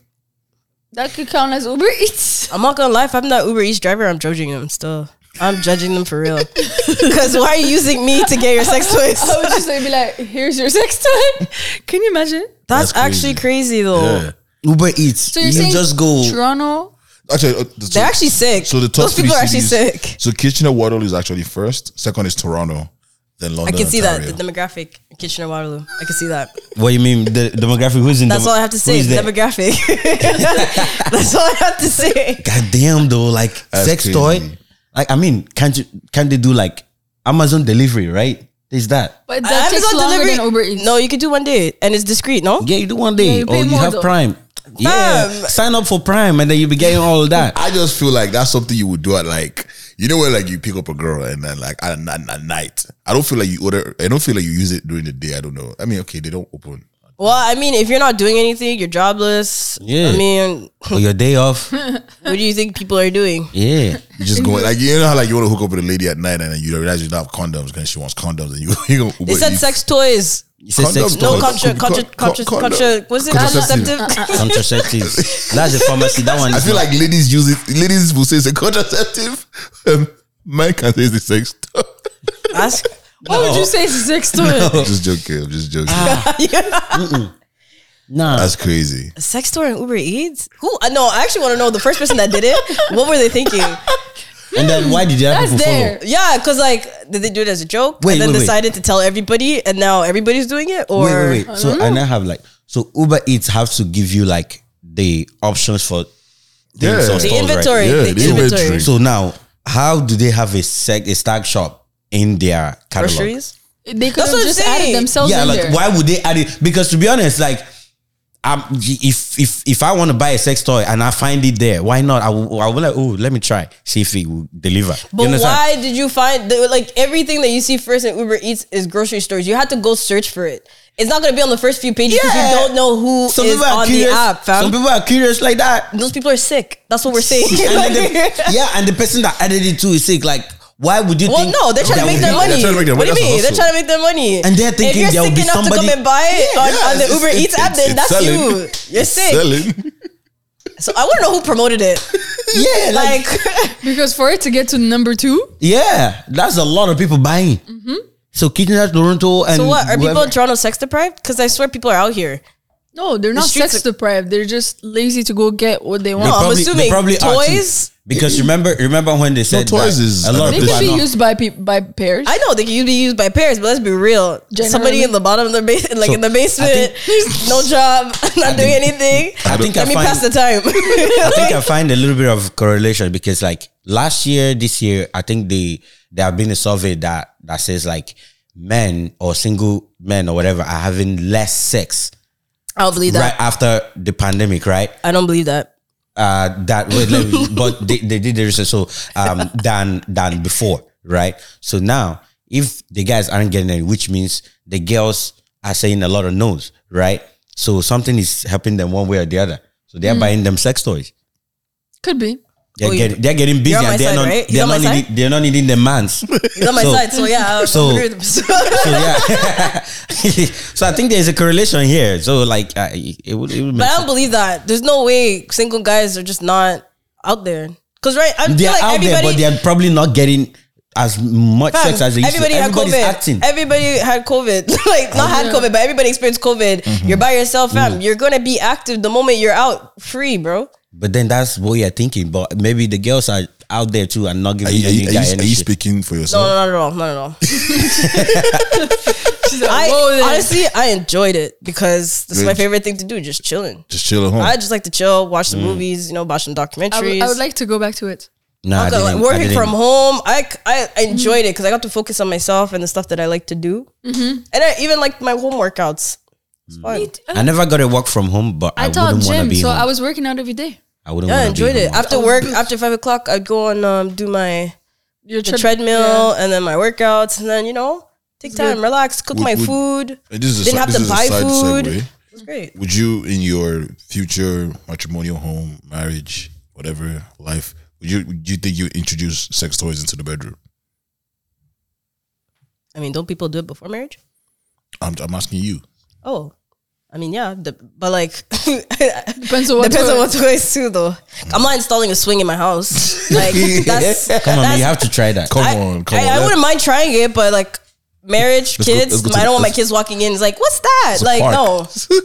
Speaker 6: That could count as Uber Eats. *laughs*
Speaker 5: I'm not gonna lie. If I'm not Uber Eats driver, I'm judging them still. I'm judging them for
Speaker 6: *laughs*
Speaker 5: real. Because why are you using me to get your sex toys?
Speaker 6: I would just like, be like, "Here's your sex toy." *laughs* Can you imagine?
Speaker 3: That's
Speaker 5: That's,
Speaker 3: crazy.
Speaker 5: actually crazy though.
Speaker 3: Yeah.
Speaker 9: Uber Eats.
Speaker 6: So you're saying
Speaker 9: just go.
Speaker 6: Toronto.
Speaker 3: Actually, uh, so-
Speaker 5: They're actually sick.
Speaker 3: So the top
Speaker 5: Those people
Speaker 3: three
Speaker 5: are actually
Speaker 3: cities-
Speaker 5: sick.
Speaker 3: So Kitchener Waterloo is actually first. Second is Toronto, then
Speaker 5: I
Speaker 3: London.
Speaker 5: can see
Speaker 3: Ontario.
Speaker 5: that the demographic Kitchener Waterloo. I can see that.
Speaker 9: What do you mean? The demographic? Who's in?
Speaker 5: That's
Speaker 9: demo-
Speaker 5: all I have to say.
Speaker 9: who's
Speaker 5: The
Speaker 9: there?
Speaker 5: demographic. *laughs* That's all I have to say.
Speaker 9: God damn though, like
Speaker 3: That's
Speaker 9: sex
Speaker 3: crazy.
Speaker 9: toy. Like I mean, can't you can't they do like Amazon delivery, right? There's that.
Speaker 6: But *laughs* that takes
Speaker 5: Amazon
Speaker 6: longer
Speaker 5: delivery-
Speaker 6: than Uber Eats.
Speaker 5: No, you can do one day and it's discreet. No,
Speaker 9: Yeah, you do one
Speaker 6: Yeah,
Speaker 9: day.
Speaker 6: you
Speaker 9: or
Speaker 6: pay
Speaker 9: you
Speaker 6: more
Speaker 9: have
Speaker 6: though.
Speaker 9: Prime. Yeah.
Speaker 5: Fam.
Speaker 9: Sign up for Prime and then you'll be getting all of that.
Speaker 3: I just feel like that's something you would do at like you know where like you pick up a girl and then like at, at, at night. I don't feel like you order. I don't feel like you use it during the day. I don't know. I mean, okay, they don't open.
Speaker 5: Well, I mean, if you're not doing anything, you're jobless.
Speaker 9: Yeah.
Speaker 5: I mean,
Speaker 9: or your
Speaker 6: *laughs*
Speaker 9: day off.
Speaker 5: what do you think people are doing?
Speaker 9: Yeah.
Speaker 3: You just go like you know how like you want to hook up with a lady at night and then you realize you don't have condoms because she wants condoms and you *laughs* you go.
Speaker 5: They said sex toys.
Speaker 9: You say sex
Speaker 3: Condoms,
Speaker 5: No
Speaker 3: Con-
Speaker 9: toy.
Speaker 5: contra,
Speaker 3: con-
Speaker 5: contra,
Speaker 3: con-
Speaker 5: contra,
Speaker 3: con-
Speaker 5: contra. Was it
Speaker 3: contraceptive.
Speaker 5: contraceptive?
Speaker 9: *laughs* Contraceptives. That's a pharmacy. That one
Speaker 3: I
Speaker 9: is
Speaker 3: feel like ladies use it. Ladies will say it's a contraceptive. *laughs* Um, man can say it's a sex. *laughs* toy.
Speaker 5: *laughs* Ask.
Speaker 6: Why would you say it's a sex toy?
Speaker 3: I'm just joking. I'm just joking.
Speaker 5: *laughs*
Speaker 9: nah.
Speaker 3: That's crazy.
Speaker 5: Sex store and Uber Eats? Who? Uh, no, I actually want to know the first person that did it. What were they
Speaker 9: *laughs*
Speaker 5: thinking?
Speaker 9: And then why did you have
Speaker 6: That's
Speaker 9: people follow?
Speaker 6: there.
Speaker 5: Yeah, because like, did they do it as a joke
Speaker 9: Wait,
Speaker 5: and then
Speaker 9: wait, wait.
Speaker 5: decided to tell everybody, and now everybody's doing it? Or
Speaker 9: Wait, wait, wait. So I now have like so Uber Eats have to give you like the options for
Speaker 3: Yeah.
Speaker 9: things or
Speaker 5: the
Speaker 9: stores, right?
Speaker 5: inventory?
Speaker 3: Yeah,
Speaker 5: the,
Speaker 3: the
Speaker 5: inventory.
Speaker 3: inventory.
Speaker 9: So now, how do they have a sec a stack shop in their catalog?
Speaker 5: Groceries.
Speaker 6: They could
Speaker 5: That's what
Speaker 6: have
Speaker 5: I'm
Speaker 6: just
Speaker 5: saying.
Speaker 6: added themselves
Speaker 9: Yeah,
Speaker 6: in
Speaker 9: like
Speaker 6: there.
Speaker 9: why would they add it? Because to be honest, like, um, if if if I want to buy a sex toy and I find it there, why not? I will, I will like, oh, let me try, see if it will deliver. You
Speaker 5: But
Speaker 9: understand?
Speaker 5: why did you find the, like everything that you see first in Uber Eats is grocery stores? You had to go search for it. It's not going to be on the first few pages because
Speaker 9: Yeah.
Speaker 5: you don't know who is
Speaker 9: Some people are
Speaker 5: on
Speaker 9: curious.
Speaker 5: the app, fam.
Speaker 9: Some people are curious like
Speaker 5: *laughs*
Speaker 9: that. *laughs*
Speaker 5: Those people are sick. That's what we're saying. *laughs*
Speaker 9: And then the- yeah, and the person that added it to is sick. Like, Why would you
Speaker 5: Well,
Speaker 9: think?
Speaker 5: no, they're trying to
Speaker 9: that
Speaker 5: make their
Speaker 9: would be-
Speaker 5: money.
Speaker 3: they're trying to make their
Speaker 5: What do
Speaker 3: money.
Speaker 5: you mean? They're
Speaker 3: That's a
Speaker 5: trying to make their money.
Speaker 9: And they're
Speaker 5: if
Speaker 9: thinking there
Speaker 5: you're
Speaker 9: will
Speaker 5: sick
Speaker 9: be
Speaker 5: enough to
Speaker 9: somebody-
Speaker 5: come and buy it on,
Speaker 3: yeah,
Speaker 5: on the
Speaker 3: it's-
Speaker 5: Uber
Speaker 3: it's-
Speaker 5: Eats app,
Speaker 3: it's-
Speaker 5: then
Speaker 3: it's
Speaker 5: that's
Speaker 3: selling.
Speaker 5: you. You're sick.
Speaker 3: Selling.
Speaker 5: So I want to know who promoted it.
Speaker 9: Yeah,
Speaker 5: *laughs*
Speaker 9: like,
Speaker 5: Like,
Speaker 6: Because for it to get to number two,
Speaker 9: yeah, that's a lot of people buying. So Kidnap Toronto and
Speaker 5: Mm-hmm. so what? Are people in
Speaker 9: whoever-
Speaker 5: Toronto sex deprived? Because I swear people are out here.
Speaker 6: no, they're not
Speaker 5: streets
Speaker 6: sex deprived. They're just lazy to go get what they
Speaker 9: They
Speaker 6: want.
Speaker 5: No, I'm
Speaker 9: probably- they
Speaker 5: assuming
Speaker 9: probably are too.
Speaker 5: toys-
Speaker 9: Because remember, remember when they said
Speaker 3: toys
Speaker 9: that
Speaker 3: is
Speaker 9: a lot
Speaker 3: another
Speaker 6: They
Speaker 9: of
Speaker 3: But
Speaker 9: people
Speaker 6: can
Speaker 9: are
Speaker 6: be
Speaker 9: not-
Speaker 6: used by people by pairs.
Speaker 5: I know they can be used by parents, but let's be real. Somebody
Speaker 6: Generally.
Speaker 5: in the bottom of the base, *laughs* like
Speaker 9: So,
Speaker 5: in the basement, *laughs* no job, not doing anything.
Speaker 9: I think
Speaker 5: Let
Speaker 9: I
Speaker 5: me
Speaker 9: find-
Speaker 5: pass the time.
Speaker 9: *laughs* I think I find a little bit of correlation because like last year, this year, I think they there have been a survey that that says like men or single men or whatever are having less sex
Speaker 5: *laughs* I don't believe that.
Speaker 9: right after the pandemic, right?
Speaker 5: I don't believe that.
Speaker 9: Uh, that wait, let
Speaker 5: *laughs*
Speaker 9: me- but they, they did the research so um than than before, right? So now if the guys aren't getting any, which means the girls are saying a lot of no's, right? So something is helping them one way or the other. So they're buying them sex toys.
Speaker 6: Could be.
Speaker 9: They're,
Speaker 5: Hmm. Oh, you-
Speaker 9: getting, they're getting busy
Speaker 5: on my
Speaker 9: and they're
Speaker 5: side,
Speaker 9: not,
Speaker 5: right? He's
Speaker 9: they're,
Speaker 5: on
Speaker 9: not
Speaker 5: my
Speaker 9: needing, they're not needing the
Speaker 5: *laughs*
Speaker 9: mans. so,
Speaker 5: He's on my
Speaker 9: So-
Speaker 5: side, so yeah. I
Speaker 9: so-
Speaker 5: agree with *laughs* him.
Speaker 9: yeah. *laughs* so I think there's a correlation here. So like, uh, it would, it would make
Speaker 5: But I
Speaker 9: sense.
Speaker 5: don't believe that. There's no way single guys are just not out there. Cause right, I feel
Speaker 9: They're
Speaker 5: like
Speaker 9: out there,
Speaker 5: everybody.
Speaker 9: but they're probably not getting as much
Speaker 5: Fam,
Speaker 9: sex as they used
Speaker 5: everybody
Speaker 9: to.
Speaker 5: had
Speaker 9: Everybody's
Speaker 5: COVID.
Speaker 9: acting.
Speaker 5: Everybody had COVID. *laughs* like not had COVID, but everybody experienced COVID.
Speaker 9: Mm-hmm.
Speaker 5: You're by yourself, fam. You're gonna be active the moment you're out free, bro.
Speaker 9: but then that's what you're thinking. But maybe the girls are out there too and not
Speaker 3: Are
Speaker 9: giving
Speaker 3: you, are
Speaker 9: any
Speaker 3: you,
Speaker 9: guy
Speaker 3: are you, are
Speaker 9: any
Speaker 3: you
Speaker 9: shit.
Speaker 3: speaking for
Speaker 5: No,
Speaker 3: yourself?
Speaker 5: no, not at all. Not at
Speaker 6: *laughs*
Speaker 5: all.
Speaker 6: "Whoa,
Speaker 5: I
Speaker 6: then."
Speaker 5: honestly I enjoyed it because this is my
Speaker 3: Really?
Speaker 5: favorite thing to do, just chilling.
Speaker 3: Just chill at home.
Speaker 5: I just like to chill, watch
Speaker 9: Mm.
Speaker 5: the movies, you know, watching documentaries.
Speaker 6: I would- I would like to go back to it.
Speaker 9: Nah, I
Speaker 5: Because, like,
Speaker 9: Ah, didn't- I
Speaker 5: working
Speaker 9: didn't.
Speaker 5: from home, I, c- I- I enjoyed it because I got to focus on myself and the stuff that I like to do,
Speaker 6: Mm-hmm.
Speaker 5: and I even like my home workouts.
Speaker 9: Mm.
Speaker 5: It's fun.
Speaker 9: I never got to work from home, but I,
Speaker 6: I taught
Speaker 9: wouldn't want to
Speaker 6: gym,
Speaker 9: be
Speaker 6: so
Speaker 9: home.
Speaker 6: I was working out every day.
Speaker 9: I wouldn't
Speaker 5: Yeah, I
Speaker 9: wanna be
Speaker 5: enjoyed it.
Speaker 9: home.
Speaker 5: After work, after five o'clock, I'd go and um, do my
Speaker 6: Your
Speaker 5: the treadmill and then my workouts, and then you know take time, relax, cook
Speaker 3: Would-
Speaker 5: my
Speaker 3: would-
Speaker 5: food.
Speaker 3: And this is a,
Speaker 5: Didn't
Speaker 3: si-
Speaker 5: have
Speaker 3: this
Speaker 5: to
Speaker 3: is a
Speaker 5: buy
Speaker 3: side
Speaker 5: food.
Speaker 3: segue.
Speaker 5: It was great.
Speaker 3: Would you, in your future matrimonial home, marriage, whatever life, would you do you think you introduce sex toys into the bedroom?
Speaker 5: I mean, don't people do it before marriage?
Speaker 3: I'm, I'm asking you. *laughs*
Speaker 5: Oh, I mean, yeah, the, but like *laughs*
Speaker 6: Depends on what.
Speaker 5: depends
Speaker 6: toy.
Speaker 5: on what toys too, though. I'm not installing a swing in my house. Like
Speaker 9: *laughs*
Speaker 5: that's
Speaker 9: Come on, man,
Speaker 5: that's
Speaker 9: you have to try that.
Speaker 3: Come
Speaker 5: I,
Speaker 3: on, come
Speaker 5: I,
Speaker 3: on.
Speaker 5: I wouldn't mind trying it, but like
Speaker 3: Let's
Speaker 5: marriage,
Speaker 3: go-
Speaker 5: kids,
Speaker 3: let's go to
Speaker 5: I
Speaker 3: the-
Speaker 5: don't want my
Speaker 3: let's-
Speaker 5: kids walking in. It's like, what's that?
Speaker 3: It's a
Speaker 5: Like,
Speaker 3: park.
Speaker 5: no.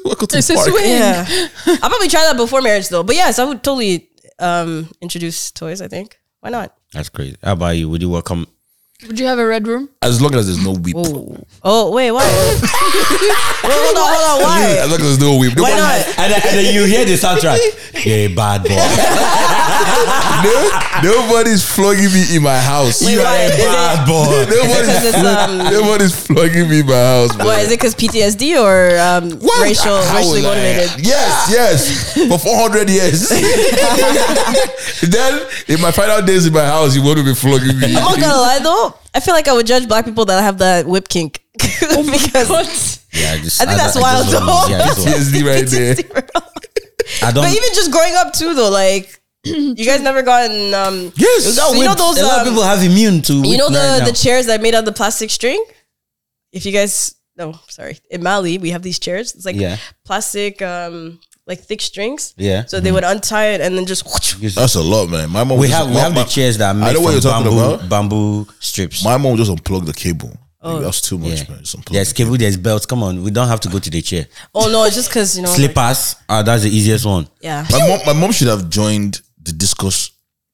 Speaker 3: Welcome to
Speaker 6: It's
Speaker 3: the
Speaker 6: a
Speaker 3: park.
Speaker 5: *laughs*
Speaker 6: swing.
Speaker 5: Yeah. I'll probably try that before marriage though. But yes, I would totally um introduce toys, I think. Why not?
Speaker 9: That's crazy. How about you? Would you welcome?
Speaker 6: Would you have a red room?
Speaker 3: As long as there's no weep.
Speaker 5: Oh, wait, why? *laughs* Wait, hold on, hold on,
Speaker 3: As
Speaker 5: why?
Speaker 3: long *laughs* as there's no weep.
Speaker 5: Why
Speaker 3: Nobody-
Speaker 5: not?
Speaker 9: And, then- and then you hear the *laughs* soundtrack. You're a bad boy.
Speaker 3: Nobody's flogging me in my house.
Speaker 5: Wait,
Speaker 3: You are
Speaker 5: why?
Speaker 3: a
Speaker 5: Is it-
Speaker 3: bad boy.
Speaker 5: *laughs* Because
Speaker 3: Nobody's,
Speaker 5: it's um
Speaker 3: nobody's flogging me in my house. man.
Speaker 5: what is it because PTSD or um
Speaker 3: What?
Speaker 5: racial
Speaker 3: How
Speaker 5: racially
Speaker 3: was I-
Speaker 5: motivated?
Speaker 3: Yes, yes. For 400 years. *laughs* then, in my final days in my house, you want to be flogging me.
Speaker 5: I'm not gonna lie though, I feel like I would judge black people that have that whip kink. *laughs* Oh because
Speaker 9: Yeah, I, just,
Speaker 5: I think that's
Speaker 9: I
Speaker 5: wild
Speaker 9: just want-
Speaker 5: though.
Speaker 9: yeah,
Speaker 5: *laughs*
Speaker 9: I just want-
Speaker 3: PTSD right there.
Speaker 9: I don't.
Speaker 5: But even just growing up too, though, *clears throat* like you guys never gotten um.
Speaker 9: yes,
Speaker 5: so you know those.
Speaker 9: a lot
Speaker 5: um,
Speaker 9: of people have immune to.
Speaker 5: you know
Speaker 9: weak right
Speaker 5: the
Speaker 9: now.
Speaker 5: the chairs that are made out of the plastic string. If you guys, no, sorry, in Mali we have these chairs. It's like
Speaker 9: Yeah.
Speaker 5: plastic, um, like thick strings.
Speaker 9: Yeah. Mm-hmm.
Speaker 5: So they would untie it and then just. *laughs*
Speaker 3: That's a lot, man. My mom
Speaker 9: we
Speaker 3: just-
Speaker 9: have we
Speaker 3: my-
Speaker 9: have the
Speaker 3: my-
Speaker 9: chairs that are made
Speaker 3: I know what
Speaker 9: from
Speaker 3: you're talking
Speaker 9: bamboo,
Speaker 3: about.
Speaker 9: bamboo strips.
Speaker 3: My mom just unplugged the cable.
Speaker 5: Oh,
Speaker 3: That's too much,
Speaker 9: yeah.
Speaker 3: man. Just unplug
Speaker 9: There's
Speaker 3: the cable.
Speaker 9: cable, there's belts. Come on, we don't have to go to the chair.
Speaker 5: Oh no! It's just because you know. like-
Speaker 9: Slippers, ah, that's the easiest one.
Speaker 5: yeah.
Speaker 3: My mom, my mom should have joined the discus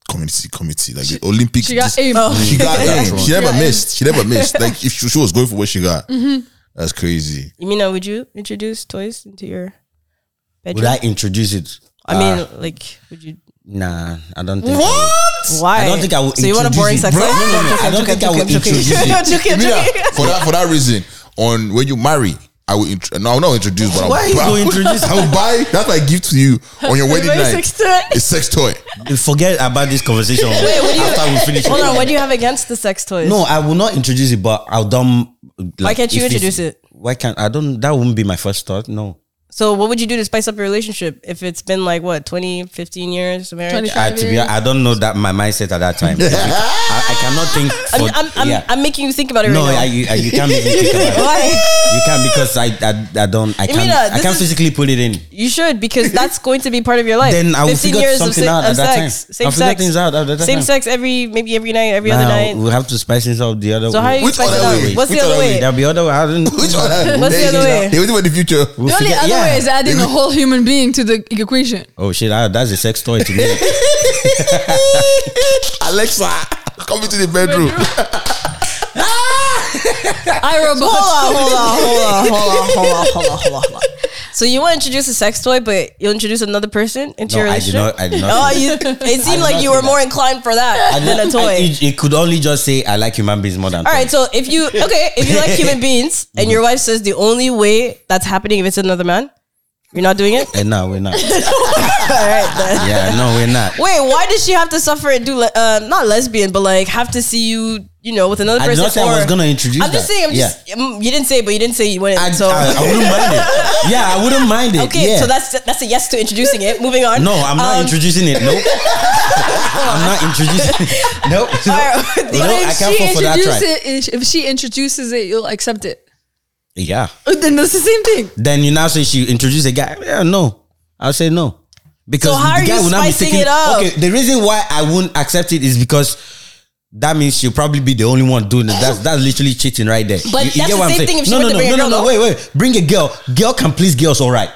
Speaker 3: community committee, like the Olympic.
Speaker 6: She got
Speaker 3: dis-
Speaker 6: aim.
Speaker 5: Oh.
Speaker 3: *laughs* she got
Speaker 9: Yeah.
Speaker 3: aim. She never missed. She never missed. Like if she, she was going for what she
Speaker 5: *laughs*
Speaker 3: got,
Speaker 5: Mm-hmm.
Speaker 3: that's crazy.
Speaker 5: You mean, uh, would you introduce toys into your
Speaker 9: Would
Speaker 5: bedroom?
Speaker 9: I Ah. introduce it?
Speaker 5: I mean, like, would you?
Speaker 9: Nah, I don't think. I would.
Speaker 5: Why?
Speaker 9: I don't think I would
Speaker 5: So you want a
Speaker 9: introduce
Speaker 5: boring
Speaker 9: it.
Speaker 5: sex?
Speaker 9: Bro, no, no, no, I don't think I would introduce it.
Speaker 5: Joking,
Speaker 3: Mira,
Speaker 5: joking.
Speaker 3: for that for that reason, on when you marry, I will int- no, I will not introduce, but
Speaker 9: Why
Speaker 3: I
Speaker 9: you
Speaker 3: will, buy-
Speaker 9: go
Speaker 3: *laughs*
Speaker 9: introduce?
Speaker 3: I will buy. That's my gift to you on your wedding
Speaker 5: Very
Speaker 3: night.
Speaker 5: sex toy.
Speaker 3: It's sex toy.
Speaker 9: Forget about this conversation.
Speaker 5: Wait, what do you-
Speaker 9: after we finish
Speaker 5: Hold
Speaker 9: it.
Speaker 5: on, what do you have against the sex toys?
Speaker 9: No, I will not introduce it, but I'll dumb.
Speaker 5: can't you
Speaker 9: if it's-
Speaker 5: introduce it?
Speaker 9: Why can't I? Don't. That wouldn't be my first thought. No.
Speaker 5: So what would you do to spice up your relationship if it's been like what 20, 15 years of marriage?
Speaker 6: 25
Speaker 9: I, to be,
Speaker 6: years.
Speaker 9: honest, I don't know that my mindset at
Speaker 3: *laughs*
Speaker 9: that time. I, I cannot think.
Speaker 5: I'm,
Speaker 9: For,
Speaker 5: I'm, I'm,
Speaker 9: yeah.
Speaker 5: I'm making you think about it
Speaker 9: no,
Speaker 5: right now.
Speaker 9: I, you, I- you can't make me
Speaker 5: *laughs*
Speaker 9: think about it.
Speaker 5: Why?
Speaker 9: You can't because I, I, I don't. I can't.
Speaker 5: Emina,
Speaker 9: I
Speaker 5: uh, this
Speaker 9: can't
Speaker 5: is-
Speaker 9: physically put it in.
Speaker 5: You should because that's going to be part of your life.
Speaker 9: Then I will
Speaker 5: 15
Speaker 9: figure
Speaker 5: years
Speaker 9: something
Speaker 5: se-
Speaker 9: out at that
Speaker 5: sex,
Speaker 9: time.
Speaker 5: Same
Speaker 9: I'll figure
Speaker 5: sex.
Speaker 9: things out at that
Speaker 5: same
Speaker 9: time.
Speaker 5: sex every maybe every night, every other
Speaker 9: Now,
Speaker 5: night.
Speaker 9: We'll have to spice things up the other
Speaker 5: So how
Speaker 9: way.
Speaker 5: you
Speaker 3: Which
Speaker 5: spice it
Speaker 3: other
Speaker 5: up?
Speaker 3: way?
Speaker 5: What's the
Speaker 3: Which
Speaker 5: other
Speaker 3: other
Speaker 5: way?
Speaker 9: There'll be other way. I
Speaker 5: *laughs*
Speaker 9: don't know.
Speaker 3: Which one?
Speaker 5: What's the other way?
Speaker 3: They waiting for the future.
Speaker 9: We'll
Speaker 6: The only
Speaker 9: figure-
Speaker 6: other
Speaker 9: yeah.
Speaker 6: way is adding a whole human being to the equation.
Speaker 9: Oh shit! I, that's a sex toy
Speaker 5: *laughs*
Speaker 9: to me.
Speaker 3: Alexa, come into the bedroom.
Speaker 6: I robot.
Speaker 5: Hold on, hold on, hold on, hold on, hold on, hold on, hold on, hold on. So you want to introduce a sex toy, but you'll introduce another person into your
Speaker 9: No, I did
Speaker 5: relationship.
Speaker 9: not. I did not.
Speaker 5: Oh,
Speaker 9: think-
Speaker 5: you, it seemed
Speaker 9: did
Speaker 5: like
Speaker 9: not
Speaker 5: you were
Speaker 9: think
Speaker 5: more inclined for that
Speaker 9: I did
Speaker 5: than
Speaker 9: not-
Speaker 5: a toy.
Speaker 9: I- it, it could only just say I like human beings more than.
Speaker 5: All right,
Speaker 9: toys.
Speaker 5: so if you okay, if you like human beings, and your wife says the only way that's happening if it's another man, you're not doing it.
Speaker 9: And no,
Speaker 5: *laughs*
Speaker 9: we're not.
Speaker 5: All right, then.
Speaker 9: Yeah, no, we're not.
Speaker 5: Wait, why does she have to suffer and do le- uh, not lesbian, but like have to see you, you know, with another
Speaker 9: I did
Speaker 5: person?
Speaker 9: not say I
Speaker 5: or-
Speaker 9: was gonna introduce.
Speaker 5: I'm just
Speaker 9: that.
Speaker 5: saying. I'm
Speaker 9: yeah.
Speaker 5: just. mm, You didn't say, but you didn't say you wouldn't.
Speaker 9: I,
Speaker 5: so
Speaker 9: I, I wouldn't mind
Speaker 5: *laughs*
Speaker 9: it. Yeah, I wouldn't mind it.
Speaker 5: okay,
Speaker 9: yeah.
Speaker 5: so that's that's a yes to introducing it. Moving on.
Speaker 9: no. I'm not
Speaker 5: Um,
Speaker 9: introducing it.
Speaker 5: *laughs*
Speaker 9: Nope. I'm not introducing. *laughs* Nope. No,
Speaker 5: right.
Speaker 9: no, Oh, I
Speaker 6: If
Speaker 9: can't
Speaker 6: she
Speaker 9: fall for that
Speaker 6: introduces
Speaker 9: trap.
Speaker 6: it, if she introduces it, you'll accept it.
Speaker 9: Yeah.
Speaker 6: Then that's the same thing.
Speaker 9: Then you now say she introduced a guy. Yeah, no. I'll say no. Because
Speaker 5: So how are
Speaker 9: the guy
Speaker 5: you
Speaker 9: will not be
Speaker 5: spicing
Speaker 9: taking
Speaker 5: it up?
Speaker 9: Okay, the reason why I wouldn't accept it is because that means she'll probably be the only one doing it. That's that's literally cheating right there.
Speaker 5: But that's the same thing if she
Speaker 9: no,
Speaker 5: were
Speaker 9: no,
Speaker 5: to
Speaker 9: no,
Speaker 5: bring a
Speaker 9: no,
Speaker 5: girl,
Speaker 9: no, no,
Speaker 5: though.
Speaker 9: wait, wait. Bring a girl. Girl can please girls, all right.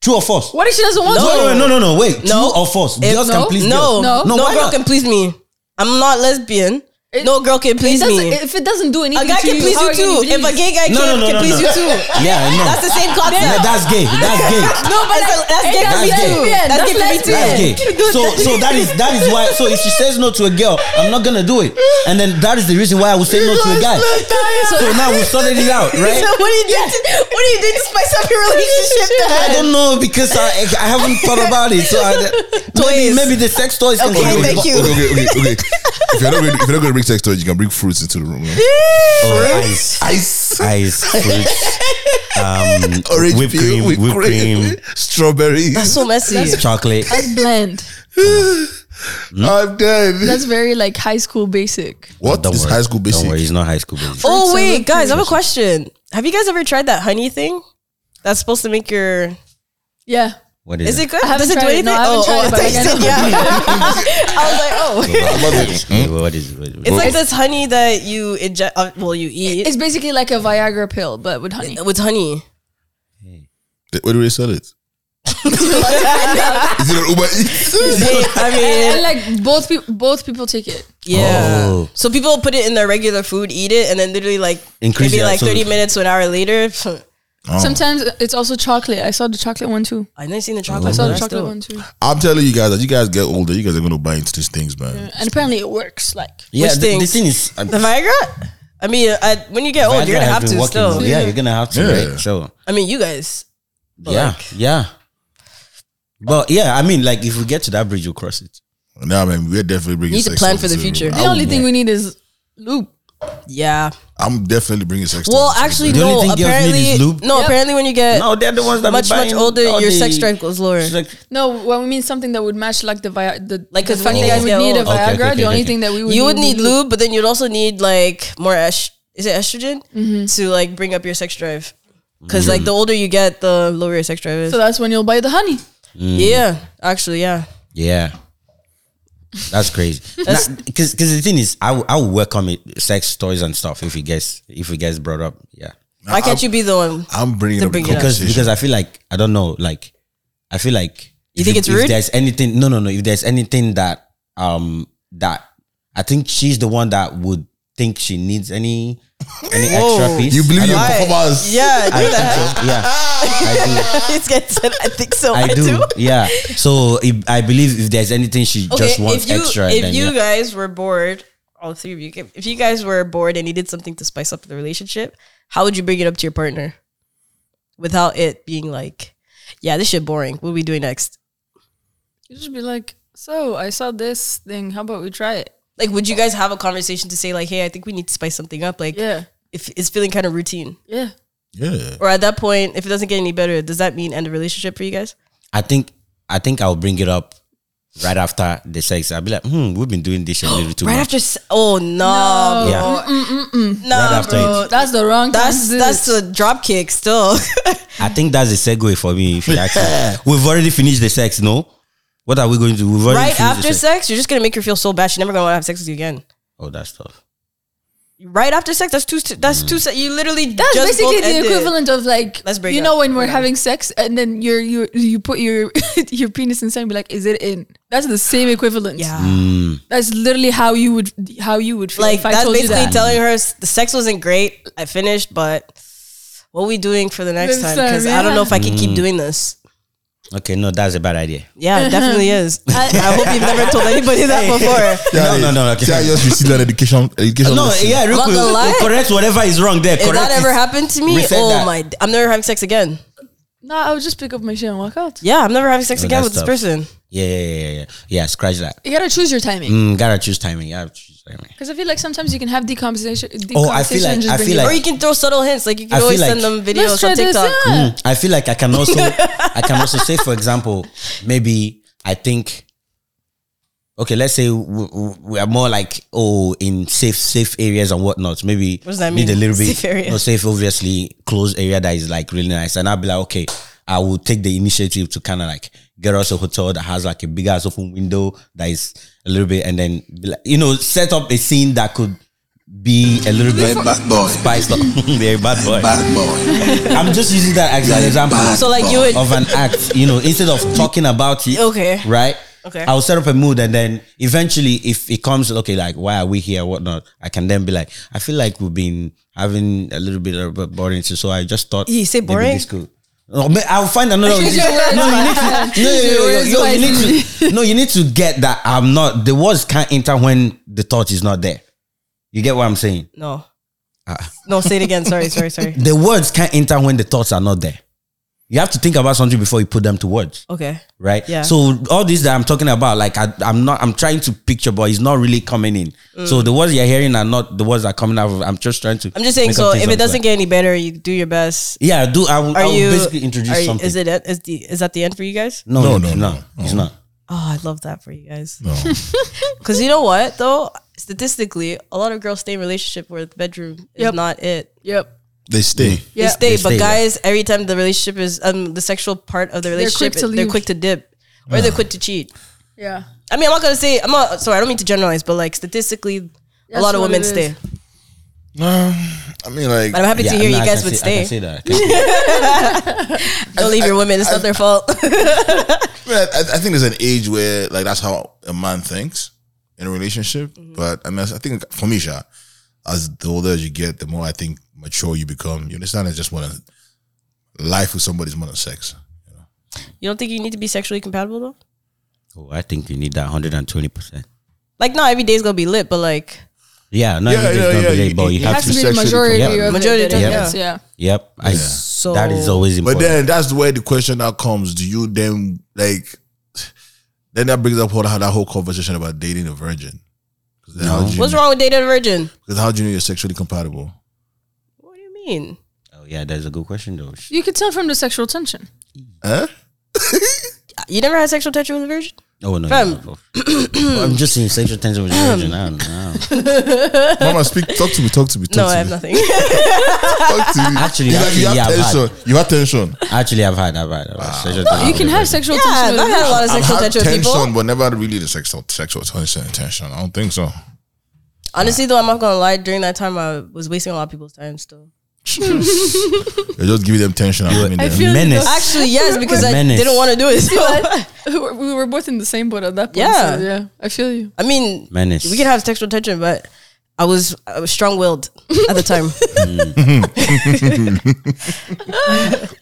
Speaker 9: Two of us.
Speaker 6: What if she doesn't want
Speaker 9: No,
Speaker 6: to?
Speaker 9: no, no, no, wait.
Speaker 5: No.
Speaker 9: Two of us.
Speaker 5: If-
Speaker 9: Girls
Speaker 6: no,
Speaker 9: can please
Speaker 5: No,
Speaker 9: girls.
Speaker 5: no,
Speaker 6: No.
Speaker 5: no,
Speaker 9: why
Speaker 5: girl
Speaker 9: not?
Speaker 5: can please me. I'm not lesbian.
Speaker 6: It-
Speaker 5: no girl
Speaker 6: It
Speaker 5: can please
Speaker 6: doesn't,
Speaker 5: me.
Speaker 6: if it doesn't do anything
Speaker 5: a guy
Speaker 6: to
Speaker 5: can
Speaker 6: you,
Speaker 5: please
Speaker 6: how are
Speaker 5: you
Speaker 6: gonna
Speaker 5: too.
Speaker 6: please?
Speaker 5: If a gay guy
Speaker 9: No,
Speaker 5: can,
Speaker 9: no, no,
Speaker 5: can
Speaker 9: no,
Speaker 5: please
Speaker 9: no.
Speaker 5: you too.
Speaker 9: Yeah, I know.
Speaker 5: *laughs* That's the same concept.
Speaker 9: Yeah, that's gay. That's gay.
Speaker 5: no, but *laughs* that's, that's, gay for
Speaker 6: that's
Speaker 5: me
Speaker 9: gay.
Speaker 5: too.
Speaker 6: That's
Speaker 5: That's gay for me too.
Speaker 9: That's gay.
Speaker 6: lesbian.
Speaker 9: So so that is that is why. So if she says no to a girl, I'm not gonna do it. And then that is the reason why I will say no to a guy. So now we sorted it out, right?
Speaker 5: *laughs* *laughs* So what do you do? To, what do you do to spice up your relationship?
Speaker 9: I
Speaker 5: Then?
Speaker 9: don't know because I, I haven't thought about it. So
Speaker 5: *laughs*
Speaker 9: I,
Speaker 5: Toys.
Speaker 9: maybe, maybe the sex toys. can
Speaker 5: Okay,
Speaker 9: do it.
Speaker 5: thank
Speaker 3: okay,
Speaker 5: you.
Speaker 3: Okay, okay, okay. if you're not ready, if you're not gonna bring sex toys, you can bring fruits into the room. Like,
Speaker 9: Oh, ice,
Speaker 3: ice,
Speaker 9: ice, fruits,
Speaker 5: *laughs*
Speaker 9: um,
Speaker 3: orange
Speaker 9: whipped
Speaker 3: peel,
Speaker 9: cream, whipped cream,
Speaker 3: strawberry.
Speaker 5: That's so messy.
Speaker 9: chocolate.
Speaker 6: That's bland.
Speaker 5: Hmm?
Speaker 3: I'm dead.
Speaker 6: That's very like high school basic.
Speaker 3: what
Speaker 9: Don't
Speaker 3: is
Speaker 9: worry.
Speaker 3: high school basic?
Speaker 9: Don't worry, it's not high school
Speaker 5: Oh
Speaker 9: basic.
Speaker 6: Fruits are
Speaker 5: wait,
Speaker 6: liquid.
Speaker 5: guys, I have a question. Have you guys ever tried that honey thing? That's supposed to make your
Speaker 6: Yeah.
Speaker 9: What is,
Speaker 5: is it good?
Speaker 6: I haven't
Speaker 5: Does it do
Speaker 6: tried it.
Speaker 5: anything?
Speaker 6: No, I haven't
Speaker 5: oh,
Speaker 6: tried
Speaker 5: oh,
Speaker 6: it, but
Speaker 5: *laughs* I
Speaker 6: I
Speaker 5: thought you said
Speaker 6: know. *laughs*
Speaker 5: yeah. I was like, oh,
Speaker 9: Wait, What is it? What-
Speaker 5: it's like this honey that you inject. Uh, well, you eat
Speaker 6: It's basically like a Viagra pill, but with honey. *laughs*
Speaker 5: with honey.
Speaker 3: Where do they sell
Speaker 5: *laughs*
Speaker 3: it? is it on Uber Eats?
Speaker 5: I
Speaker 6: And
Speaker 5: mean,
Speaker 6: like both people, both people take it.
Speaker 5: yeah.
Speaker 9: Oh.
Speaker 5: So people put it in their regular food, eat it, and then literally like
Speaker 9: Increase
Speaker 5: maybe
Speaker 9: your-
Speaker 5: like
Speaker 9: so-
Speaker 5: thirty minutes to an hour later.
Speaker 3: Oh.
Speaker 6: Sometimes it's also chocolate. I saw the chocolate one too.
Speaker 5: I've never seen the
Speaker 6: I
Speaker 5: chocolate.
Speaker 6: saw the
Speaker 5: that's
Speaker 6: chocolate
Speaker 5: dope.
Speaker 6: one too.
Speaker 3: I'm telling you guys, as you guys get older, you guys are gonna buy into these things, man.
Speaker 6: And apparently it works. Like
Speaker 9: yeah,
Speaker 5: which
Speaker 9: the,
Speaker 5: things?
Speaker 9: the thing is, uh,
Speaker 5: The Viagra. I mean, I, when you get old, Oh, you're
Speaker 9: Viagra
Speaker 5: gonna
Speaker 9: has
Speaker 5: have
Speaker 9: been
Speaker 5: to
Speaker 9: working
Speaker 5: still.
Speaker 9: though. Yeah, you're gonna have to.
Speaker 3: Yeah.
Speaker 9: Right? So
Speaker 5: I mean, you guys.
Speaker 9: yeah, yeah. But yeah, I mean, like if we get to that bridge, we'll cross it.
Speaker 3: Nah, man, we're definitely bringing.
Speaker 5: Need to
Speaker 3: sex
Speaker 5: plan
Speaker 3: toys
Speaker 5: for the
Speaker 3: into
Speaker 5: future.
Speaker 3: room.
Speaker 6: the only thing we need is lube.
Speaker 5: Yeah.
Speaker 3: I'm definitely bringing sex.
Speaker 5: Well,
Speaker 3: toys into
Speaker 5: actually,
Speaker 9: The only
Speaker 5: no.
Speaker 9: thing girls need
Speaker 5: Apparently,
Speaker 9: is lube.
Speaker 5: no. Apparently, when you get
Speaker 9: No, they're the ones that be
Speaker 5: Uh, much much
Speaker 9: buying
Speaker 5: older,
Speaker 9: all
Speaker 5: your
Speaker 9: the-
Speaker 5: sex drive goes lower.
Speaker 9: It's like,
Speaker 6: No, what we mean something that would match like the via the
Speaker 5: Like,
Speaker 6: like
Speaker 5: 'cause
Speaker 6: the
Speaker 5: when
Speaker 6: fact
Speaker 5: you
Speaker 6: that
Speaker 5: guys
Speaker 6: we
Speaker 5: get
Speaker 6: would need a
Speaker 5: old-
Speaker 9: Okay, okay,
Speaker 6: Viagra.
Speaker 9: okay,
Speaker 6: the only
Speaker 9: okay.
Speaker 6: thing that we would
Speaker 5: You would
Speaker 6: need
Speaker 5: need lube, but then you'd also need like more est- is it estrogen to like bring up your sex drive. Because like the
Speaker 9: Mm.
Speaker 5: older you get, the lower your sex drive is.
Speaker 6: So that's when you'll buy the honey.
Speaker 9: Mm.
Speaker 5: yeah, actually, yeah.
Speaker 9: yeah, that's
Speaker 5: *laughs*
Speaker 9: crazy. Because the thing is, I will- I will welcome it, sex toys and stuff if it gets if it gets brought up. Yeah,
Speaker 5: Why can't you be the one?
Speaker 3: I'm bringing
Speaker 5: To
Speaker 3: up the
Speaker 5: bring it up.
Speaker 9: because
Speaker 3: conversation.
Speaker 9: because I feel like I don't know. Like I feel like
Speaker 5: You
Speaker 9: if
Speaker 5: think
Speaker 9: it-
Speaker 5: it's
Speaker 9: if
Speaker 5: rude?
Speaker 9: There's anything? No, no, no. If there's anything that um that I think she's the one that would think she needs any any extra
Speaker 5: Whoa.
Speaker 9: piece.
Speaker 3: you
Speaker 9: I
Speaker 3: believe your
Speaker 9: don't-
Speaker 5: Why?
Speaker 3: performance.
Speaker 5: Yeah,
Speaker 9: I
Speaker 5: do
Speaker 9: think
Speaker 5: that.
Speaker 9: so.
Speaker 5: *laughs*
Speaker 9: Yeah, I do.
Speaker 5: It's getting said. *laughs* I think so.
Speaker 9: I do. Yeah. So if, I believe if there's anything she just
Speaker 5: Okay,
Speaker 9: wants
Speaker 5: if you
Speaker 9: extra,
Speaker 5: if
Speaker 9: then
Speaker 5: you
Speaker 9: yeah.
Speaker 5: guys were bored, all three of you, if- if you guys were bored and needed something to spice up the relationship, how would you bring it up to your partner without it being like, yeah, this shit boring. What we doing next?
Speaker 6: You just be like, so I saw this thing. How about we try it?
Speaker 5: Like, would you guys have a conversation to say like, hey, I think we need to spice something up? Like,
Speaker 6: Yeah,
Speaker 5: if it's feeling kind of routine.
Speaker 6: yeah.
Speaker 3: Yeah.
Speaker 5: Or at that point, if it doesn't get any better, does that mean end a relationship for you guys?
Speaker 9: I think I think I'll bring it up right after the sex. I'll be like, hmm, we've been doing this a little too
Speaker 5: Right
Speaker 9: much.
Speaker 5: after, s- oh no,
Speaker 9: yeah,
Speaker 5: no,
Speaker 9: right after
Speaker 5: bro.
Speaker 9: it.
Speaker 6: That's the wrong.
Speaker 5: uh, That's that's a drop kick still.
Speaker 9: I think that's a segue for me. If you *laughs* ask me. we've already finished the sex, no? What are we going to do? We've already
Speaker 5: *laughs* right
Speaker 9: finished the
Speaker 5: after sex, you're just gonna make her feel so bad. She's never gonna want to have sex with you again.
Speaker 9: Oh, that's tough.
Speaker 5: Right after sex, that's two. That's two. se- You literally
Speaker 6: That's
Speaker 5: just
Speaker 6: basically
Speaker 5: both
Speaker 6: the
Speaker 5: ended.
Speaker 6: equivalent of like
Speaker 5: Let's break
Speaker 6: you
Speaker 5: up.
Speaker 6: know when we're having sex and then you're you you put your *laughs* your penis inside and be like, is it in? That's the same equivalent.
Speaker 5: Yeah.
Speaker 9: Mm.
Speaker 6: That's literally how you would how you would feel
Speaker 5: Like
Speaker 6: if I
Speaker 5: that's
Speaker 6: told you
Speaker 5: basically
Speaker 6: that.
Speaker 5: telling her s- the sex wasn't great. I finished, but what we doing for the next
Speaker 6: Next
Speaker 5: time?
Speaker 6: time,
Speaker 5: Because I don't
Speaker 6: yeah.
Speaker 5: know if I can
Speaker 9: Mm.
Speaker 5: keep doing this.
Speaker 9: Okay, no, that's a bad idea.
Speaker 5: Yeah, it definitely
Speaker 6: *laughs*
Speaker 5: is. I, I hope you've never told anybody that before.
Speaker 9: No, no, no, okay.
Speaker 3: See, I just received an education. education
Speaker 9: No,
Speaker 3: lesson.
Speaker 9: yeah,
Speaker 5: Not
Speaker 9: Ruku,
Speaker 5: gonna lie.
Speaker 9: correct whatever is wrong there.
Speaker 5: If
Speaker 9: *laughs* correct
Speaker 5: that ever
Speaker 9: it.
Speaker 5: happened to me,
Speaker 9: Reset
Speaker 5: oh
Speaker 9: that.
Speaker 5: my! I'm never having sex again.
Speaker 6: No, I would just pick up my shit and walk out.
Speaker 5: Yeah, I'm never having sex
Speaker 9: No,
Speaker 5: again
Speaker 9: that's
Speaker 5: with this
Speaker 9: tough.
Speaker 5: person.
Speaker 9: Yeah, yeah, yeah, yeah, yeah. Yeah, scratch that.
Speaker 6: You gotta choose your timing.
Speaker 9: Mm, gotta choose timing. Yeah, choose timing.
Speaker 6: Because I feel like sometimes you can have the conversation. The
Speaker 9: Oh, I
Speaker 6: conversation
Speaker 9: feel like-
Speaker 6: and just
Speaker 9: I
Speaker 6: bring it
Speaker 9: feel like-
Speaker 5: Or you can throw subtle hints. Like you
Speaker 9: I
Speaker 5: can
Speaker 9: feel
Speaker 5: always send
Speaker 9: like-
Speaker 5: them
Speaker 6: up. Let's
Speaker 5: videos
Speaker 6: try
Speaker 5: on
Speaker 6: this,
Speaker 5: TikTok.
Speaker 6: yeah.
Speaker 9: Mm, I feel like I can also I can also say, for example, maybe I think okay, let's say we, we- we are more like oh in safe safe areas and whatnot. Maybe
Speaker 5: What does that
Speaker 9: need
Speaker 5: mean?
Speaker 9: a little bit
Speaker 5: Safe area?
Speaker 9: no safe, obviously closed area that is like really nice, and I'll be like okay. I will take the initiative to kind of like get us a hotel that has like a big ass open window that is a little bit, and then be like, you know set up a scene that could be a little bit *laughs*
Speaker 3: Bad boy.
Speaker 9: spiced up. They're a bad boy.
Speaker 3: Bad boy.
Speaker 9: I'm just using that as an example
Speaker 5: So like you would *laughs*
Speaker 9: *laughs* of an act, you know, instead of talking about it.
Speaker 5: Okay.
Speaker 9: Right?
Speaker 5: Okay.
Speaker 9: I'll set up a mood and then eventually if it comes, okay, like why are we here, whatnot, I can then be like, I feel like we've been having a little bit of a boring so, so I just thought
Speaker 5: You say
Speaker 9: maybe
Speaker 5: boring?
Speaker 9: this could- No, ma- I'll find
Speaker 5: *laughs*
Speaker 9: another
Speaker 6: Choose
Speaker 9: reason.
Speaker 6: your words,
Speaker 9: No, you
Speaker 6: man.
Speaker 9: need to, no,
Speaker 6: Choose
Speaker 9: yo,
Speaker 6: your
Speaker 9: yo,
Speaker 6: words
Speaker 9: yo, yo, you need
Speaker 6: wisely.
Speaker 9: to- no, you need to get that I'm not the words can't enter when the thought is not there. You get what I'm saying?
Speaker 5: no. No, say it again. Sorry, sorry,
Speaker 9: *laughs*
Speaker 5: sorry.
Speaker 9: The words can't enter when the thoughts are not there. You have to think about something before you put them to words
Speaker 5: Okay.
Speaker 9: right?
Speaker 5: Yeah.
Speaker 9: So all this that I'm talking about, like I, I'm not, I'm trying to picture, but it's not really coming in. So the words you're hearing are not the words that are coming out. Of, I'm just trying to.
Speaker 5: Mm. I'm just saying.
Speaker 9: make
Speaker 5: So
Speaker 9: up things
Speaker 5: if
Speaker 9: on
Speaker 5: it
Speaker 9: the
Speaker 5: doesn't
Speaker 9: fly.
Speaker 5: get any better, you do your best.
Speaker 9: yeah, I do I will,
Speaker 5: Are
Speaker 9: I will
Speaker 5: you
Speaker 9: basically introduce
Speaker 5: are you-
Speaker 9: something.
Speaker 5: Is it? Is the is that the end for you guys?
Speaker 9: no,
Speaker 3: No,
Speaker 9: no,
Speaker 3: no,
Speaker 9: no,
Speaker 3: no,
Speaker 9: it's not.
Speaker 5: Oh, I love that for you guys. *laughs*
Speaker 3: No.
Speaker 5: Because you know what though, statistically, a lot of girls stay in relationship where the bedroom is
Speaker 6: Yep.
Speaker 5: not it.
Speaker 6: Yep.
Speaker 3: They stay.
Speaker 5: They
Speaker 6: Yeah.
Speaker 5: stay,
Speaker 9: They
Speaker 5: but
Speaker 9: stay, yeah.
Speaker 5: guys, every time the relationship is um the sexual part of the relationship,
Speaker 6: quick to
Speaker 5: they're
Speaker 6: leave.
Speaker 5: quick to dip, or they're quick to cheat.
Speaker 6: Yeah.
Speaker 5: I mean, I'm not gonna say I'm not. Sorry, I don't mean to generalize, but like statistically, a
Speaker 6: That's
Speaker 5: lot of
Speaker 6: what
Speaker 5: women
Speaker 6: it
Speaker 5: stay.
Speaker 6: is.
Speaker 3: I mean, like,
Speaker 5: But I'm happy to hear
Speaker 9: no,
Speaker 5: you
Speaker 9: I
Speaker 5: guys
Speaker 9: can
Speaker 5: would
Speaker 9: say- I
Speaker 5: stay.
Speaker 9: can say that. I
Speaker 5: *laughs*
Speaker 9: can say-
Speaker 5: Don't leave your women; it's not
Speaker 6: *laughs*
Speaker 5: their fault.
Speaker 3: But I, I think there's an age where like that's how a man thinks in a relationship. But I mean, I think for me, Sha, as the older as you get, the more I think mature you become. You understand? It's just more than life with somebody is more than sex.
Speaker 5: You don't think you need to be sexually compatible though?
Speaker 9: oh, I think you need that 120. percent
Speaker 5: Like, not every day's gonna be lit, but like,
Speaker 9: Yeah, no, yeah, yeah, yeah, but you
Speaker 6: It
Speaker 9: have
Speaker 6: has to
Speaker 9: to.
Speaker 6: be the
Speaker 3: sexually
Speaker 6: majority
Speaker 9: compatible.
Speaker 6: of
Speaker 5: Majority
Speaker 6: it.
Speaker 5: of
Speaker 6: Yeah.
Speaker 5: it,
Speaker 6: Yes, yeah.
Speaker 9: Yep, I,
Speaker 5: So-
Speaker 9: that is always
Speaker 3: But
Speaker 9: important.
Speaker 3: then that's where the question now comes: Do you then like? Then that brings up all that, that whole conversation about dating a virgin. 'Cause then how
Speaker 9: No.
Speaker 3: do you
Speaker 5: what's
Speaker 3: know-
Speaker 5: wrong with dating a virgin?
Speaker 3: Because how do you know you're sexually compatible?
Speaker 5: What do you mean?
Speaker 9: oh yeah, that's a good question though.
Speaker 6: You could tell from the sexual tension.
Speaker 3: Huh?
Speaker 5: You never had sexual tension with a virgin?
Speaker 9: Oh no,
Speaker 5: Fam.
Speaker 9: no, no. I'm just saying sexual tension with your virgin. I don't
Speaker 5: *laughs*
Speaker 9: know.
Speaker 3: Mama, speak. Talk to me. Talk to me. Talk
Speaker 5: No,
Speaker 3: to
Speaker 5: I have
Speaker 3: me.
Speaker 5: *laughs* nothing.
Speaker 3: Talk to me.
Speaker 9: Actually,
Speaker 3: He's
Speaker 9: actually,
Speaker 3: you have
Speaker 9: yeah, I've had.
Speaker 3: tension. You have tension.
Speaker 9: Actually, I've had, I've had, I've had sexual tension
Speaker 6: You
Speaker 9: with
Speaker 6: can
Speaker 9: a
Speaker 6: have
Speaker 9: virgin.
Speaker 6: sexual
Speaker 5: yeah,
Speaker 6: tension.
Speaker 5: I've had a lot of
Speaker 3: I've
Speaker 5: sexual
Speaker 3: had
Speaker 5: tension with people.
Speaker 3: but never really the sexual sexual tension intention. I don't think so.
Speaker 5: Honestly, though, I'm not gonna lie. During that time, I was wasting a lot of people's time still.
Speaker 3: You're just giving them tension. I mean,
Speaker 6: I
Speaker 3: them.
Speaker 6: feel
Speaker 9: Menace.
Speaker 5: Actually, *laughs* yes, because I
Speaker 9: Menace.
Speaker 5: didn't want to *laughs* do it. So.
Speaker 6: We were- we were both in the same boat at that point.
Speaker 5: Yeah.
Speaker 6: so yeah. I feel you.
Speaker 5: I mean,
Speaker 9: Menace.
Speaker 5: we can have sexual tension, but I was I was strong-willed at the *laughs* time.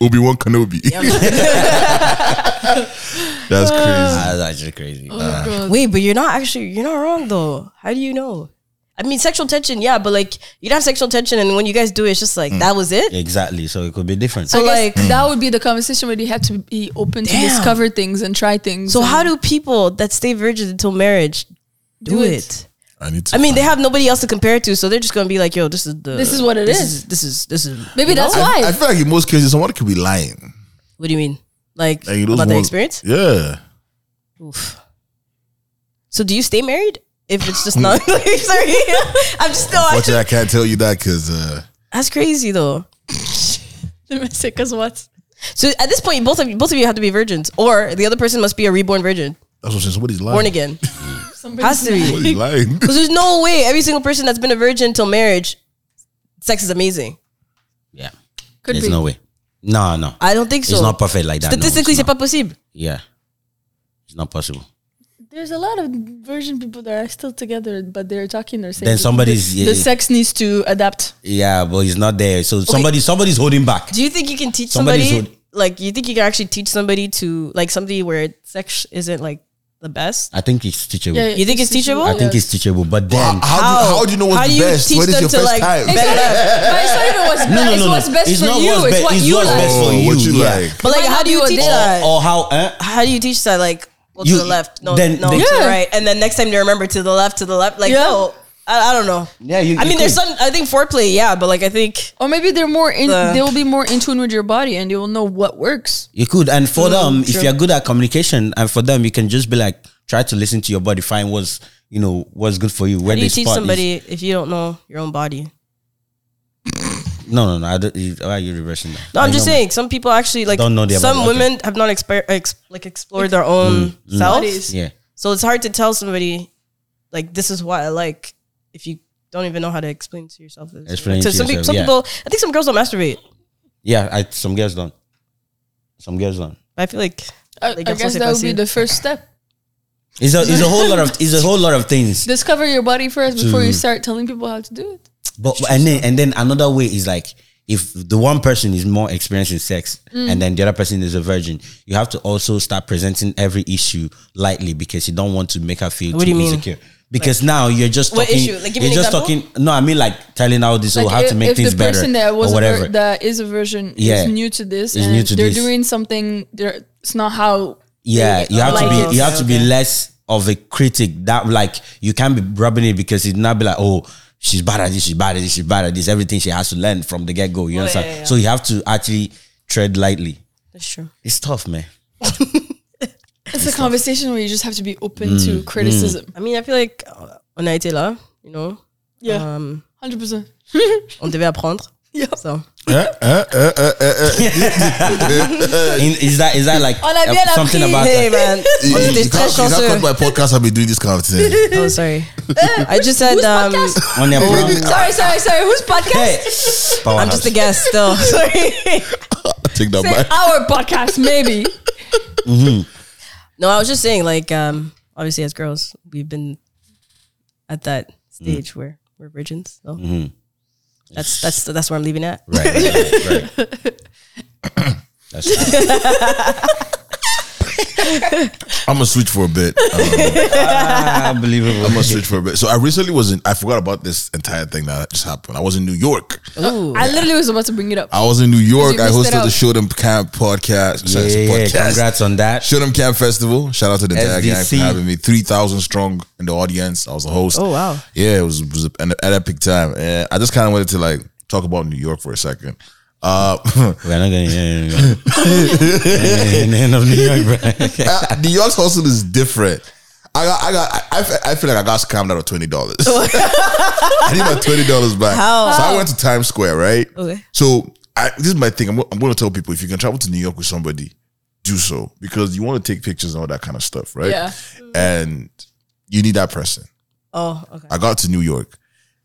Speaker 3: Obi Wan Kenobi. *laughs* That's
Speaker 5: *laughs*
Speaker 3: crazy.
Speaker 9: Ah, that's actually crazy.
Speaker 5: Oh,
Speaker 9: Uh,
Speaker 5: Wait, but you're not actually you're not wrong though. How do you know? I mean, sexual tension, yeah, but like you don't have sexual tension, and when you guys do it, it's just
Speaker 3: Mm.
Speaker 5: like that was it.
Speaker 9: exactly. So it could be different.
Speaker 5: So
Speaker 6: I
Speaker 5: like,
Speaker 6: guess that would be the conversation where you have to be open to
Speaker 5: Damn.
Speaker 6: discover things and try things.
Speaker 5: so
Speaker 6: and-
Speaker 5: how do people that stay virgin until marriage do,
Speaker 6: Do
Speaker 5: it?
Speaker 6: it.
Speaker 3: I need to.
Speaker 5: I mean, they
Speaker 3: find-
Speaker 5: have nobody else to compare it to, so they're just gonna be like, "Yo, this is the
Speaker 6: This is what it
Speaker 5: this
Speaker 6: is.
Speaker 5: This is this is
Speaker 6: Maybe that's *laughs*
Speaker 5: know?
Speaker 6: why.
Speaker 3: I feel like in most cases, someone could be lying.
Speaker 5: What do you mean? Like,
Speaker 3: Like, those
Speaker 5: about their
Speaker 3: ones-
Speaker 5: experience?
Speaker 3: Yeah.
Speaker 5: Oof. So, do you stay married if it's
Speaker 9: *laughs*
Speaker 5: just not? *laughs* sorry, I'm just still.
Speaker 3: Fortunately, I can't tell you that because uh,
Speaker 5: That's crazy though.
Speaker 6: Because what?
Speaker 5: So at this point, both of you, both of you have to be virgins, or the other person must be a reborn virgin,
Speaker 3: that's what I'm saying. Somebody's lying.
Speaker 5: born again. Has to
Speaker 9: *laughs*
Speaker 5: be
Speaker 3: Somebody's lying.
Speaker 5: *laughs* because there's no way every single person that's been a virgin till marriage, sex is amazing.
Speaker 9: Yeah.
Speaker 6: Could
Speaker 9: There's
Speaker 6: be.
Speaker 9: no way. No, no.
Speaker 5: I don't think so.
Speaker 9: It's not perfect like that. No, it's
Speaker 5: Statistically, c'est
Speaker 9: not.
Speaker 5: pas possible.
Speaker 9: Yeah. It's not possible.
Speaker 6: There's a lot of virgin people that are still together, but they're talking. They're saying
Speaker 9: Then
Speaker 6: the-
Speaker 9: somebody's-
Speaker 6: the, the sex needs to adapt.
Speaker 9: Yeah, but it's not there. So somebody somebody's holding back.
Speaker 5: Do you think you can teach
Speaker 9: Somebody's
Speaker 5: somebody?
Speaker 9: who-
Speaker 5: Like, you think you can actually teach somebody to like somebody where sex isn't like the best?
Speaker 9: I think it's teachable.
Speaker 5: You think it's teachable?
Speaker 9: I think it's teachable, but then
Speaker 3: How, how, do, how do you know what's
Speaker 5: How do
Speaker 3: the
Speaker 5: you
Speaker 3: best?
Speaker 5: teach
Speaker 3: What is
Speaker 5: them
Speaker 3: your
Speaker 5: to,
Speaker 3: first
Speaker 5: like,
Speaker 3: time?
Speaker 5: better
Speaker 6: But it's not even what's
Speaker 9: no, no,
Speaker 6: best. It's
Speaker 9: no,
Speaker 6: what's
Speaker 9: no.
Speaker 6: best
Speaker 9: it's
Speaker 6: for
Speaker 9: not
Speaker 6: you.
Speaker 9: what's
Speaker 6: it's
Speaker 9: best.
Speaker 6: what
Speaker 9: it's
Speaker 6: you
Speaker 9: what's
Speaker 6: like.
Speaker 9: best for
Speaker 3: Oh,
Speaker 9: you.
Speaker 3: what you
Speaker 9: yeah.
Speaker 3: like.
Speaker 5: But like,
Speaker 6: might
Speaker 5: how
Speaker 6: not
Speaker 5: do
Speaker 6: be
Speaker 5: you
Speaker 6: what
Speaker 5: teach
Speaker 6: they-
Speaker 5: that?
Speaker 9: Or how? Eh?
Speaker 5: how do you teach that? Like, well,
Speaker 9: You-
Speaker 5: to the left, no,
Speaker 9: then-
Speaker 5: no,
Speaker 9: then-
Speaker 5: to the
Speaker 6: Yeah.
Speaker 5: right, and then next time they remember to the left, to the left. Like,
Speaker 6: Yeah.
Speaker 5: no, I, I don't know.
Speaker 9: Yeah, you-
Speaker 5: I
Speaker 9: you
Speaker 5: mean, there's
Speaker 9: could.
Speaker 5: some. I think foreplay, yeah, but like, I think
Speaker 6: Or maybe they're more in.
Speaker 5: The-
Speaker 6: they will be more in tune with your body, and they will know what works.
Speaker 9: You could, and for
Speaker 5: Mm,
Speaker 9: them, if you're good at communication, and for them, you can just be like, try to listen to your body, find what's you know what's good for you.
Speaker 5: how
Speaker 9: Where
Speaker 5: do
Speaker 9: they
Speaker 5: you teach
Speaker 9: spot is-
Speaker 5: somebody if you don't know your own body?
Speaker 9: No, no, no. I don't, you- why are you reversing that?
Speaker 5: No, I'm
Speaker 9: I
Speaker 5: just
Speaker 9: know,
Speaker 5: saying. Some people actually like
Speaker 9: Don't know their
Speaker 5: some
Speaker 9: body, okay. Mm.
Speaker 5: women have not exper- ex- like explored their own selves,
Speaker 6: Bodies.
Speaker 9: man. Yeah,
Speaker 5: so it's hard to tell somebody like this is what I like if you don't even know how to explain to yourself. This.
Speaker 9: Explain
Speaker 5: So
Speaker 9: to
Speaker 5: some, peop-
Speaker 9: yourself,
Speaker 5: some
Speaker 9: yeah.
Speaker 5: people, I think some girls don't masturbate.
Speaker 9: yeah. I, some girls don't. Some girls don't.
Speaker 5: I feel like
Speaker 6: I,
Speaker 5: Like,
Speaker 6: I
Speaker 5: that's
Speaker 6: guess that
Speaker 5: what they
Speaker 6: would be
Speaker 5: see.
Speaker 6: the first step.
Speaker 9: It's a, it's a whole lot of it's a whole lot of things.
Speaker 6: Discover your body first before you start telling people how to do it.
Speaker 9: But and then and then another way is like if the one person is more experienced in sex
Speaker 5: Mm.
Speaker 9: and then the other person is a virgin, you have to also start presenting every issue lightly because you don't want to make her feel
Speaker 5: What
Speaker 9: too
Speaker 5: do you mean?
Speaker 9: insecure. Because now you're just
Speaker 5: What
Speaker 9: talking.
Speaker 5: issue? Like, give me
Speaker 9: you're
Speaker 5: an
Speaker 9: just
Speaker 5: example.
Speaker 9: talking. No, I mean like telling out this. oh,
Speaker 6: Like,
Speaker 9: how to
Speaker 6: if-
Speaker 9: make
Speaker 6: if
Speaker 9: things
Speaker 6: the
Speaker 9: better
Speaker 6: person that was
Speaker 9: or
Speaker 6: a
Speaker 9: whatever.
Speaker 6: ver- that is a version
Speaker 9: Yeah.
Speaker 6: is new to this,
Speaker 9: Is
Speaker 6: and
Speaker 9: new to
Speaker 6: they're
Speaker 9: this.
Speaker 6: doing something. They're, it's not how.
Speaker 9: yeah, you have to
Speaker 6: like
Speaker 9: be.
Speaker 6: it.
Speaker 9: You have to be
Speaker 5: Okay.
Speaker 9: less of a critic. That like you can't be rubbing it because it not be like oh. She's bad at this. She's bad at this. She's bad at this. Everything she has to learn from the get go. You understand?
Speaker 5: Oh, yeah, yeah.
Speaker 9: So you have to actually tread lightly.
Speaker 5: that's true.
Speaker 9: It's tough, man.
Speaker 6: It's a conversation where you just have to be open
Speaker 9: Mm,
Speaker 6: to criticism.
Speaker 5: I mean, I feel like uh, on a été là, you know.
Speaker 6: Yeah,
Speaker 5: Um,
Speaker 6: Uh, hundred percent.
Speaker 5: on devait apprendre.
Speaker 6: Yeah.
Speaker 5: So
Speaker 3: Eh,
Speaker 9: In, is that is that like
Speaker 6: On a bien
Speaker 9: uh, something
Speaker 6: appris.
Speaker 9: about
Speaker 5: hey man,
Speaker 9: that?
Speaker 5: on
Speaker 3: You-
Speaker 5: était
Speaker 3: you can't- you
Speaker 5: très
Speaker 3: can't
Speaker 5: chanceux.
Speaker 3: cut my podcast. I'll be doing this kind of thing.
Speaker 5: Oh *laughs* sorry, I just said um,
Speaker 9: On a plan-
Speaker 6: Sorry, sorry, sorry. Whose podcast?
Speaker 9: hey,
Speaker 5: I'm just a guest still. *laughs* sorry.
Speaker 3: I take that
Speaker 6: Say
Speaker 3: back.
Speaker 6: our podcast,
Speaker 9: *laughs*
Speaker 6: maybe.
Speaker 5: No, I was just saying like um, obviously as girls we've been at that stage
Speaker 9: Mm.
Speaker 5: where we're virgins. So that's that's that's where I'm leaving at.
Speaker 9: *laughs* Mm-hmm. Right, right, right, right. That's
Speaker 3: I'm gonna switch for a bit. Um,
Speaker 9: Ah, unbelievable.
Speaker 3: I'm gonna switch for a bit. So I recently was in. I forgot about this entire thing that just happened. I was in New York.
Speaker 5: Ooh.
Speaker 6: I literally was about to bring it up.
Speaker 3: I was in New York.
Speaker 6: You
Speaker 3: I
Speaker 6: missed it
Speaker 3: hosted the
Speaker 6: out.
Speaker 3: Show Them Camp podcast.
Speaker 9: Yeah,
Speaker 3: sorry, it's a
Speaker 9: yeah,
Speaker 3: podcast.
Speaker 9: congrats on that.
Speaker 3: Show Them Camp Festival. Shout out to the entire gang for
Speaker 9: SDC.
Speaker 3: having me. Three thousand strong in the audience. I was the host.
Speaker 5: Oh, wow.
Speaker 3: Yeah, it was, it was an, an epic time. And I just kind of wanted to like talk about New York for a second.
Speaker 5: *laughs*
Speaker 3: Uh, *laughs*
Speaker 9: We're not going to *laughs* end of New York, bro.
Speaker 3: Uh, New York's hustle is different. I got, I got, I, I fe- I feel like I got scammed out of twenty
Speaker 5: *laughs*
Speaker 3: dollars. I need my twenty dollars back.
Speaker 5: How?
Speaker 3: So I went to Times Square, right?
Speaker 5: *laughs* Okay.
Speaker 3: So I, this is my thing. I'm, go- I'm going to tell people if you can travel to New York with somebody, do so because you want to take pictures and all that kind of stuff, right?
Speaker 6: Yeah.
Speaker 3: And you need that person.
Speaker 5: Oh okay.
Speaker 3: I got to New York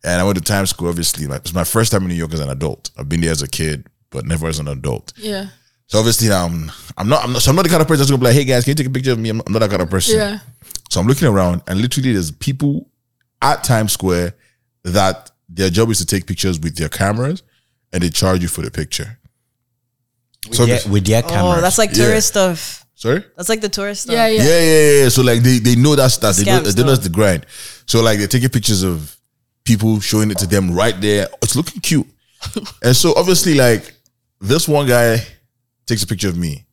Speaker 3: and I went to Times Square. Obviously, like it's my first time in New York as an adult. I've been there as a kid, but never as an adult.
Speaker 6: Yeah.
Speaker 3: So obviously, I'm, I'm not, I'm not, so I'm not the kind of person that's gonna be like, hey guys, can you take a picture of me? I'm not, I'm not that kind of person.
Speaker 6: Yeah.
Speaker 3: So I'm looking around and literally there's people at Times Square that their job is to take pictures with their cameras and they charge you for the picture. So
Speaker 9: With, their- with their camera.
Speaker 5: Oh, that's like
Speaker 3: Yeah.
Speaker 5: tourist stuff.
Speaker 3: sorry?
Speaker 5: That's like the tourist stuff.
Speaker 6: Yeah. Yeah.
Speaker 3: Yeah. yeah, yeah, So like they, they know that's that. They, know,
Speaker 5: Scams,
Speaker 3: they know
Speaker 5: no.
Speaker 3: that's the grind. So like they're taking pictures of people showing it to them right there. It's looking *laughs* cute. and so obviously like this one guy takes a picture of me.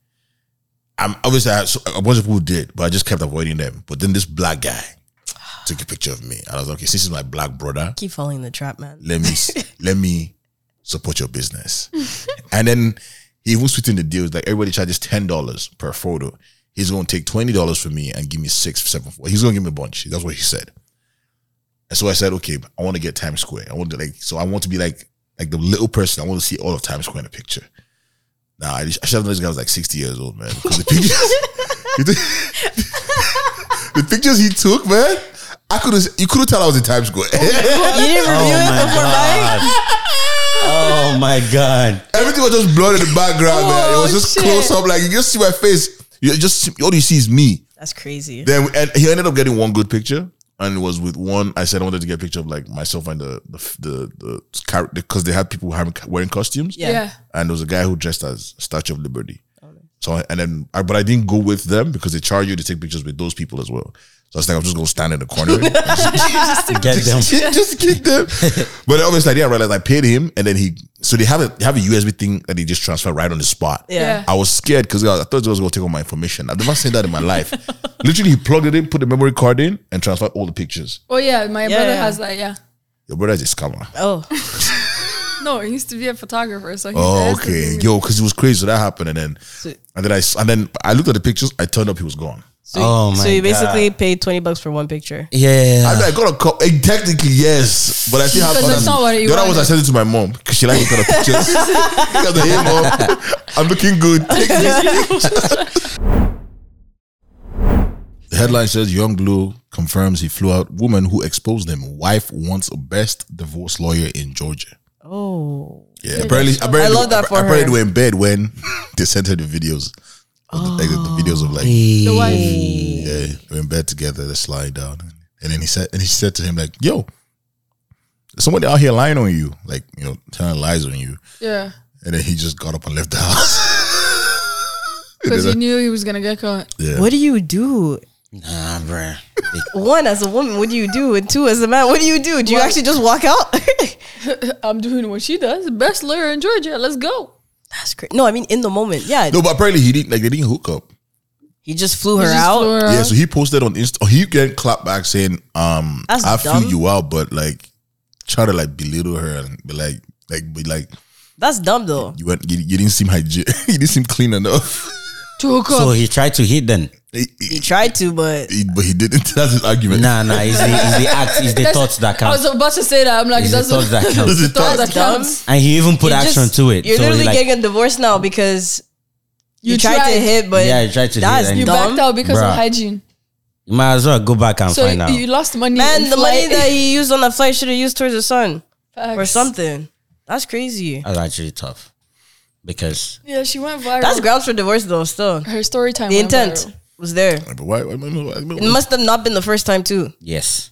Speaker 3: I'm obviously I, so a bunch of people did, but I just kept avoiding them. But then this black guy took a picture of me. I was like, okay, since he's my black brother,
Speaker 5: Keep falling in the trap, man.
Speaker 3: let me let me support your business. and then he even sweetened the deals like everybody charges ten dollars per photo. He's gonna take twenty dollars from me and give me six, seven. Four. He's gonna give me a bunch. That's what he said. And so I said, okay, I want to get Times Square. I want to like, so I want to be like like the little person. I want to see all of Times Square in a picture. Nah, I, just- I should have known this guy was like sixty years old, man. Because the pictures, *laughs* the pictures he took, man, I could have you could have tell I was in Times Square.
Speaker 5: You didn't review it before buying? *laughs*
Speaker 9: Oh my god.
Speaker 3: Everything was just blurred in the background, man. It was
Speaker 6: Oh,
Speaker 3: just
Speaker 6: shit.
Speaker 3: close up, like you just see my face. You just all you see is me.
Speaker 5: That's crazy.
Speaker 3: Then and he ended up getting one good picture, and it was with one. I said I wanted to get a picture of like myself and the the the because the, because they had people having wearing costumes.
Speaker 5: Yeah.
Speaker 6: Yeah.
Speaker 3: and there was a guy who dressed as Statue of Liberty. So I- and then I, but I didn't go with them because they charge you to take pictures with those people as well. So I was like, I'm just gonna stand in the corner. *laughs* and
Speaker 9: Get them.
Speaker 3: just, just kick them. But obviously, I didn't realize I paid him, and then he. So they have a they have a USB thing that they just transfer right on the spot.
Speaker 5: Yeah.
Speaker 3: I was scared because I thought they was gonna take all my information. I've never seen that in my life. Literally, he plugged it in, put the memory card in, and transferred all the pictures.
Speaker 6: Oh yeah, my
Speaker 5: Yeah,
Speaker 6: brother
Speaker 5: yeah.
Speaker 6: has that. Yeah.
Speaker 3: Your brother is a scammer.
Speaker 5: Oh,
Speaker 6: No, he used to be a photographer, so he
Speaker 3: Oh,
Speaker 6: has to
Speaker 3: okay,
Speaker 6: do-
Speaker 3: yo, because it was crazy. So that happened, and then and then I s- and then I looked at the pictures. I turned up, he was gone.
Speaker 5: so,
Speaker 9: Oh
Speaker 5: you, so
Speaker 9: my
Speaker 5: you basically paid twenty bucks for one picture.
Speaker 3: I,
Speaker 9: Yeah.
Speaker 3: I got a call. eh, Technically, yes, but I still have.
Speaker 6: Because that's not what
Speaker 3: the
Speaker 6: you
Speaker 3: other was I
Speaker 6: wanted.
Speaker 3: sent it to my mom because she liked the kind of pictures. I was like, hey, mom, I'm looking good. Take this. the headline says Young Blue confirms he flew out woman who exposed him. Wife wants best divorce lawyer in Georgia.
Speaker 5: Oh,
Speaker 3: Yeah, apparently, apparently,
Speaker 5: I love that for
Speaker 3: apparently
Speaker 5: her.
Speaker 3: they were in bed when *laughs* they sent her the videos, of the, like, the videos of like
Speaker 6: The wife.
Speaker 3: yeah, we're in bed together. They're lying down, and then he said, and he said to him like, "Yo, there's somebody out here lying on you, like you know, telling lies on you."
Speaker 6: Yeah.
Speaker 3: And then he just got up and left the house.
Speaker 6: Because he knew he was gonna get caught.
Speaker 3: yeah,
Speaker 5: what do you do?
Speaker 9: Nah, bruh.
Speaker 5: One as a woman, what do you do? And two as a man, what do you do? Do you actually just walk out? *laughs*
Speaker 6: I'm doing what she does. Best lawyer in Georgia. Let's go.
Speaker 5: That's crazy. No, I mean in the moment, yeah.
Speaker 3: no, but apparently he didn't like they didn't hook up.
Speaker 5: He just flew
Speaker 6: He
Speaker 5: her
Speaker 6: just
Speaker 5: out.
Speaker 6: flew her
Speaker 3: Yeah,
Speaker 6: out.
Speaker 3: so he posted on Insta. He getting clapped back saying, "Um,
Speaker 5: That's
Speaker 3: I
Speaker 5: dumb.
Speaker 3: flew you out, but like, try to like belittle her and be like, like, be like,
Speaker 5: That's dumb though.
Speaker 3: you went, you, you didn't seem hygienic, you didn't seem clean enough."
Speaker 6: to hook up.
Speaker 9: So he tried to hit them.
Speaker 3: He-
Speaker 5: He
Speaker 3: he-
Speaker 5: tried to, but
Speaker 3: he- but he didn't. That's his argument.
Speaker 9: Nah, nah. It's the, it's
Speaker 6: *laughs*
Speaker 9: the act. It's the
Speaker 6: That's-
Speaker 9: thoughts that
Speaker 6: I
Speaker 9: count.
Speaker 6: was about to say that. I'm like,
Speaker 9: It's the
Speaker 6: that's
Speaker 9: thoughts
Speaker 6: *laughs* the
Speaker 9: that count.
Speaker 3: That's his
Speaker 6: thought that
Speaker 5: That's dumb.
Speaker 6: counts.
Speaker 9: And he even put
Speaker 5: you
Speaker 9: action
Speaker 5: just-
Speaker 9: to it.
Speaker 5: You're
Speaker 9: so
Speaker 5: literally
Speaker 9: like,
Speaker 5: getting a divorce now because you,
Speaker 6: You
Speaker 5: tried, to
Speaker 6: tried.
Speaker 5: hit, but
Speaker 9: Yeah, you tried to
Speaker 5: that's
Speaker 9: hit and
Speaker 6: You
Speaker 9: you
Speaker 5: dumb.
Speaker 6: backed out because
Speaker 9: Bruh.
Speaker 6: of hygiene.
Speaker 9: you might as well go back and
Speaker 6: So
Speaker 9: find out.
Speaker 6: you lost money.
Speaker 5: Man,
Speaker 6: in
Speaker 5: the money
Speaker 6: flight.
Speaker 5: that he used on that flight should have used towards his son
Speaker 6: Facts.
Speaker 5: or something. That's crazy.
Speaker 9: That's actually tough because
Speaker 6: Yeah, she went viral.
Speaker 5: That's grounds for divorce though. Still,
Speaker 6: Her story time.
Speaker 5: the
Speaker 6: went
Speaker 5: intent
Speaker 6: viral.
Speaker 5: was there.
Speaker 3: But why? why, why, why- why-
Speaker 5: It must have not been the first time too.
Speaker 9: yes,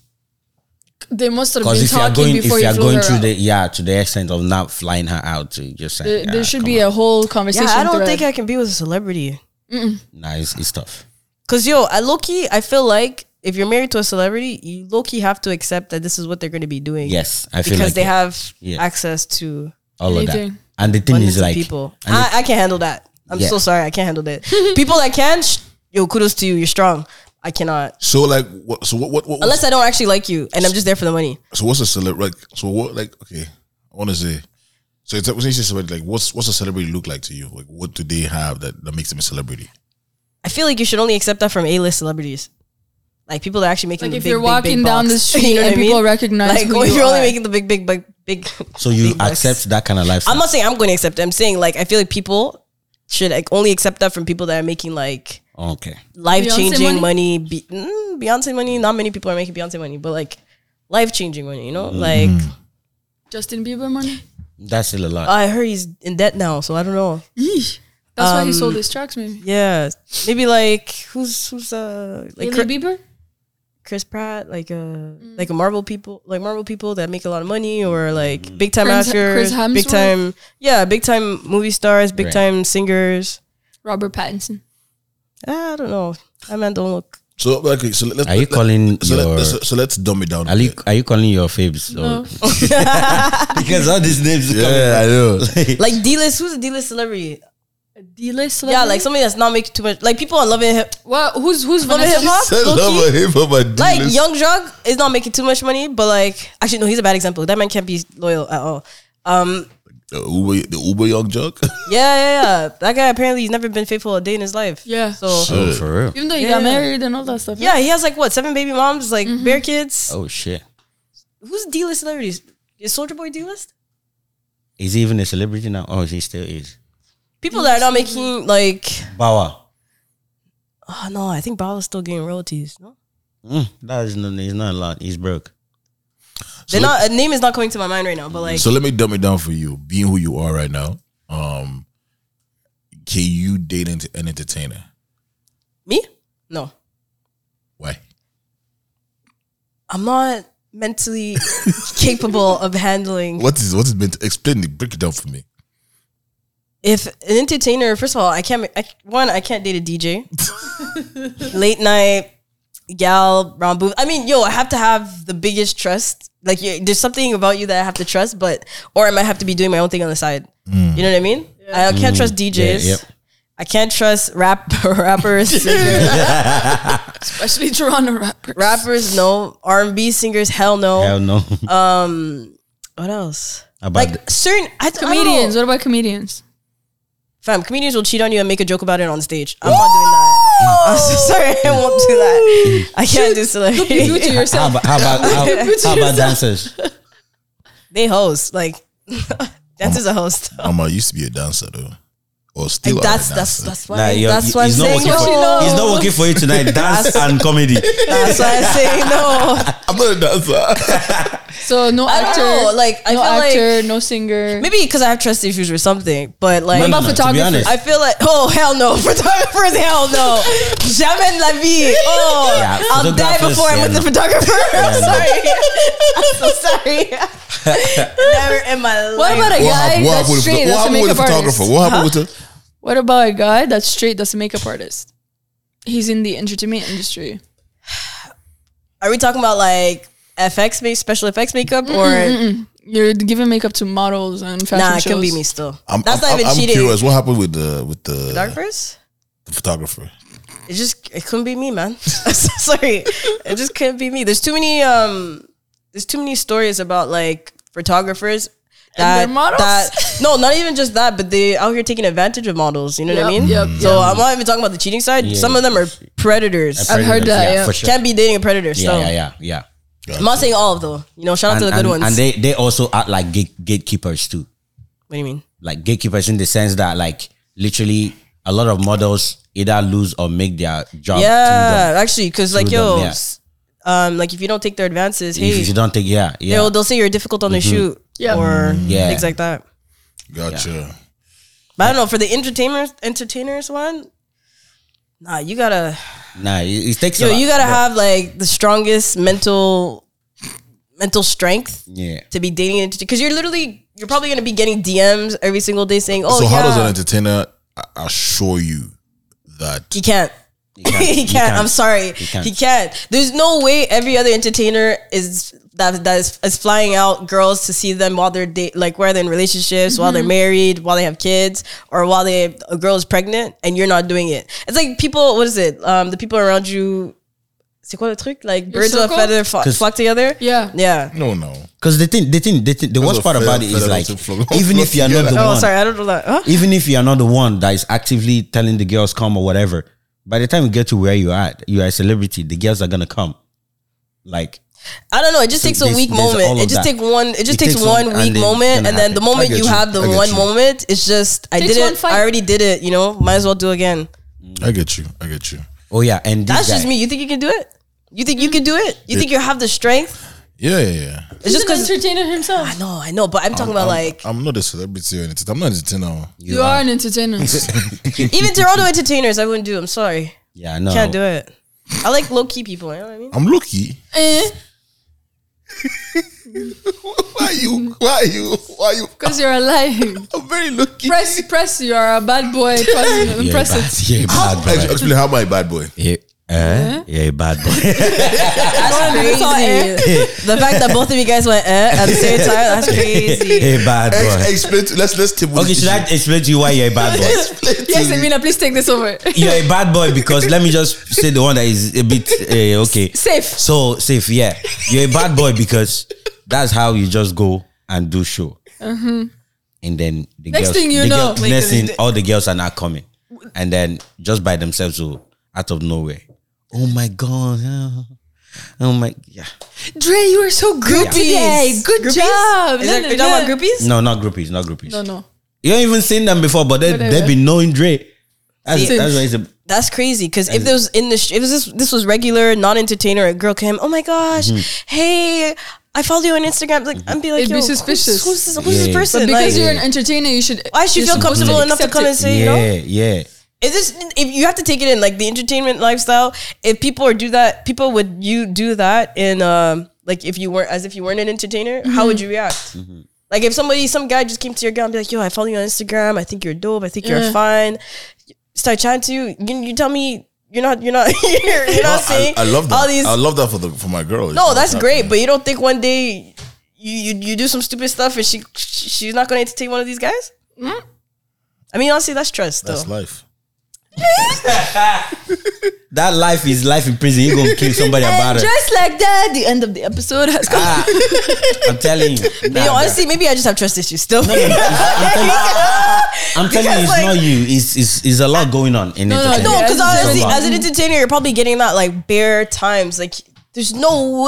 Speaker 6: They must have
Speaker 9: because
Speaker 6: been
Speaker 9: if you are
Speaker 6: talking
Speaker 9: going, if
Speaker 6: before
Speaker 9: you are
Speaker 6: flew
Speaker 9: going
Speaker 6: her
Speaker 9: to
Speaker 6: out.
Speaker 9: the yeah to the extent of not flying her out to just like,
Speaker 6: There,
Speaker 9: yeah,
Speaker 6: there should
Speaker 9: come
Speaker 6: be
Speaker 9: on.
Speaker 6: a whole conversation.
Speaker 5: Yeah, I don't
Speaker 6: thread.
Speaker 5: think I can be with a celebrity.
Speaker 9: nah, it's, it's tough.
Speaker 5: Cause yo, I low key, I feel like if you're married to a celebrity, you low key have to accept that this is what they're going to be doing.
Speaker 9: Yes, I feel
Speaker 5: because
Speaker 9: like
Speaker 5: they
Speaker 9: it.
Speaker 5: have
Speaker 9: Yeah.
Speaker 5: access to
Speaker 9: all of that.
Speaker 6: Anything.
Speaker 9: And the thing
Speaker 5: abundance
Speaker 9: is like
Speaker 5: of people.
Speaker 9: and
Speaker 5: I, I can't handle that. I'm
Speaker 9: Yeah.
Speaker 5: so sorry, I can't handle that. people that can, sh- yo, kudos to you. You're strong. I cannot.
Speaker 3: So like, what, so what? What? what
Speaker 5: Unless I don't actually like you, and I'm just there for the money.
Speaker 3: so what's a celebrity? Like, so what? Like, okay, I want to say. So it's when you say celebrity, like, what's what's a celebrity look like to you? Like, what do they have that, that makes them a celebrity?
Speaker 5: I feel like you should only accept that from A-list celebrities. Like people that are actually making
Speaker 6: Like
Speaker 5: the
Speaker 6: if
Speaker 5: big,
Speaker 6: you're
Speaker 5: big, big
Speaker 6: walking down
Speaker 5: *laughs* bucks.
Speaker 6: the street
Speaker 5: what
Speaker 6: and
Speaker 5: I mean?
Speaker 6: people recognize
Speaker 5: like
Speaker 6: who
Speaker 5: if
Speaker 6: you
Speaker 5: you're only
Speaker 6: are.
Speaker 5: making the big big big big
Speaker 9: so you
Speaker 5: big bucks.
Speaker 9: accept that kind of life.
Speaker 5: I'm not saying I'm going to accept it. I'm saying like I feel like people should like only accept that from people that are making like
Speaker 9: okay.
Speaker 5: life changing
Speaker 6: Beyonce
Speaker 5: money. Be- mm, Beyonce money. Not many people are making Beyonce money, but like life changing money. You know, like oh,
Speaker 6: Justin Bieber money.
Speaker 9: That's still a lot.
Speaker 5: I heard he's in debt now, so I don't know.
Speaker 6: Yeesh. That's why he
Speaker 5: Um,
Speaker 6: sold his tracks, maybe.
Speaker 5: Yeah, maybe like who's who's uh like
Speaker 6: Hailey
Speaker 5: Chris,
Speaker 6: Bieber.
Speaker 5: Chris Pratt, like uh like a Marvel people, like Marvel people that make a lot of money, or like big time
Speaker 6: Chris-
Speaker 5: actors,
Speaker 6: Chris Hemsworth?
Speaker 5: big time yeah, big time movie stars, big
Speaker 9: Right.
Speaker 5: time singers.
Speaker 6: Robert Pattinson.
Speaker 5: Ah, I don't know. I mean, don't look.
Speaker 3: So okay, so let's.
Speaker 9: Are you
Speaker 3: let-
Speaker 9: calling
Speaker 3: So, let,
Speaker 9: your-
Speaker 3: us so, so let's dumb it down. a
Speaker 9: Are you
Speaker 3: bit.
Speaker 9: *laughs* are you calling your faves?
Speaker 6: No.
Speaker 9: Or, *laughs* because all these names are
Speaker 3: Yeah, I know.
Speaker 9: *laughs* coming.
Speaker 5: Like D list, who's a D list celebrity?
Speaker 6: a D-list celebrity?
Speaker 5: Yeah, like somebody that's not making too much. Like people are loving hip.
Speaker 6: Well, who's who's
Speaker 5: Love
Speaker 6: Vanessa?
Speaker 5: Hip Hop?
Speaker 3: I love him for my D-list.
Speaker 5: Like Young Drug is not making too much money, but like actually no, he's a bad example. That man can't be loyal at all. Um,
Speaker 3: *laughs* the Uber, the Uber Young
Speaker 5: *laughs*
Speaker 3: Jock.
Speaker 5: yeah, yeah, yeah. That guy apparently he's never been faithful a day in his life.
Speaker 6: Yeah.
Speaker 5: So
Speaker 9: Oh, for real?
Speaker 6: Even though you
Speaker 5: Yeah.
Speaker 6: got married and all that stuff.
Speaker 5: yeah, he has like what seven baby moms, like bare kids.
Speaker 9: Oh shit!
Speaker 5: Who's D list celebrities? Is Soldier Boy D list?
Speaker 9: Is he even a celebrity now? Oh, he still is.
Speaker 5: People that are not making like
Speaker 9: Bawa.
Speaker 5: oh no, I think Bao is still getting royalties. No,
Speaker 9: Mm, that is not. He's not a lot. He's broke.
Speaker 5: they're not. A name is not coming to my mind right now, but like
Speaker 3: so let me dumb it down for you. Being who you are right now, um, can you date an an entertainer?
Speaker 5: me, no,
Speaker 3: Why?
Speaker 5: I'm not mentally *laughs* capable of handling
Speaker 3: What is what has been explain it, break it down for me.
Speaker 5: if an entertainer, first of all, I can't. I, one, I can't date a *laughs* DJ. Late night gal round booth. I mean, yo, I have to have the biggest trust. Like, you, there's something about you that I have to trust, but or I might have to be doing my own thing on the side. You know what I mean? I can't trust DJs.
Speaker 9: Mm. yep.
Speaker 5: I can't trust rap *laughs* rappers. singers.
Speaker 6: Especially *laughs* Toronto rappers.
Speaker 5: rappers, no. R and B singers, hell no.
Speaker 9: Hell no.
Speaker 5: What else?
Speaker 9: About
Speaker 5: Like certain I,
Speaker 6: Comedians.
Speaker 5: I don't know.
Speaker 6: What about comedians?
Speaker 5: fam, comedians will cheat on you and make a joke about it on stage. I'm not doing that. I'm so sorry, I won't do that.
Speaker 9: *laughs*
Speaker 5: I can't do
Speaker 6: Do it
Speaker 5: celebrity.
Speaker 6: to
Speaker 9: how
Speaker 6: yourself.
Speaker 9: about how about, how, how about dancers?
Speaker 5: *laughs* they host like *laughs* dancers a host.
Speaker 3: Um, I used to be a dancer though, or still
Speaker 5: Like,
Speaker 3: are a
Speaker 5: that's that's *laughs*
Speaker 3: dancer.
Speaker 5: that's why
Speaker 9: Nah, you're-
Speaker 5: that's why I'm
Speaker 9: he's not
Speaker 5: saying
Speaker 9: working for
Speaker 5: no.
Speaker 9: he's not working for you tonight. Dance and comedy.
Speaker 5: *laughs* That's why I'm saying no.
Speaker 3: I'm not a dancer.
Speaker 6: So no
Speaker 5: I don't
Speaker 6: actor.
Speaker 5: know, like, I
Speaker 6: no
Speaker 5: feel like-
Speaker 6: actor, no singer.
Speaker 5: *laughs* Maybe because I have trust issues or something. But like
Speaker 9: No, no, no, To be
Speaker 6: photographers?
Speaker 5: *laughs*
Speaker 9: honest,
Speaker 5: I feel like oh hell no *laughs* photographers hell no
Speaker 9: *laughs*
Speaker 5: jamais de la vie oh
Speaker 9: Yeah,
Speaker 5: I'll die
Speaker 9: photographers,
Speaker 5: before I'm
Speaker 9: yeah,
Speaker 5: with the
Speaker 9: no.
Speaker 5: photographer *laughs* I'm
Speaker 9: Yeah, no.
Speaker 5: sorry *laughs* I'm so sorry
Speaker 9: *laughs*
Speaker 5: never in my life
Speaker 6: What about a
Speaker 3: what
Speaker 6: guy
Speaker 3: happened, what
Speaker 6: that's
Speaker 3: happened with,
Speaker 6: straight?
Speaker 3: the, what
Speaker 6: That's
Speaker 3: happened
Speaker 6: a
Speaker 3: with the
Speaker 6: makeup artist.
Speaker 3: photographer? What happened with the?
Speaker 6: What about a guy that's straight that's a makeup artist? He's in the entertainment industry.
Speaker 5: are we talking about like FX make special effects makeup or
Speaker 6: You're giving makeup to models and fashion
Speaker 5: nah it
Speaker 6: shows.
Speaker 5: can be me still
Speaker 3: I'm,
Speaker 5: that's
Speaker 3: I'm,
Speaker 5: not even
Speaker 3: I'm
Speaker 5: cheating
Speaker 3: curious. What happened with the with the,
Speaker 5: photographers
Speaker 3: the photographer?
Speaker 5: it just it couldn't be me man *laughs* I'm so sorry it just couldn't be me there's too many um there's too many stories about like photographers that,
Speaker 6: their models?
Speaker 5: that no not even just that but they out here taking advantage of models you know what i
Speaker 6: Yep,
Speaker 5: mean
Speaker 6: yep,
Speaker 5: so i'm not even talking about the cheating side some of them are predators
Speaker 6: I've heard that, yeah.
Speaker 9: for sure.
Speaker 5: can't be dating a predator
Speaker 9: yeah,
Speaker 5: so
Speaker 9: yeah, yeah, yeah.
Speaker 5: i'm not saying all of though you know shout out to the good
Speaker 9: and,
Speaker 5: ones
Speaker 9: and they they also act like gate, gatekeepers too.
Speaker 5: what do you mean
Speaker 9: Like gatekeepers in the sense that like literally a lot of models either lose or make their job.
Speaker 5: yeah actually because
Speaker 9: through
Speaker 5: like
Speaker 9: them,
Speaker 5: yo
Speaker 9: yeah.
Speaker 5: s- um like if you don't take their advances
Speaker 9: through them. If
Speaker 5: hey
Speaker 9: you don't take yeah, yeah. Mm-hmm.
Speaker 5: they'll, they'll say you're difficult on the shoot
Speaker 6: Yeah.
Speaker 5: or
Speaker 9: Yeah.
Speaker 5: things like that
Speaker 3: Gotcha.
Speaker 5: But I don't know for the entertainers entertainers one. Nah, you gotta
Speaker 9: nah, it, it takes a
Speaker 5: yo,
Speaker 9: lot.
Speaker 5: you gotta have like the strongest mental mental strength
Speaker 9: yeah.
Speaker 5: to be dating because you're literally you're probably gonna be getting DMs every single day saying, "Oh,
Speaker 3: so
Speaker 5: yeah.
Speaker 3: how does an entertainer a- assure you that
Speaker 5: he can't." *laughs* He can't.
Speaker 9: He can't.
Speaker 5: I'm sorry. He can't.
Speaker 9: can't.
Speaker 5: There's no way every other entertainer is that that is, is flying out girls to see them while they're date, like while they're in relationships, while
Speaker 6: Mm-hmm.
Speaker 5: they're married, while they have kids, or while they a girl is pregnant, and you're not doing it. It's like people. What is it? Um, the people around you. C'est quoi le truc? Like birds of a
Speaker 6: circle?
Speaker 5: feather flock,
Speaker 9: 'Cause-
Speaker 5: flock together.
Speaker 6: Yeah.
Speaker 5: Yeah.
Speaker 3: no no?
Speaker 9: Because the thing, the thing, the, thing, the worst
Speaker 3: of
Speaker 9: part
Speaker 3: fair-
Speaker 9: about it is
Speaker 3: federal
Speaker 9: like,
Speaker 3: to flow-
Speaker 9: even if you are not the
Speaker 5: Oh,
Speaker 9: one,
Speaker 5: sorry. I don't know that. Huh?
Speaker 9: even if you are not the one that is actively telling the girls come or whatever, by the time you get to where you are, at, you are a celebrity. The girls are gonna come. Like
Speaker 5: I don't know. It just
Speaker 9: So
Speaker 5: takes a
Speaker 9: there's-
Speaker 5: weak
Speaker 9: there's all
Speaker 5: moment.
Speaker 9: of
Speaker 5: It just
Speaker 9: that.
Speaker 5: takes one. It just
Speaker 9: It
Speaker 5: takes,
Speaker 9: takes
Speaker 5: one
Speaker 9: one,
Speaker 5: weak
Speaker 9: and then
Speaker 5: moment,
Speaker 9: gonna
Speaker 5: and then the
Speaker 9: happen.
Speaker 5: moment
Speaker 3: I
Speaker 5: you
Speaker 3: get
Speaker 5: have
Speaker 3: you.
Speaker 5: the
Speaker 3: I get
Speaker 5: one
Speaker 3: you.
Speaker 5: moment, it's just I
Speaker 6: Takes
Speaker 5: did
Speaker 6: one
Speaker 5: it.
Speaker 6: fight.
Speaker 5: I already did it. You know, might as well do again.
Speaker 3: I get you. I get you.
Speaker 9: Oh yeah, and this
Speaker 5: That's
Speaker 9: guy,
Speaker 5: just me. You think you can do it? You think you can do it? You think you have the strength?
Speaker 3: Yeah yeah yeah.
Speaker 5: It's just because.
Speaker 6: entertainer himself.
Speaker 5: I know, I know, but I'm talking about like
Speaker 3: I'm not a celebrity or anything. I'm not an entertainer.
Speaker 6: You, are an entertainer.
Speaker 3: *laughs*
Speaker 5: even Toronto entertainers. I wouldn't do. I'm sorry,
Speaker 9: Yeah, no,
Speaker 5: can't do it. I like low key people. You know what I mean?
Speaker 3: I'm lucky. *laughs*
Speaker 6: Because
Speaker 3: Why you? Why you? Why you?
Speaker 6: you're alive.
Speaker 3: I'm very lucky.
Speaker 6: Press,
Speaker 5: *laughs*
Speaker 6: press. You are a bad boy. Press,
Speaker 9: Yeah,
Speaker 6: press it.
Speaker 9: bad, *laughs* yeah, bad,
Speaker 3: Ex- Explain how my bad boy.
Speaker 9: Yeah,
Speaker 3: uh,
Speaker 9: Eh? Yeah, bad
Speaker 5: *laughs*
Speaker 9: boy.
Speaker 5: That's crazy. the fact that both of you guys went eh, at the same time, that's
Speaker 6: *laughs*
Speaker 5: crazy.
Speaker 9: hey, bad
Speaker 3: Ex-
Speaker 9: boy.
Speaker 3: explain. To, let's let's table.
Speaker 9: Okay, should I explain to you why you're a bad boy?
Speaker 6: *laughs* Yes, Amina, please take this over.
Speaker 9: you're a bad boy because let me just say the one that is a bit eh, okay.
Speaker 6: Safe.
Speaker 9: So safe, yeah. You're a bad boy because that's how you just go and do show, and then the
Speaker 6: Mm-hmm. Next
Speaker 9: girls,
Speaker 6: thing you
Speaker 9: the
Speaker 6: know-
Speaker 9: girl, next thing all the girls are not coming, and then just by themselves, so out of nowhere. Oh my god! Oh, oh my yeah.
Speaker 6: Dre, you were so good today. Good job. No,
Speaker 5: Is that,
Speaker 6: no,
Speaker 5: you're talking
Speaker 6: no.
Speaker 5: about groupies?
Speaker 9: No, not groupies, not groupies.
Speaker 6: *laughs* No, no.
Speaker 9: You haven't even seen them before, but they they
Speaker 6: Whatever.
Speaker 9: be knowing Dre. That's,
Speaker 6: See.
Speaker 9: that's why it's a
Speaker 5: That's crazy. Because if there was in the, sh- if this this was regular, non entertainer, a girl came, oh my gosh,
Speaker 6: Mm-hmm.
Speaker 5: hey, I follow you on Instagram. Like I'd be like,
Speaker 6: It'd be
Speaker 5: yo,
Speaker 6: suspicious.
Speaker 5: Who's, who's this, who's this
Speaker 9: Yeah.
Speaker 5: person?
Speaker 6: Mm-hmm. But because
Speaker 5: Like,
Speaker 6: you're an entertainer, you should.
Speaker 5: why should you
Speaker 6: you're
Speaker 5: feel
Speaker 6: supposed
Speaker 5: comfortable enough to
Speaker 6: accept
Speaker 5: come
Speaker 6: it.
Speaker 5: and say, you know?
Speaker 9: yeah yeah.
Speaker 5: Is this if you have to take it in like the entertainment lifestyle? If people are do that, people would you do that in um like if you weren't as if you weren't an entertainer, how
Speaker 3: Mm-hmm.
Speaker 5: would you react? Like if somebody, some guy just came to your girl and be like, "Yo, I follow you on Instagram. I think you're dope. I think you're fine." Start chatting to you. You, you tell me you're not. You're not. *laughs* You're, you're not
Speaker 3: Oh, I,
Speaker 5: saying.
Speaker 3: I love that.
Speaker 5: All these.
Speaker 3: I love that for the for my girl.
Speaker 5: no, that's great, but you don't think one day. You, you, you do some stupid stuff and she she's not gonna entertain one of these guys. I mean, honestly, that's trust though.
Speaker 3: Mm-hmm. That's life.
Speaker 9: That life is life in prison. You gonna kill
Speaker 5: *laughs*
Speaker 9: somebody about it.
Speaker 6: Just like that, the end of the episode has come.
Speaker 9: Ah, I'm telling you.
Speaker 5: Yo,
Speaker 9: Nah,
Speaker 5: honestly, maybe I just have trust issues still. *laughs* No,
Speaker 9: I'm telling you,
Speaker 5: because,
Speaker 9: it's
Speaker 5: like-
Speaker 9: not you. It's, it's it's a lot going on in
Speaker 6: no,
Speaker 9: entertainment.
Speaker 6: no,
Speaker 5: because
Speaker 6: Yeah,
Speaker 5: honestly,
Speaker 9: it's a lot.
Speaker 5: as an entertainer, you're probably getting that like bare times. Like, there's no
Speaker 9: It's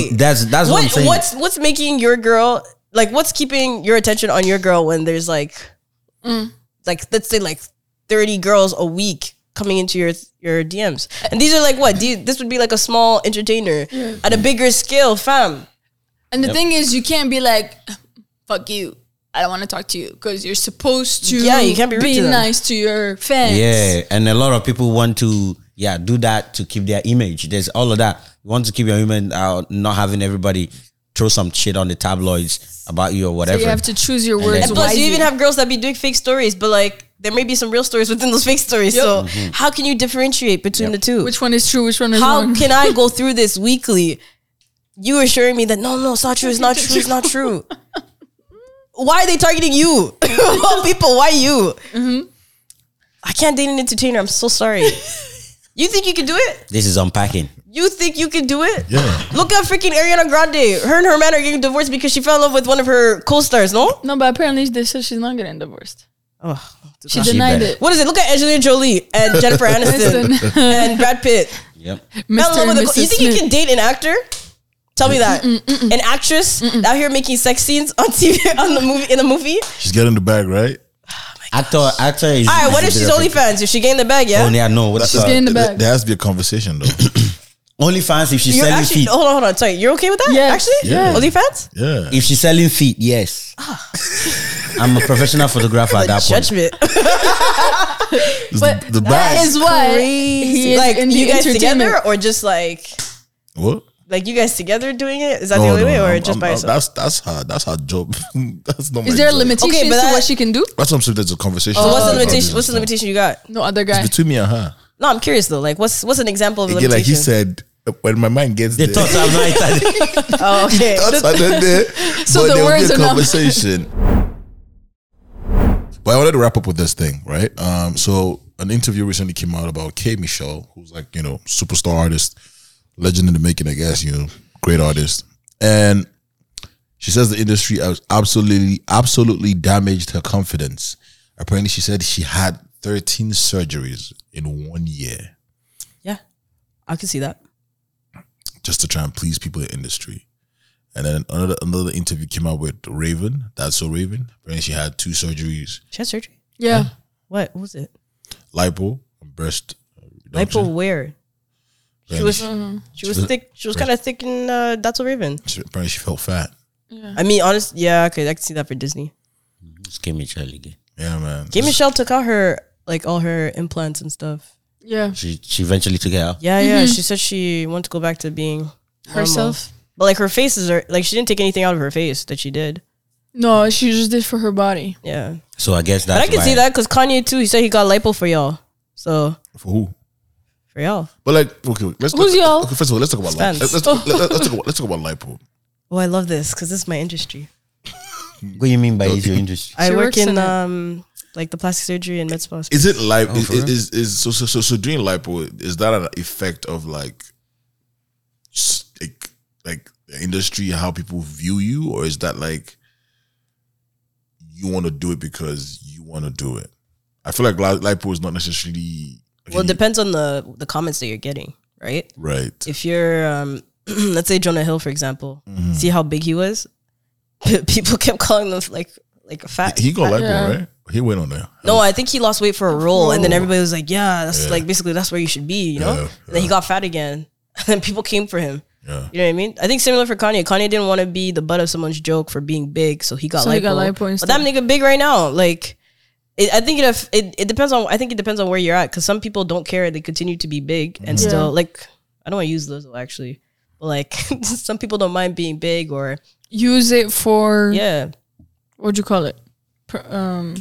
Speaker 5: way.
Speaker 9: a- that's that's what, I'm
Speaker 5: what,
Speaker 9: saying.
Speaker 5: what's what's making your girl like? What's keeping your attention on your girl when there's like, like let's say like thirty girls a week coming into your your DMs, and these are like what? These, this would be like a small entertainer at a bigger scale, fam.
Speaker 6: And the thing is, you can't be like, "Fuck you." I don't want to talk to you because you're supposed to.
Speaker 5: Yeah, you can't be rude to them.
Speaker 6: nice to your fans.
Speaker 9: yeah, and a lot of people want to yeah do that to keep their image. There's all of that. You want to keep your image out, not having everybody throw some shit on the tabloids about you or whatever.
Speaker 6: you have to choose your
Speaker 9: then-
Speaker 6: words.
Speaker 5: And plus, you
Speaker 6: wisely.
Speaker 5: even have girls that be doing fake stories, but like there may be some real stories within those fake stories. So
Speaker 9: Mm-hmm.
Speaker 5: how can you differentiate between the two?
Speaker 6: which one is true, which one is
Speaker 5: how
Speaker 6: wrong.
Speaker 5: can I go through this weekly? You assuring me that no, no, it's not true, it's not true, it's not true. Why are they targeting you? *laughs* Of all people, why you? I can't date an entertainer. I'm so sorry. you think you can do it?
Speaker 9: this is unpacking.
Speaker 5: You think you can do it?
Speaker 3: Yeah.
Speaker 5: Look at freaking Ariana Grande. Her and her man are getting divorced because she fell in love with one of her co-stars. No.
Speaker 6: No, but apparently they said she's not getting divorced.
Speaker 5: Oh,
Speaker 6: She denied
Speaker 9: better.
Speaker 6: it.
Speaker 5: What is it? Look at Angelina Jolie and
Speaker 6: *laughs*
Speaker 5: Jennifer Aniston
Speaker 6: Listen.
Speaker 5: and Brad Pitt.
Speaker 9: Yep.
Speaker 5: Fell in
Speaker 6: Mr.
Speaker 5: love
Speaker 6: and
Speaker 5: with a-
Speaker 6: Mrs.
Speaker 5: you think you can date an actor? Tell me that an actress out here making sex scenes on TV *laughs* on the movie in the movie.
Speaker 3: She's getting the bag right.
Speaker 9: Actor, actor is.
Speaker 5: All right, what if
Speaker 9: is
Speaker 5: she's
Speaker 9: a bit of a-
Speaker 5: OnlyFans? If she gained the bag, yeah.
Speaker 9: Oh yeah, no. What
Speaker 6: She's getting the
Speaker 3: Th-
Speaker 6: bag.
Speaker 3: There has to be a conversation though.
Speaker 5: *laughs*
Speaker 9: only fans if she's
Speaker 5: You're
Speaker 9: selling
Speaker 5: actually
Speaker 9: feet.
Speaker 5: hold on, hold on. Sorry, you're okay with that?
Speaker 6: Yeah.
Speaker 5: Actually,
Speaker 3: Yeah.
Speaker 5: OnlyFans.
Speaker 3: yeah.
Speaker 9: If she's selling feet, yes. I'm a professional photographer at that
Speaker 3: *laughs*
Speaker 5: Ah.
Speaker 9: point.
Speaker 5: Judgment.
Speaker 6: But
Speaker 3: the
Speaker 6: that
Speaker 3: bag.
Speaker 6: is why he is
Speaker 5: like
Speaker 6: in
Speaker 5: you
Speaker 6: the
Speaker 5: guys
Speaker 6: entertainment.
Speaker 5: together, or just like
Speaker 3: What?
Speaker 5: like you guys together doing it? Is that the only way, or
Speaker 3: I'm-
Speaker 5: just
Speaker 3: I'm-
Speaker 5: by
Speaker 3: I'm-
Speaker 5: yourself?
Speaker 3: That's that's her. That's her job. *laughs* that's not. my
Speaker 6: Is there a
Speaker 3: job.
Speaker 6: limitation
Speaker 5: Okay, but
Speaker 6: to
Speaker 5: that-
Speaker 6: what she can do?
Speaker 3: That's what I'm saying. There's a conversation.
Speaker 5: So Oh, what's the limitation? What's the limitation you got?
Speaker 6: No other guy.
Speaker 3: between me and her?
Speaker 5: No, I'm curious though. Like, what's what's an example of
Speaker 3: Again, like he
Speaker 5: limitation?
Speaker 3: said, when my mind gets
Speaker 9: The
Speaker 3: there,
Speaker 9: thoughts are not *laughs* entirely-
Speaker 3: *laughs*
Speaker 5: oh, okay.
Speaker 3: thoughts are not there.
Speaker 6: *laughs* So
Speaker 3: but
Speaker 6: the
Speaker 3: there will
Speaker 6: words
Speaker 3: be a
Speaker 6: are not-
Speaker 3: conversation. but I wanted to wrap up with this thing, right? Um, so an interview recently came out about K Michelle, who's like you know superstar artist, legend in the making, I guess. You know, great artist, and She says the industry has absolutely, absolutely damaged her confidence. Apparently, she said she had 13 surgeries in one year
Speaker 5: Yeah, I can see that.
Speaker 3: just to try and please people in the industry. And then another another interview came out with Raven, That's So Raven. Apparently, she had two surgeries
Speaker 5: She had surgery.
Speaker 6: yeah.
Speaker 5: What? What was it?
Speaker 3: lipo, and breast. uh, reduction.
Speaker 5: Lipo where? She
Speaker 3: Apparently
Speaker 5: was
Speaker 3: she-
Speaker 6: Mm-hmm.
Speaker 5: she was thick. She was kind of thick in uh, That's a Raven.
Speaker 3: she- apparently, she felt fat.
Speaker 5: I mean, honest, yeah, okay, I can see that for Disney.
Speaker 9: Just give me Charlie again.
Speaker 3: Yeah, man.
Speaker 5: Gay Michelle took out her like all her implants and stuff.
Speaker 6: Yeah.
Speaker 9: She she eventually took it out.
Speaker 5: Yeah, yeah. She said she wanted to go back to being
Speaker 6: Herself.
Speaker 5: but like her faces are like she didn't take anything out of her face that she did.
Speaker 6: No, she just did for her body.
Speaker 5: Yeah,
Speaker 9: So I guess
Speaker 5: but
Speaker 9: that's
Speaker 5: I can
Speaker 9: why
Speaker 5: see that because Kanye too. He said he got lipo for y'all. So
Speaker 3: For who?
Speaker 5: for y'all.
Speaker 3: But like, okay, let's
Speaker 6: Who's
Speaker 3: let
Speaker 6: y'all?
Speaker 3: Okay, first of all, let's talk about lipo.
Speaker 5: Spence.
Speaker 3: Let's, let's, let, us talk about let's talk about lipo.
Speaker 5: Oh, I love this because this is my industry.
Speaker 9: What do you mean by is your industry?
Speaker 5: I work
Speaker 6: works in
Speaker 5: in
Speaker 6: it.
Speaker 5: um like the plastic surgery and med spa. space.
Speaker 3: Is it lipo?
Speaker 9: Oh,
Speaker 3: is,
Speaker 9: for real?
Speaker 3: is, is so so so so doing lipo is that an effect of like, s- like like the industry how people view you, or is that like you want to do it because you want to do it? I feel like li- lipo is not necessarily
Speaker 5: Well, it depends on the the comments that you're getting, right?
Speaker 3: right.
Speaker 5: If you're um *clears throat* let's say Jonah Hill for example,
Speaker 3: Mm-hmm.
Speaker 5: see how big he was. *laughs* People kept calling them like like a fat.
Speaker 3: He got lipo,
Speaker 6: Yeah.
Speaker 3: right? He went on there.
Speaker 5: No, I think he lost weight for a role, and then everybody was like, "Yeah, that's like basically that's where you should be," you know.
Speaker 3: Yeah,
Speaker 5: And then he got fat again, *laughs* and then people came for him.
Speaker 3: Yeah.
Speaker 5: You know what I mean? I think similar for Kanye. Kanye didn't want to be the butt of someone's joke for being big, so he got
Speaker 6: So
Speaker 5: lipo.
Speaker 6: he got lipo
Speaker 5: but that nigga big right now. Like, it, I think it, aff- it it depends on. I think it depends on where you're at, because some people don't care. They continue to be big and still like. I don't want to use those actually, but like *laughs* some people don't mind being big or
Speaker 6: Use it for
Speaker 5: yeah,
Speaker 6: what do you call it? Pro, um,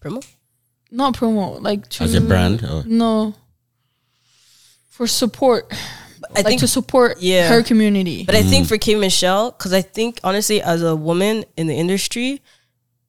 Speaker 5: promo.
Speaker 6: not promo, like to,
Speaker 9: As a brand? Or?
Speaker 6: No, for support,
Speaker 5: I
Speaker 6: like
Speaker 5: think
Speaker 6: to support
Speaker 5: yeah.
Speaker 6: her community.
Speaker 5: But I think for Kim Michelle, because I think honestly, as a woman in the industry,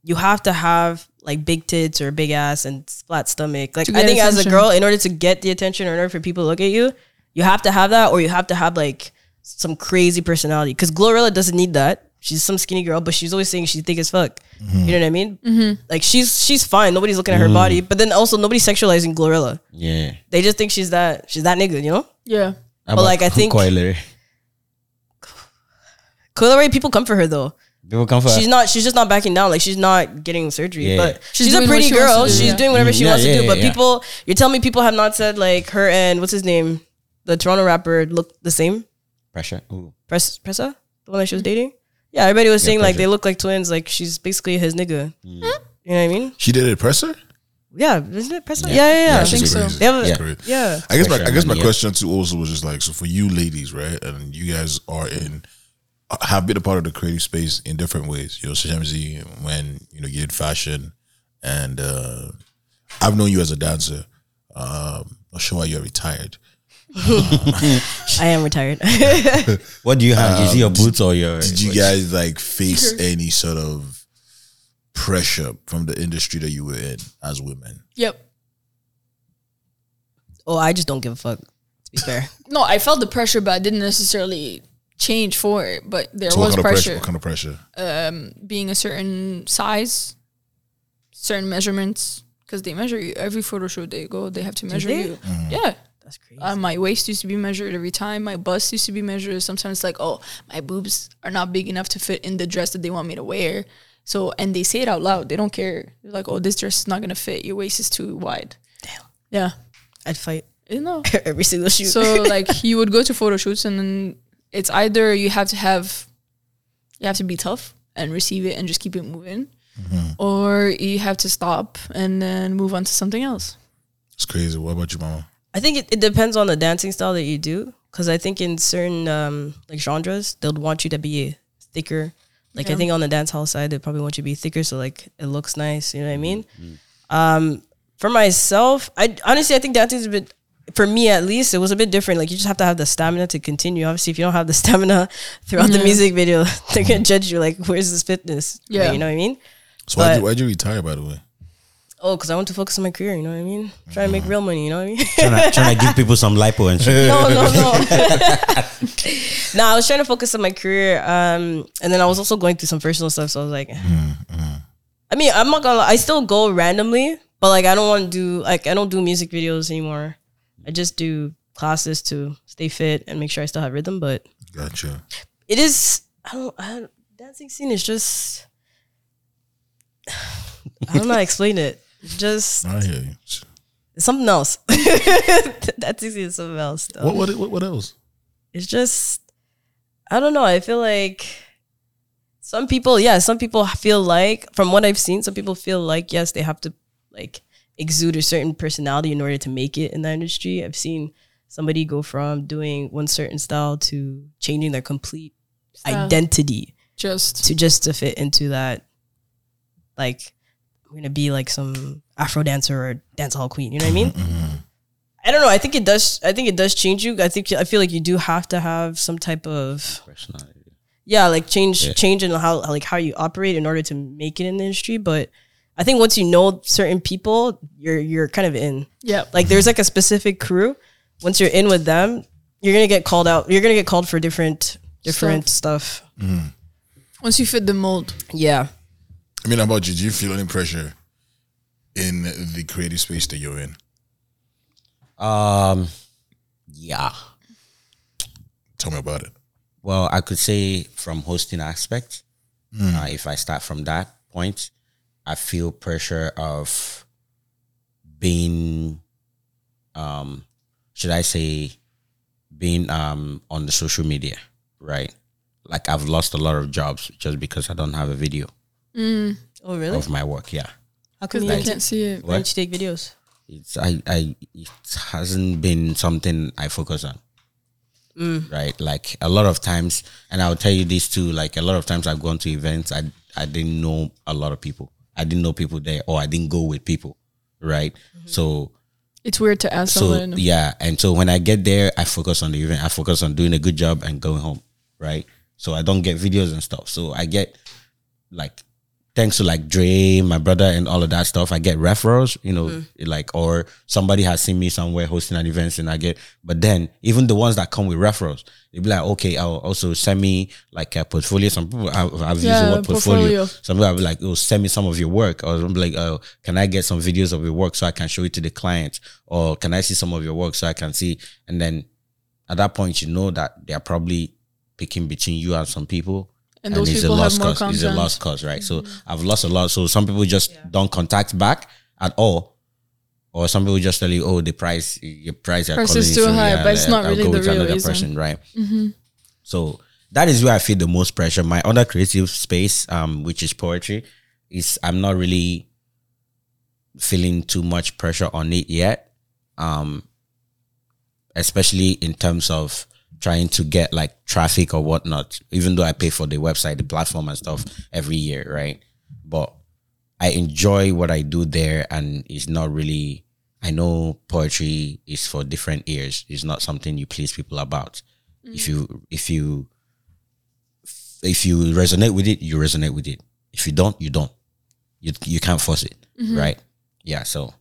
Speaker 5: you have to have like big tits or big ass and flat stomach. Like
Speaker 6: To
Speaker 5: I
Speaker 6: get
Speaker 5: think as a
Speaker 6: attention.
Speaker 5: girl, in order to get the attention or in order for people to look at you, you have to have that, or you have to have like some crazy personality. Because Glorilla doesn't need that. She's some skinny girl, but she's always saying she's thick as fuck. You know what I mean?
Speaker 6: Mm-hmm.
Speaker 5: Like she's she's fine. Nobody's looking at her body, but then also nobody's sexualizing Glorilla.
Speaker 9: Yeah.
Speaker 5: They just think she's that she's that nigga. You know?
Speaker 6: yeah,
Speaker 9: How
Speaker 5: But,
Speaker 9: about
Speaker 5: like, I think-
Speaker 9: Coilery?
Speaker 5: Coyle Ray, people come for her though.
Speaker 9: people come for
Speaker 5: she's not she's just not backing down like she's not getting surgery
Speaker 9: Yeah.
Speaker 5: but
Speaker 6: She's
Speaker 5: she's,
Speaker 6: doing
Speaker 5: a
Speaker 6: what
Speaker 5: pretty
Speaker 6: she wants
Speaker 5: girl
Speaker 6: to do,
Speaker 5: she's
Speaker 6: yeah.
Speaker 5: doing whatever she
Speaker 9: Yeah,
Speaker 5: wants
Speaker 9: yeah,
Speaker 5: to do but
Speaker 9: yeah.
Speaker 5: people you're telling me people have not said like her and what's his name the toronto rapper look the same
Speaker 9: pressure. Ooh.
Speaker 5: press pressa the one that she was dating yeah everybody was saying like
Speaker 9: Pressa. Hmm.
Speaker 5: they look like twins like she's basically his nigga you know what i mean
Speaker 3: She did a presser.
Speaker 5: yeah isn't it pressa yeah yeah yeah, I think so they have a,
Speaker 9: Yeah.
Speaker 5: yeah.
Speaker 3: Great. I guess my I guess my question too also was just like so for you ladies, right? And you guys are in have been a part of the creative space in different ways. You know, Shamsi, when you know you did fashion, and uh, I've known you as a dancer. Um, not sure why you're retired.
Speaker 5: i
Speaker 6: *laughs*
Speaker 5: am retired
Speaker 9: What do you have? Is it your boots or your?
Speaker 3: Did you guys like
Speaker 6: *laughs*
Speaker 3: face any sort of pressure from the industry that you were in as women?
Speaker 6: yep.
Speaker 5: oh i just don't give a fuck to be fair
Speaker 6: No, I felt the pressure, but I didn't necessarily change for it. But there
Speaker 3: So what
Speaker 6: was
Speaker 3: kind
Speaker 6: pressure.
Speaker 3: of pressure? What kind of pressure?
Speaker 6: being a certain size, certain measurements, because they measure you every photo shoot they go, they have to measure
Speaker 5: they? Mm-hmm.
Speaker 6: you. Yeah.
Speaker 5: that's crazy
Speaker 6: Uh, my waist used to be measured every time. My bust used to be measured. Sometimes, like, oh, my boobs are not big enough to fit in the dress that they want me to wear. So, and they say it out loud. They don't care. They're like, oh, this dress is not going to fit. Your waist is too wide. Damn.
Speaker 5: i'd fight *laughs*
Speaker 6: Yeah. You know?
Speaker 5: every single shoot
Speaker 6: so like you would go to photo shoots and then it's either you have to have you have to be tough and receive it and just keep it moving
Speaker 3: Mm-hmm.
Speaker 6: or you have to stop and then move on to something else
Speaker 3: It's crazy. What about you, Mama?
Speaker 5: I think it, it depends on the dancing style that you do. Because I think in certain um, like genres, they'll want you to be thicker. Like I think on the dance hall side, they probably want you to be thicker, so like it looks nice. You know what I mean? Um, for myself, I honestly I think dancing's a bit. For me, at least, it was a bit different. Like you just have to have the stamina to continue. Obviously, if you don't have the *laughs* stamina throughout the music video, *laughs* they're gonna judge you. Like, where's this fitness? Like,
Speaker 6: Yeah.
Speaker 5: you know what I mean.
Speaker 3: So why
Speaker 5: But-
Speaker 3: did why'd you retire, by the way?
Speaker 5: Oh, because I want to focus on my career. You know what I mean? Try to make real money. You know what I mean?
Speaker 9: trying, to, trying to give people some lipo
Speaker 5: *laughs*
Speaker 9: and shit.
Speaker 5: no, no, no. no, I was trying to focus on my career. Um, and then I was also going through some personal stuff. So I was like, I mean, I'm not gonna lie, I still go randomly, but like, I don't want to do, like, I don't do music videos anymore. I just do classes to stay fit and make sure I still have rhythm. But
Speaker 3: Gotcha.
Speaker 5: it is, I don't, I don't dancing scene is just, I don't know how to explain it. It's
Speaker 3: *laughs*
Speaker 5: Just
Speaker 3: I hear you.
Speaker 5: it's something else. *laughs* dancing scene is something else.
Speaker 6: Oh.
Speaker 5: though.
Speaker 3: What what what, what else?
Speaker 5: it's just i don't know i feel like some people yeah some people feel like from what i've seen some people feel like yes they have to like exude a certain personality in order to make it in the industry i've seen somebody go from doing one certain style to changing their complete identity
Speaker 6: just
Speaker 5: to just to fit into that Mm-hmm, like i'm gonna be like some afro dancer or dance hall queen you know what i mean I don't know. I think it does. I think it does change you. I think I feel like you do have to have some type of
Speaker 9: Personality.
Speaker 5: yeah, like change change in how like how you operate in order to make it in the industry. But I think once you know certain people, you're you're kind of in.
Speaker 6: Yeah.
Speaker 5: Like there's like a specific crew. Once you're in with them, you're gonna get called out. You're gonna get called for different different stuff.
Speaker 6: Once you fit the mold.
Speaker 5: Yeah.
Speaker 3: I mean, how about you? Do you feel any pressure in the creative space that you're in?
Speaker 9: Um, yeah.
Speaker 3: Tell me about it.
Speaker 9: Well, I could say from hosting aspect, uh, if I start from that point, I feel pressure of being, um, should I say, being um on the social media, right? Like I've lost a lot of jobs just because I don't have a video
Speaker 5: Oh really?
Speaker 9: of my work. Yeah,
Speaker 5: How come
Speaker 6: Because
Speaker 5: you
Speaker 6: they
Speaker 5: can't,
Speaker 6: can't see it.
Speaker 5: why don't you take videos?
Speaker 9: it's I I it hasn't been something I focus on. Right, like a lot of times, and I'll tell you this too. Like a lot of times, I've gone to events. I I didn't know a lot of people. I didn't know people there, or I didn't go with people. Right, so
Speaker 6: It's weird to ask
Speaker 9: so
Speaker 6: someone.
Speaker 9: yeah, and so when I get there, I focus on the event. I focus on doing a good job and going home. Right, so I don't get videos and stuff. So I get like thanks to like Dre, my brother, and all of that stuff, I get referrals, you know,
Speaker 6: Mm.
Speaker 9: like or somebody has seen me somewhere hosting an event, and I get. But then even the ones that come with referrals, they be like, okay, I'll also send me like a portfolio. Some people I, I've used
Speaker 6: Yeah,
Speaker 9: the word portfolio.
Speaker 6: portfolio.
Speaker 9: Some people I'll be like, oh, send me some of your work, or I'm like, oh, can I get some videos of your work so I can show it to the client, or can I see some of your work so I can see? And then at that point, you know that they are probably picking between you and some people
Speaker 6: And those people have more Mm-hmm.
Speaker 9: cause. It's a
Speaker 6: content.
Speaker 9: lost cause, right? So I've lost a lot. So some people just don't contact back at all, or some people just tell you, "Oh, the price, your price, are
Speaker 6: Price
Speaker 9: calling
Speaker 6: is
Speaker 9: you,
Speaker 6: too
Speaker 9: so
Speaker 6: high,"
Speaker 9: yeah,
Speaker 6: but it's
Speaker 9: I'll
Speaker 6: not
Speaker 9: go
Speaker 6: really the
Speaker 9: with
Speaker 6: real
Speaker 9: another
Speaker 6: reason.
Speaker 9: person, right?
Speaker 6: Mm-hmm.
Speaker 9: So that is where I feel the most pressure. My other creative space, um, which is poetry, is I'm not really feeling too much pressure on it yet. Um, especially in terms of trying to get like traffic or whatnot, even though I pay for the website, the platform and stuff every year, right? But I enjoy what I do there and it's not really I know poetry is for different ears. It's not something you please people about.
Speaker 6: Mm.
Speaker 9: If you if you if you resonate with it, you resonate with it. If you don't, you don't. You you can't force it,
Speaker 6: Mm-hmm.
Speaker 9: right? Yeah. So,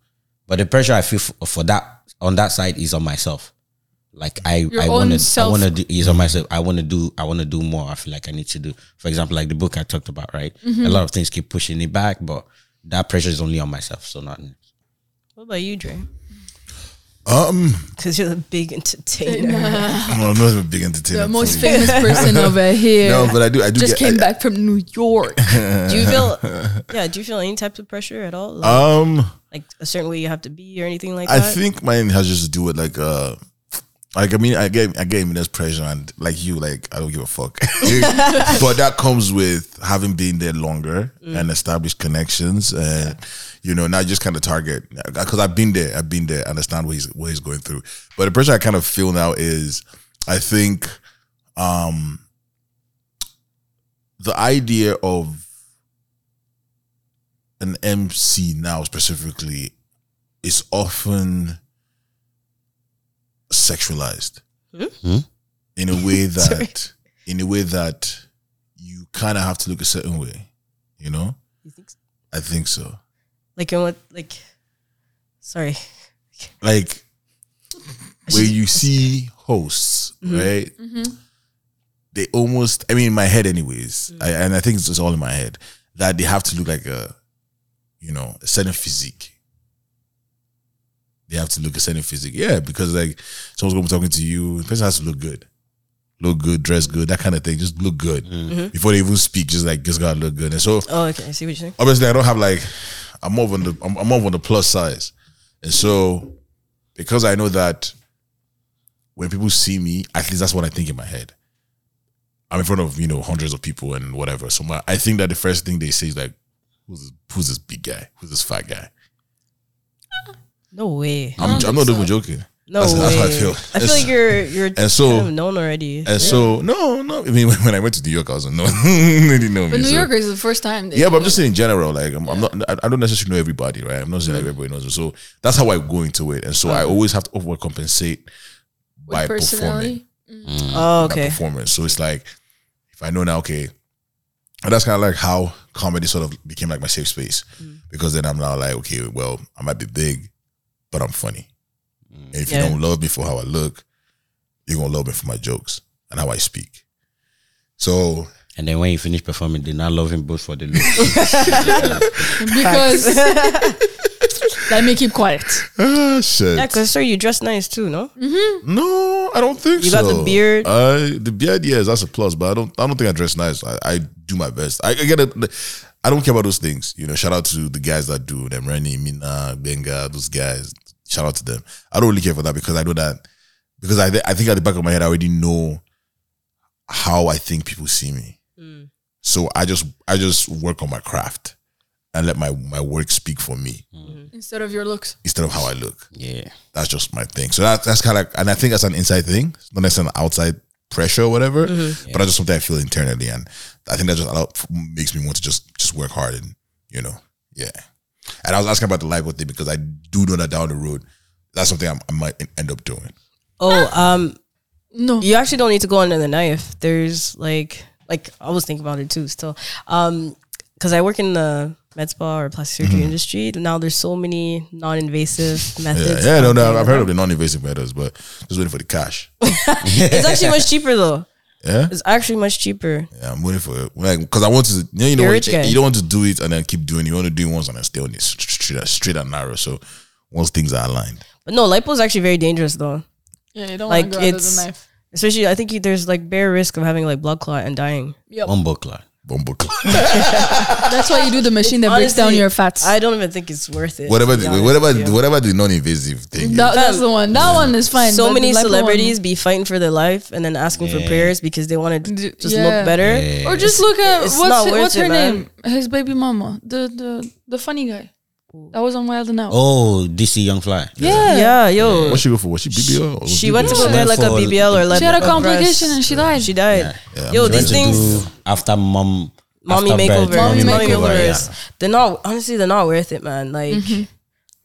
Speaker 9: but the pressure I feel for, for that on that side is on myself. Like I
Speaker 6: Your
Speaker 9: I
Speaker 6: own
Speaker 9: want to I
Speaker 6: self-
Speaker 9: want to do is on myself. I want to do I want to do more. I feel like I need to do. For example, like the book I talked about, right?
Speaker 6: Mm-hmm.
Speaker 9: A lot of things keep pushing it back, but that pressure is only on myself. So not.
Speaker 5: What about you, Dre?
Speaker 3: Um,
Speaker 5: Because you're the big entertainer. *laughs*
Speaker 3: well, I'm not a big entertainer.
Speaker 6: The
Speaker 3: *laughs*
Speaker 6: most famous person over here
Speaker 3: No, but I do. I do
Speaker 6: just
Speaker 3: get.
Speaker 6: came back from New
Speaker 3: *laughs*
Speaker 6: York.
Speaker 5: do you feel? Yeah. Do you feel any type of pressure at all? Like,
Speaker 3: um,
Speaker 5: like a certain way you have to be or anything like
Speaker 3: I
Speaker 5: that?
Speaker 3: think mine has just to do with like uh. Like I mean, I get I get immense pressure, and like you, like I don't give a fuck. *laughs*
Speaker 5: *laughs*
Speaker 3: but that comes with having been there longer
Speaker 5: Mm.
Speaker 3: and established connections, and you know now you just kind of target because I've been there, I've been there, I understand what he's what he's going through. But the pressure I kind of feel now is, I think, um, the idea of an MC now specifically is often sexualized Hmm? in a way that in a way that you kind of have to look a certain way you know
Speaker 5: You think so?
Speaker 3: i think so
Speaker 5: Like in what? Like, sorry.
Speaker 3: like where you see hosts right they almost i mean in my head anyways I, and i think it's just all in my head that they have to look like a you know a certain physique they have to look a certain physique yeah because like someone's gonna be talking to you the person has to look good look good dress good that kind of thing just look good before they even speak just like just gotta look good and so
Speaker 5: Oh, okay. I see what you're saying.
Speaker 3: obviously I don't have like I'm more on the I'm, I'm more on the plus size, and so because I know that when people see me, at least that's what I think in my head. I'm in front of you know hundreds of people and whatever. So my, I think that the first thing they say is like, "Who's this, who's this big guy? Who's this fat guy?"
Speaker 5: No way.
Speaker 3: I'm, I'm not even joking.
Speaker 5: No
Speaker 3: That's-
Speaker 5: way.
Speaker 3: that's how I feel.
Speaker 5: I feel
Speaker 3: It's-
Speaker 5: like you're you're
Speaker 3: and so-
Speaker 5: kind of known already.
Speaker 3: And so no, no. I mean, *laughs* when, when I went to New York, I was unknown. *laughs* they didn't know me.
Speaker 6: But New
Speaker 3: so-
Speaker 6: Yorkers is the first time. They
Speaker 3: Yeah, but I'm just saying in general. Like, I'm, I'm not. I- I don't necessarily know everybody, right? I'm not saying like everybody knows. me. So that's how I go into it, and so I always have to overcompensate by performing,
Speaker 6: personality. Mm.
Speaker 5: oh,
Speaker 3: by
Speaker 5: okay.
Speaker 3: performance. So it's like if I know now, okay, and that's kind of like how comedy sort of became like my safe space, because then I'm now like, okay, well, I might be big, but I'm funny. And
Speaker 9: Mm.
Speaker 3: if
Speaker 5: Yeah.
Speaker 3: you don't love me for how I look, you're gonna love me for my jokes and how I speak. So *laughs*
Speaker 9: And then when he finished performing, they now love him both for
Speaker 6: *laughs*
Speaker 9: the looks.
Speaker 6: Because let me keep quiet.
Speaker 3: ah, shit.
Speaker 5: *laughs* Yeah, cause sir, you dress nice too, no?
Speaker 3: No, I don't think
Speaker 5: You
Speaker 3: so.
Speaker 5: got the beard?
Speaker 3: I the beard, yes, that's a plus. But I don't, I don't think I dress nice. I, I do my best. I, I get it. I don't care about those things. You know, shout out to the guys that do them, Rennie, Mina, Benga, those guys. Shout out to them. I don't really care for that because I know that because I, I think at the back of my head I already know how I think people see me.
Speaker 5: Mm.
Speaker 3: So I just, I just work on my craft and let my my work speak for me
Speaker 6: Instead of your looks.
Speaker 3: instead of how I look
Speaker 9: yeah.
Speaker 3: that's just my thing. So that, that's kind of, and I think that's an inside thing, It's not necessarily an outside pressure or whatever,
Speaker 5: Mm-hmm.
Speaker 3: but I just something I feel internally, and I think that just allow, makes me want to just just work hard and you know, yeah. And I was asking about the libel thing because I do know that down the road, that's something I'm, I might end up doing.
Speaker 5: Oh, um,
Speaker 6: No.
Speaker 5: you actually don't need to go under the knife. There's like, like I was thinking about it too. Still, um, because I work in the med spa or plastic surgery industry. Now there's so many non-invasive
Speaker 3: Mm-hmm. Yeah,
Speaker 5: methods.
Speaker 3: yeah, no,
Speaker 5: out
Speaker 3: no,
Speaker 5: there.
Speaker 3: I've heard of the non-invasive methods, but just waiting for the cash.
Speaker 5: It's actually much cheaper though.
Speaker 3: *laughs* Yeah?
Speaker 5: it's actually much cheaper.
Speaker 3: Yeah, I'm waiting for it, like because I want to, you know, you, know
Speaker 5: You're
Speaker 3: what,
Speaker 5: a rich guy.
Speaker 3: you don't want to do it and then keep doing. it. You want to do it once and then stay on it straight, straight and narrow. So once things are aligned.
Speaker 5: But no, lipo is actually very dangerous though.
Speaker 6: Yeah, you don't
Speaker 5: Like
Speaker 6: want to go under
Speaker 5: it's-
Speaker 6: the knife.
Speaker 5: Especially, I think you, there's like bare risk of having like blood clot and dying.
Speaker 9: Bumbo clock.
Speaker 3: Bumble *laughs* clock.
Speaker 6: That's why you do the machine that breaks down
Speaker 5: Honestly,
Speaker 6: your fats.
Speaker 5: I don't even think it's worth it.
Speaker 3: whatever
Speaker 5: to be
Speaker 3: the,
Speaker 5: honest
Speaker 3: whatever
Speaker 5: with you.
Speaker 3: whatever the non-invasive thing
Speaker 6: That-
Speaker 3: is.
Speaker 6: that's the one. That one is fine.
Speaker 5: so
Speaker 6: but
Speaker 5: many
Speaker 6: the lipo one-
Speaker 5: celebrities be fighting for their life and then asking for prayers because they want to
Speaker 6: D-
Speaker 5: just
Speaker 6: yeah.
Speaker 5: look better.
Speaker 6: Or just look at
Speaker 5: it's
Speaker 6: what's
Speaker 5: not
Speaker 6: her-
Speaker 5: worth
Speaker 6: what's
Speaker 5: it,
Speaker 6: her
Speaker 5: man.
Speaker 6: name? His baby mama, the the the funny guy that was on Wild and Out.
Speaker 9: Oh, DC Young Fly.
Speaker 6: yeah.
Speaker 5: Yeah, yo.
Speaker 3: What she go for? Was she BBL? Or
Speaker 5: She went to
Speaker 9: She
Speaker 5: go get
Speaker 9: went
Speaker 5: like a
Speaker 9: for-
Speaker 5: BBL or like
Speaker 6: She had a
Speaker 5: breast.
Speaker 6: complication and she died.
Speaker 5: She died.
Speaker 3: Yeah,
Speaker 5: yo,
Speaker 3: I'm
Speaker 5: these
Speaker 9: To
Speaker 5: things,
Speaker 9: do after mom.
Speaker 5: mommy
Speaker 9: after
Speaker 5: makeovers,
Speaker 9: birth.
Speaker 5: mommy,
Speaker 6: Mommy
Speaker 5: makeovers.
Speaker 9: yeah.
Speaker 5: They're not honestly, they're not worth it, man. Like,
Speaker 6: Mm-hmm.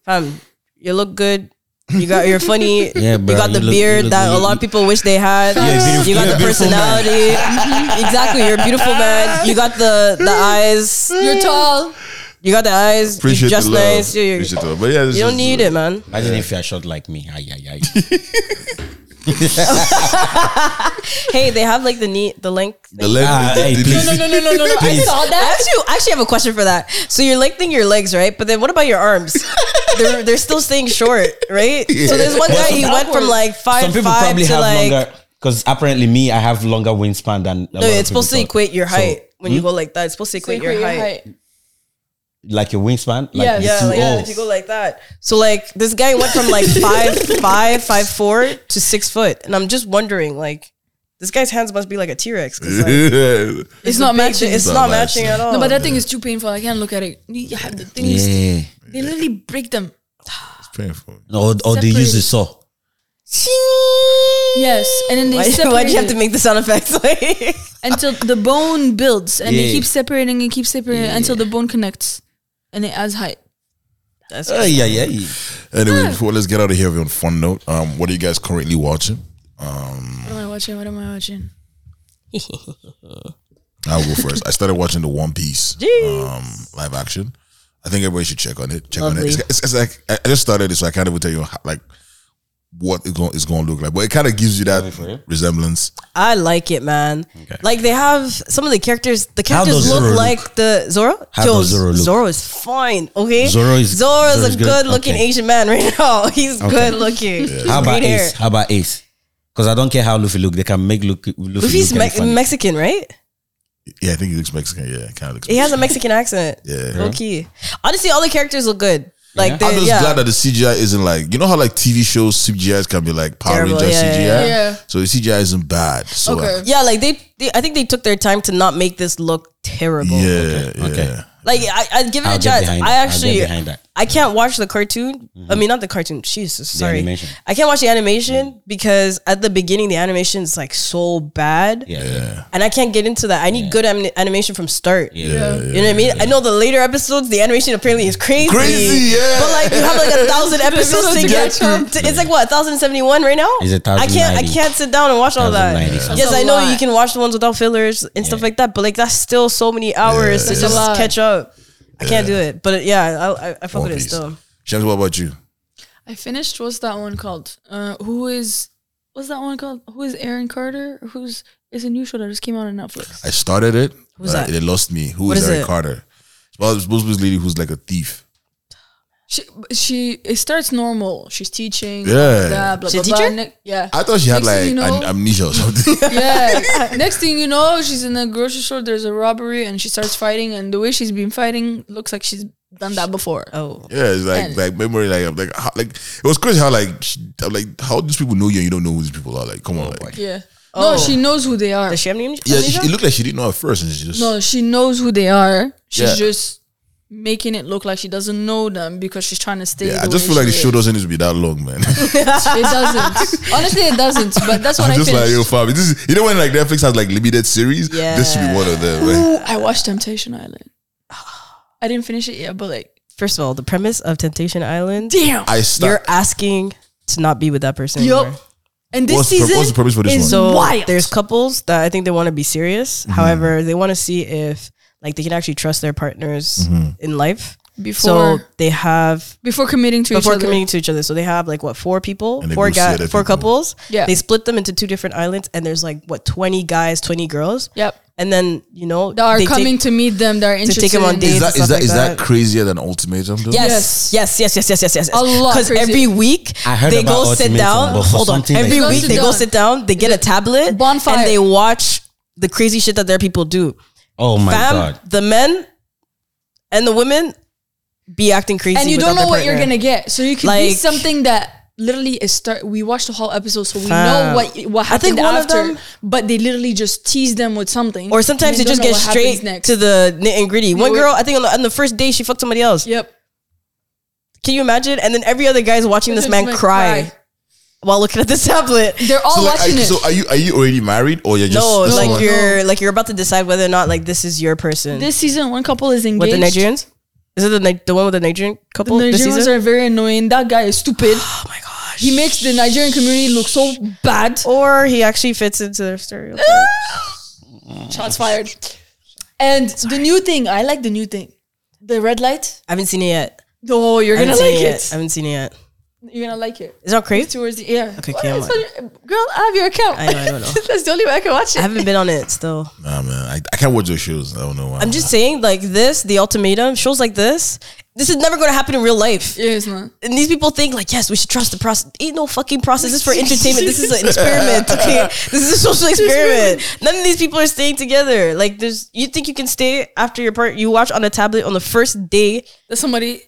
Speaker 5: fam, you look good. You got you're funny.
Speaker 9: *laughs* Yeah,
Speaker 5: you
Speaker 9: bro,
Speaker 5: got the
Speaker 9: you look-
Speaker 5: beard
Speaker 9: you look-
Speaker 5: that
Speaker 9: you
Speaker 5: a lot of
Speaker 9: look-
Speaker 5: people wish they had.
Speaker 9: beautiful-
Speaker 5: you got
Speaker 9: you're a
Speaker 5: the
Speaker 9: beautiful man.
Speaker 5: personality.
Speaker 6: Mm-hmm.
Speaker 5: exactly, you're a beautiful man. You got the the eyes.
Speaker 6: You're tall.
Speaker 5: You got the eyes.
Speaker 3: Appreciate
Speaker 5: you're just
Speaker 3: the love.
Speaker 5: nice. You're-
Speaker 3: Appreciate the love. But yeah,
Speaker 5: you don't need it, man.
Speaker 9: Imagine if you are short like me. Ay,
Speaker 5: *laughs*
Speaker 9: ay, ay.
Speaker 5: Hey, they have like the knee, the length.
Speaker 3: The leg,
Speaker 9: Ah,
Speaker 3: the-
Speaker 9: hey,
Speaker 3: the-
Speaker 9: please.
Speaker 5: no, no, *laughs* no, no. I saw that. Actually, I actually have a question for that. So you're lengthening your legs, right? But then what about your *laughs* arms? they're they're still staying short, right? So there's one guy he went from like five
Speaker 9: Some people
Speaker 5: five
Speaker 9: probably
Speaker 5: to
Speaker 9: have
Speaker 5: like
Speaker 9: longer. Because apparently me, I have longer wingspan than.
Speaker 5: no, it's supposed to equate your height when you go like that. It's supposed to equate, your, height.
Speaker 9: Like your wingspan? Like
Speaker 6: Yeah,
Speaker 9: the
Speaker 5: Yeah,
Speaker 9: two
Speaker 5: like
Speaker 9: O's.
Speaker 5: if you go like that. So like this guy went from *laughs* like five five five four to six foot, and I'm just wondering like. This guy's hands must be like a T Rex. *laughs* Like,
Speaker 6: It's, not
Speaker 5: big-
Speaker 6: matching.
Speaker 5: it's
Speaker 6: It's
Speaker 5: not matching at all.
Speaker 6: no, but that thing is too painful. I can't look at it. You have the things.
Speaker 9: Oh. yeah.
Speaker 6: They literally break them.
Speaker 3: *laughs* It's painful.
Speaker 9: Or, or they
Speaker 6: Separate.
Speaker 9: use the saw.
Speaker 6: Yes, and then they
Speaker 5: why, *laughs*
Speaker 6: separate
Speaker 5: why do you have
Speaker 6: it
Speaker 5: to make the sound effects? *laughs* Like,
Speaker 6: until the bone builds, and they
Speaker 9: Yeah.
Speaker 6: keep separating and keep separating until the bone connects, and it adds height.
Speaker 5: that's
Speaker 9: Oh, yeah, yeah, yeah.
Speaker 5: Ah.
Speaker 3: Anyway, before let's get out of here on a fun note. Um, what are you guys currently watching?
Speaker 6: What am I watching? What am I watching?
Speaker 3: I'll go first. I started watching the One Piece
Speaker 5: *laughs* Jeez.
Speaker 3: um, live action. I think everybody should check on it. Check on
Speaker 5: Lovely.
Speaker 3: it. It's, it's, it's like I I just started it, so I can't even tell you how, like what it's going it's going to look like. But it kind of gives you that resemblance.
Speaker 5: I like it, man. Like they have some of the characters. The
Speaker 9: How
Speaker 5: characters
Speaker 9: does
Speaker 5: look
Speaker 9: Zoro look?
Speaker 5: like the Zoro.
Speaker 9: How
Speaker 5: Yo,
Speaker 9: does Zoro look?
Speaker 5: Zoro is fine. Okay,
Speaker 9: Zoro is-
Speaker 5: Zoro is
Speaker 9: Zoro is
Speaker 5: a
Speaker 9: good?
Speaker 5: good-looking
Speaker 9: Okay.
Speaker 5: Asian man right *laughs* now. He's good looking. He's
Speaker 9: How about
Speaker 5: Great hair.
Speaker 9: Ace? How about Ace? Because I don't care how Luffy look, they can make look Luffy
Speaker 5: Luffy's
Speaker 9: look
Speaker 5: Me-
Speaker 9: me-
Speaker 5: Mexican, right?
Speaker 3: Yeah, I think he looks Mexican. Yeah, kind of looks.
Speaker 5: He has a Mexican
Speaker 9: *laughs*
Speaker 5: accent.
Speaker 3: Yeah.
Speaker 5: low key. Honestly, all the characters look good. Like
Speaker 3: I'm
Speaker 5: they,
Speaker 3: just
Speaker 5: yeah.
Speaker 3: glad that the CGI isn't like you know how like TV shows CGIs can be like Power
Speaker 5: Terrible,
Speaker 3: Rangers
Speaker 5: yeah, yeah,
Speaker 3: CGI.
Speaker 5: yeah.
Speaker 6: Yeah.
Speaker 3: So the CGI isn't bad. So uh,
Speaker 6: Okay.
Speaker 3: like,
Speaker 5: yeah, like they, they, I think they took their time to not make this look terrible.
Speaker 3: yeah, yeah.
Speaker 9: okay.
Speaker 5: Like I, I'd give it
Speaker 9: I'll
Speaker 5: a
Speaker 9: get
Speaker 5: chance.
Speaker 9: behind
Speaker 5: I
Speaker 9: that. I'll get
Speaker 5: actually,
Speaker 9: behind that.
Speaker 5: I can't watch the cartoon. I mean, not the cartoon. Jesus, sorry.
Speaker 9: Mm-hmm. animation.
Speaker 5: I can't watch the animation because at the beginning the animation is like so bad.
Speaker 9: Yeah.
Speaker 3: Yeah.
Speaker 5: And I can't get into that. I need good anim- animation from start.
Speaker 9: Yeah. Yeah.
Speaker 5: You know what I mean? I know the later episodes, the animation apparently is crazy.
Speaker 3: Crazy, yeah.
Speaker 5: But like you have like
Speaker 3: *laughs*
Speaker 5: a thousand episodes to
Speaker 6: To
Speaker 5: get
Speaker 6: catch
Speaker 5: through.
Speaker 6: up.
Speaker 5: To- It's like what, thousand seventy one right now?
Speaker 9: It's a
Speaker 5: I can't I
Speaker 9: 1090.
Speaker 5: can't sit down and watch all that.
Speaker 9: 1090 something.
Speaker 5: Yes,
Speaker 6: That's a
Speaker 5: I know
Speaker 6: lot.
Speaker 5: you can watch the ones without fillers and stuff like that, but like that's still so many hours to
Speaker 6: That's a
Speaker 5: just
Speaker 6: lot.
Speaker 5: catch up. I can't do it. But yeah, I I, I
Speaker 3: One
Speaker 5: fuck with it
Speaker 3: Piece.
Speaker 5: still.
Speaker 3: James, what about you?
Speaker 6: I finished. What's that one called? Uh, who is? What's that one called? Who is Aaron Carter? Who's? It's a new show that just came out on Netflix.
Speaker 3: I started it.
Speaker 5: Who's
Speaker 3: but
Speaker 5: that?
Speaker 3: It lost me. Who
Speaker 5: What
Speaker 3: is
Speaker 5: is
Speaker 3: Eric
Speaker 5: it?
Speaker 3: Carter? Well, it's supposed to be this lady who's like a thief.
Speaker 6: She, she. It starts normal. She's teaching.
Speaker 3: Yeah.
Speaker 6: Blah blah
Speaker 5: She's a
Speaker 6: blah. blah.
Speaker 5: teacher?
Speaker 6: Ne- yeah.
Speaker 3: I thought she had
Speaker 6: Next
Speaker 3: like
Speaker 6: thing you know-
Speaker 3: an amnesia or
Speaker 5: *laughs*
Speaker 3: something. *laughs*
Speaker 6: yeah. Next thing you know, she's in a grocery store. There's a robbery, and she starts fighting. And the way she's been fighting looks like she's done that before.
Speaker 5: Oh.
Speaker 3: yeah, it's like
Speaker 6: And-
Speaker 3: like memory. Like I'm like how, like it was crazy how like she, I'm like how these people know you and you don't know who these people are. Like come on, like
Speaker 6: Yeah.
Speaker 5: Oh.
Speaker 6: No, she knows who they are.
Speaker 5: Does she have amnesia?
Speaker 3: yeah, she, it looked like she didn't know at first, and she just
Speaker 6: No, she knows who they are. She's
Speaker 3: Yeah.
Speaker 6: just making it look like she doesn't know them because she's trying to stay.
Speaker 3: yeah. I
Speaker 6: the
Speaker 3: just
Speaker 6: way
Speaker 3: feel like the
Speaker 6: she
Speaker 3: show
Speaker 6: is.
Speaker 3: doesn't need to be that long, man. *laughs*
Speaker 6: It doesn't. *laughs* Honestly, it doesn't. But that's what
Speaker 3: I'm
Speaker 6: I
Speaker 3: just like yo,
Speaker 6: finished.
Speaker 3: fam. This is, you know when like Netflix has like limited series. this should be
Speaker 5: Yeah.
Speaker 3: one of them. Like,
Speaker 6: Ooh, I watched Temptation Island. *sighs* I didn't finish it yet, but like,
Speaker 5: First of all, the premise of Temptation Island,
Speaker 6: damn.
Speaker 3: I start.
Speaker 5: you're asking to not be with that person.
Speaker 6: Yup.
Speaker 5: anymore.
Speaker 6: And this
Speaker 3: what's, the,
Speaker 6: season,
Speaker 3: pur- what's the purpose for this one?
Speaker 6: is
Speaker 5: So
Speaker 6: Wild.
Speaker 5: there's couples that I think they want to be serious.
Speaker 9: Mm-hmm.
Speaker 5: However, they want to see if like they can actually trust their partners
Speaker 9: Mm-hmm.
Speaker 5: in life.
Speaker 6: before
Speaker 5: so they have
Speaker 6: before committing to
Speaker 5: before
Speaker 6: each other.
Speaker 5: committing to each other. So they have like what four people,
Speaker 3: And they
Speaker 5: four
Speaker 3: go see
Speaker 5: guys,
Speaker 3: other
Speaker 5: four
Speaker 3: people.
Speaker 5: couples.
Speaker 6: Yeah.
Speaker 5: they split them into two different islands, and there's like what twenty guys, twenty girls.
Speaker 6: Yep.
Speaker 5: and then you know
Speaker 6: That are
Speaker 5: they take-
Speaker 6: coming to meet them. That are interested
Speaker 5: take them on
Speaker 6: in
Speaker 5: dates.
Speaker 3: is
Speaker 6: them.
Speaker 3: that
Speaker 5: stuff
Speaker 3: is that
Speaker 5: like
Speaker 3: is that
Speaker 5: that.
Speaker 3: crazier than ultimatum? Though?
Speaker 5: Yes. Yes, yes, yes, yes, yes, yes, yes.
Speaker 6: A lot
Speaker 5: Because
Speaker 6: crazy.
Speaker 5: every week
Speaker 9: I heard
Speaker 5: they
Speaker 9: about
Speaker 5: go sit
Speaker 9: ultimatum,
Speaker 5: down.
Speaker 9: but for
Speaker 5: Hold on.
Speaker 9: something
Speaker 5: Every
Speaker 9: like-
Speaker 5: week
Speaker 6: Sit
Speaker 5: they go
Speaker 6: down.
Speaker 5: sit down, they get a tablet
Speaker 6: Bonfire.
Speaker 5: and they watch the crazy shit that their people do.
Speaker 9: Oh my
Speaker 5: Fam,
Speaker 9: god.
Speaker 5: the men and the women be acting crazy.
Speaker 6: and you don't
Speaker 5: without
Speaker 6: know
Speaker 5: their
Speaker 6: what you're
Speaker 5: partner.
Speaker 6: gonna get. So you can be
Speaker 5: Like-
Speaker 6: something that literally is start. We watched the whole episode, so we
Speaker 5: Fam.
Speaker 6: know what what
Speaker 5: I think
Speaker 6: happened
Speaker 5: one of
Speaker 6: after.
Speaker 5: them-
Speaker 6: but they literally just tease them with something,
Speaker 5: Or sometimes they
Speaker 6: and
Speaker 5: just
Speaker 6: don't know
Speaker 5: get
Speaker 6: what happens
Speaker 5: straight to the nit and gritty. One
Speaker 6: were-
Speaker 5: girl, I think on the, on the first day, she fucked somebody else.
Speaker 6: yep.
Speaker 5: Can you imagine? And then every other guy's watching this
Speaker 6: Just
Speaker 5: man
Speaker 6: like
Speaker 5: cry while looking at this *laughs* tablet.
Speaker 6: They're all
Speaker 3: So, like, are,
Speaker 6: watching
Speaker 3: you-
Speaker 6: it.
Speaker 3: so are you are you already married or you're just
Speaker 5: Oh, No,
Speaker 3: just
Speaker 5: like
Speaker 3: someone-
Speaker 5: you're like you're about to decide whether or not like this is your person.
Speaker 6: this season, one couple is engaged.
Speaker 5: with the Nigerians? Is it the Ni- the one with the Nigerian
Speaker 6: The
Speaker 5: couple? this
Speaker 6: Nigerians
Speaker 5: season?
Speaker 6: are very annoying. That guy is stupid.
Speaker 5: *gasps* oh my gosh.
Speaker 6: He makes the Nigerian community look so bad.
Speaker 5: or he actually fits into their stereotype.
Speaker 6: Shots fired. And the new thing, I like the new thing. The red light.
Speaker 5: I haven't seen it yet.
Speaker 6: Oh, you're
Speaker 5: I
Speaker 6: gonna
Speaker 5: haven't seen
Speaker 6: like
Speaker 5: it. yet.
Speaker 6: it.
Speaker 5: I haven't seen it yet.
Speaker 6: You're gonna like it.
Speaker 5: It's not crazy.
Speaker 6: towards the yeah.
Speaker 5: Okay,
Speaker 6: What?
Speaker 5: okay, I'm
Speaker 6: It's on your- girl, I have your account.
Speaker 5: I
Speaker 6: *laughs*
Speaker 5: know, I don't know.
Speaker 6: That's the only way I can watch it.
Speaker 5: I haven't been on it still.
Speaker 3: Nah, man, I, I can't watch those shows. I don't know why.
Speaker 5: I'm just saying, like this, the ultimatum shows like this. This is never going to happen in real life.
Speaker 6: yeah, it's not.
Speaker 5: And these people think like, yes, we should trust the process. Ain't no fucking process. This is for entertainment. This is
Speaker 3: *laughs*
Speaker 5: an experiment. Okay, this is a social experiment. None of these people are staying together. Like, there's. You think you can stay after your part? You watch on a tablet on the first day
Speaker 6: That somebody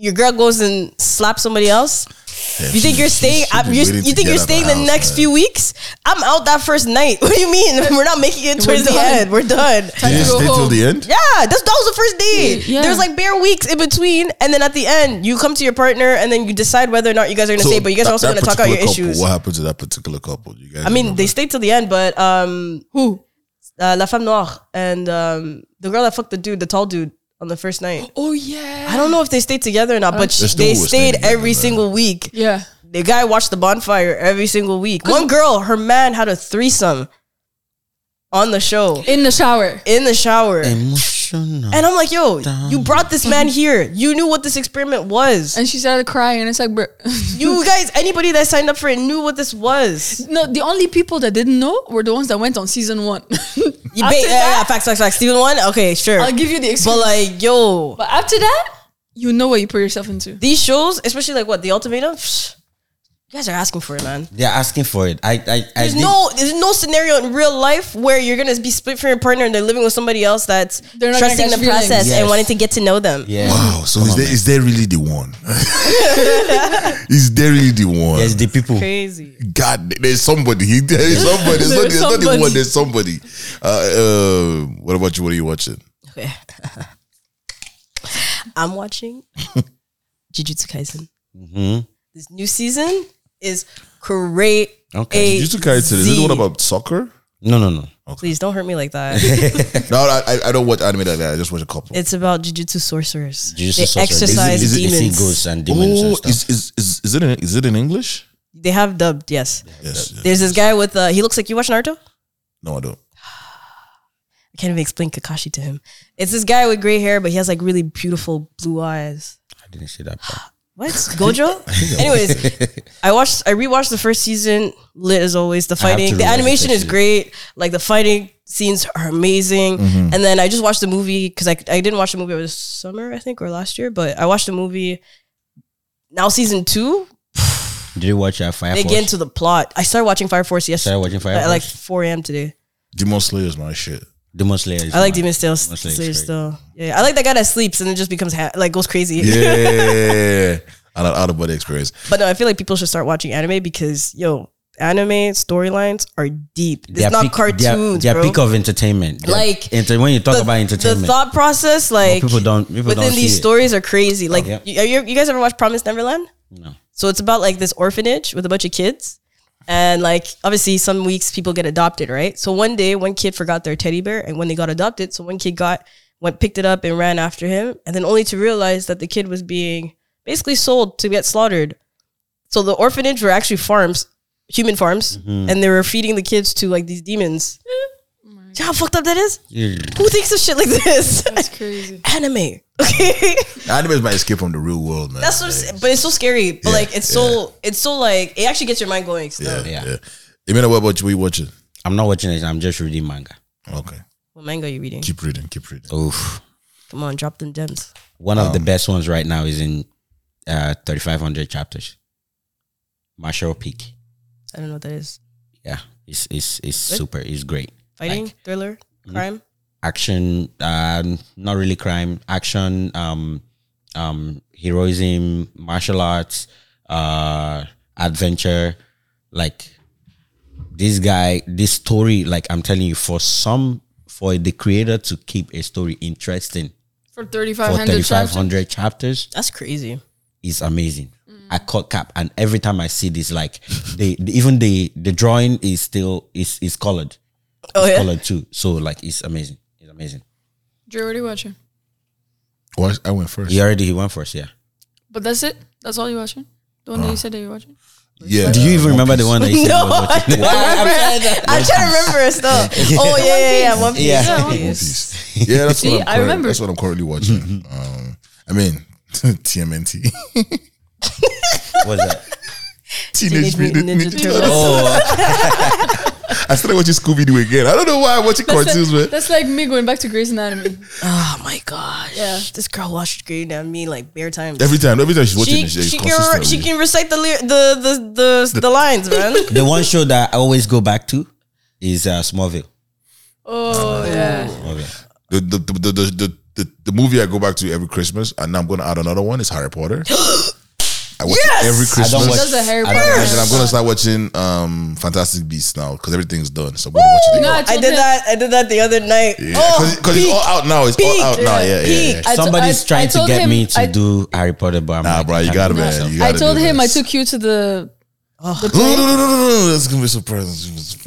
Speaker 5: your girl goes and slaps somebody else.
Speaker 3: Yeah,
Speaker 5: You think
Speaker 3: she-
Speaker 5: you're
Speaker 3: she
Speaker 5: staying?
Speaker 3: should
Speaker 5: I,
Speaker 3: be
Speaker 5: you're,
Speaker 3: waiting
Speaker 5: you
Speaker 3: to
Speaker 5: think
Speaker 3: get
Speaker 5: you're
Speaker 3: out
Speaker 5: staying
Speaker 3: the
Speaker 5: the
Speaker 3: house,
Speaker 5: next
Speaker 3: man.
Speaker 5: few weeks? I'm out that first night. *laughs* What do you mean? We're not making it towards the
Speaker 6: done.
Speaker 5: end. We're done.
Speaker 6: Time
Speaker 3: Did
Speaker 6: to
Speaker 3: you
Speaker 6: go
Speaker 3: stay till
Speaker 6: home.
Speaker 3: the end?
Speaker 5: Yeah, that's that was the first day.
Speaker 6: Yeah.
Speaker 5: There's like bare weeks in between, and then at the end, you come to your partner, and then you decide whether or not you guys are gonna stay. But you guys
Speaker 3: that-
Speaker 5: are also
Speaker 3: that
Speaker 5: gonna talk out your
Speaker 3: particular couple,
Speaker 5: issues.
Speaker 3: What happened to that particular couple? You guys
Speaker 5: I mean,
Speaker 3: remember?
Speaker 5: they stayed till the end, but um,
Speaker 6: who?
Speaker 5: uh, La Femme Noire and um, the girl that fucked the dude, the tall dude, on the first night.
Speaker 6: Oh yeah.
Speaker 5: I don't know if they stayed together or not, but sh-
Speaker 3: There's no
Speaker 5: they
Speaker 3: way we're
Speaker 5: stayed
Speaker 3: staying
Speaker 5: every
Speaker 3: together.
Speaker 5: single week.
Speaker 6: Yeah.
Speaker 5: The guy watched the bonfire every single week. One girl, her man had a threesome on the show
Speaker 6: In the shower.
Speaker 5: in the shower. And
Speaker 9: Emotional.
Speaker 5: I'm like, yo, you brought this man here. You knew what this experiment was.
Speaker 6: And she started crying. It's like, bro.
Speaker 5: You guys, anybody that signed up for it knew what this was.
Speaker 6: *laughs* no, the only people that didn't know were the ones that went on season one. *laughs*
Speaker 5: You
Speaker 6: After
Speaker 5: ba- yeah, yeah,
Speaker 6: that,
Speaker 5: facts, facts, facts. Steven one? Okay, sure.
Speaker 6: I'll give you the excuse.
Speaker 5: but like, yo,
Speaker 6: but after that, you know what you put yourself into.
Speaker 5: these shows, especially like what, the ultimatum? Psh, you guys are asking for it, man.
Speaker 9: They're asking for it. I I, I
Speaker 5: There's
Speaker 9: did-
Speaker 5: no there's no scenario in real life where you're gonna be split from your partner and they're living with somebody else that's
Speaker 6: They're not gonna
Speaker 5: trusting the
Speaker 6: catch feelings.
Speaker 5: process and
Speaker 9: Yes.
Speaker 5: wanting to get to know them.
Speaker 9: Yeah.
Speaker 3: Wow. So is there, is there really the
Speaker 5: *laughs*
Speaker 3: one? *laughs* is there really the one?
Speaker 9: Yes, the people.
Speaker 5: Crazy.
Speaker 3: God, there's somebody. *laughs* There is somebody. There's,
Speaker 6: There's
Speaker 3: not, there's not the one.
Speaker 6: somebody.
Speaker 3: There's somebody. Uh, uh, what about you? What are you watching?
Speaker 1: *laughs*
Speaker 5: I'm watching Jujutsu Kaisen.
Speaker 1: Mm-hmm.
Speaker 5: This new season is great.
Speaker 9: Okay.
Speaker 5: A-
Speaker 1: Jujutsu Kaisen, is it the one
Speaker 5: Z.
Speaker 1: about soccer?
Speaker 9: No, no, no.
Speaker 5: Please don't hurt me like that.
Speaker 1: *laughs*
Speaker 3: No, I, I- I don't watch anime like that. I just watch a couple.
Speaker 5: it's about Jujutsu sorcerers.
Speaker 9: Jujutsu
Speaker 5: they
Speaker 9: sorcerer.
Speaker 5: exercise
Speaker 9: They see- they see
Speaker 5: demons.
Speaker 9: ghosts and demons and
Speaker 1: Oh,
Speaker 9: stuff.
Speaker 1: is, is, is, is, it in, is it in English?
Speaker 5: They have dubbed, yes.
Speaker 3: yes.
Speaker 5: There's this guy with uh, he looks like you watch Naruto. I
Speaker 1: No, I don't.
Speaker 5: can't even explain Kakashi to him. It's this guy with gray hair, but he has like really beautiful blue eyes.
Speaker 9: I didn't see that. Part. *laughs*
Speaker 5: What Gojo? Anyways, I watched, I rewatched the first season. Lit as always. The
Speaker 9: to
Speaker 5: fighting, the
Speaker 9: rewatch the
Speaker 5: animation
Speaker 9: first
Speaker 5: is great. Like the fighting scenes are amazing.
Speaker 9: Mm-hmm.
Speaker 5: And then I just watched the movie because I I didn't watch the movie over the summer I think or last year, but I watched the movie. Now season two,
Speaker 9: Did you watch uh, Fire
Speaker 5: they
Speaker 9: Force?
Speaker 5: get into the plot. I started watching Fire Force yesterday.
Speaker 9: Started watching Fire
Speaker 5: at like
Speaker 9: Force?
Speaker 5: four a.m. today.
Speaker 3: Demon Slayer is my shit.
Speaker 9: Demon Slayer. is
Speaker 5: I like
Speaker 9: mine.
Speaker 5: Demon Slayer,
Speaker 9: Demon Slayer is
Speaker 5: Slayer
Speaker 9: great.
Speaker 5: still. Yeah, I like that guy that sleeps and it just becomes ha- like goes crazy.
Speaker 3: Yeah. *laughs* I like out of body experience.
Speaker 5: But no, I feel like people should start watching anime because yo, anime storylines are deep. It's
Speaker 9: Their
Speaker 5: not
Speaker 9: peak- their-
Speaker 5: cartoons,
Speaker 9: Their,
Speaker 5: bro.
Speaker 9: peak of entertainment. Their-
Speaker 5: Like,
Speaker 9: enter, when you talk
Speaker 5: the,
Speaker 9: about entertainment,
Speaker 5: the thought process, like
Speaker 9: people don't- people
Speaker 5: within
Speaker 9: don't
Speaker 5: these
Speaker 9: see it. Oh,
Speaker 5: stories are crazy. Like,
Speaker 9: Yeah.
Speaker 5: you, are you, you guys ever watch Promised Neverland?
Speaker 9: No.
Speaker 5: So it's about like this orphanage with a bunch of kids. And like obviously some weeks people get adopted, right? So one day one kid forgot their teddy bear and when they got adopted, so one kid got went picked it up and ran after him and then only to realize that the kid was being basically sold to get slaughtered. So the orphanage were actually farms, human farms,
Speaker 9: Mm-hmm.
Speaker 5: and they were feeding the kids to like these demons. See how fucked up that is? Who thinks of shit like this?
Speaker 6: That's crazy.
Speaker 5: *laughs* Anime. Okay.
Speaker 3: Anime is my escape from the real world, man.
Speaker 5: That's what I'm saying. But it's so scary. But like it's so it's so like it actually gets your mind going still.
Speaker 3: yeah, yeah.
Speaker 9: Yeah.
Speaker 3: yeah. Emina, what about you? What you watching?
Speaker 9: I'm not watching it. I'm just reading manga.
Speaker 3: Okay.
Speaker 5: What manga are you reading?
Speaker 3: Keep reading. Keep reading.
Speaker 9: Oof.
Speaker 5: Come on, drop them gems.
Speaker 9: One of the best ones right now is in uh, 3,500 chapters. Marshall Peak.
Speaker 5: I don't know what that is.
Speaker 9: Yeah, it's it's it's super. It's great.
Speaker 5: Fighting, thriller, crime.
Speaker 9: Action, uh, not really crime. Action, um, um, heroism, martial arts, uh, adventure. Like this guy, this story. Like I'm telling you, for some, for the creator to keep a story interesting
Speaker 6: For
Speaker 9: for
Speaker 6: 3,500 chapters.
Speaker 9: 3,500 chapters, Mm.
Speaker 5: That's crazy.
Speaker 9: is amazing. I caught cap, and every time I see this, like *laughs* the, the- even the the drawing is still is is colored,
Speaker 5: Oh yeah.
Speaker 9: colored too. So like it's amazing, it's amazing.
Speaker 6: Drew, what are you watching?
Speaker 3: Well, I went first.
Speaker 9: He already he went first, yeah.
Speaker 6: But that's it? That's all you're watching? The
Speaker 5: Uh.
Speaker 6: one that you said that you're watching?
Speaker 3: Yeah.
Speaker 9: Do you even remember the one that you said
Speaker 5: *laughs* No,
Speaker 9: he
Speaker 5: I
Speaker 9: was watching?
Speaker 5: don't remember. I'm trying to remember it still. Oh yeah, yeah, yeah. One Piece.
Speaker 9: Yeah.
Speaker 5: One
Speaker 3: *laughs*
Speaker 5: Piece.
Speaker 3: Yeah, that's
Speaker 6: See,
Speaker 3: what I'm
Speaker 6: I
Speaker 3: current-
Speaker 6: remember.
Speaker 3: That's what I'm currently watching. um, I mean, *laughs* TMNT,
Speaker 9: What's that?
Speaker 3: Teenage Mutant Ninja Turtles.
Speaker 9: Oh,
Speaker 3: *laughs* I started watching Scooby Doo again. I don't know why I'm watching cartoons, man.
Speaker 6: That's like me going back to Grey's Anatomy.
Speaker 5: Oh my gosh.
Speaker 6: Yeah.
Speaker 5: This girl watched Green at me like bare times.
Speaker 3: Every time, every time she's watching it,
Speaker 5: she
Speaker 3: she's
Speaker 5: she can
Speaker 3: consistent.
Speaker 5: she can recite the lyri- the the the, the lines, man.
Speaker 9: the one show that I always go back to is uh, Smallville.
Speaker 6: *laughs* Oh, yeah.
Speaker 9: Smallville.
Speaker 3: the, the, the, the, the, the, the, the movie I go back to every Christmas, and now I'm going to add another one. Is Harry
Speaker 6: *gasps*
Speaker 3: Potter. I watch
Speaker 5: Yes!
Speaker 3: it every
Speaker 9: I don't
Speaker 3: Christmas.
Speaker 9: watch.
Speaker 6: That's a Harry
Speaker 9: I don't
Speaker 6: Potter.
Speaker 9: watch-
Speaker 3: and I'm going to start watching um, Fantastic Beasts now because everything's done. So I'm going to watch it again.
Speaker 6: No, I,
Speaker 5: I
Speaker 6: told
Speaker 5: did
Speaker 6: him-
Speaker 5: that. I did that the other night.
Speaker 3: Because
Speaker 5: oh,
Speaker 3: it's all out now. It's
Speaker 5: Peak.
Speaker 3: all out now. Yeah, yeah, yeah.
Speaker 5: Peak.
Speaker 6: I to-
Speaker 9: Somebody's
Speaker 6: I- I
Speaker 9: trying to
Speaker 6: told
Speaker 9: get
Speaker 6: him-
Speaker 9: me to
Speaker 6: I-
Speaker 9: do Harry Potter, but I'm
Speaker 3: Nah,
Speaker 9: like,
Speaker 3: bro,
Speaker 9: I
Speaker 3: you
Speaker 9: can't
Speaker 3: got to,
Speaker 9: do that.
Speaker 3: man. You
Speaker 6: I
Speaker 3: gotta
Speaker 6: told
Speaker 3: do
Speaker 6: him
Speaker 3: this.
Speaker 6: I took you to the. the
Speaker 3: No, no,
Speaker 6: play.
Speaker 3: no, no, no, no, no. It's gonna be a surprise.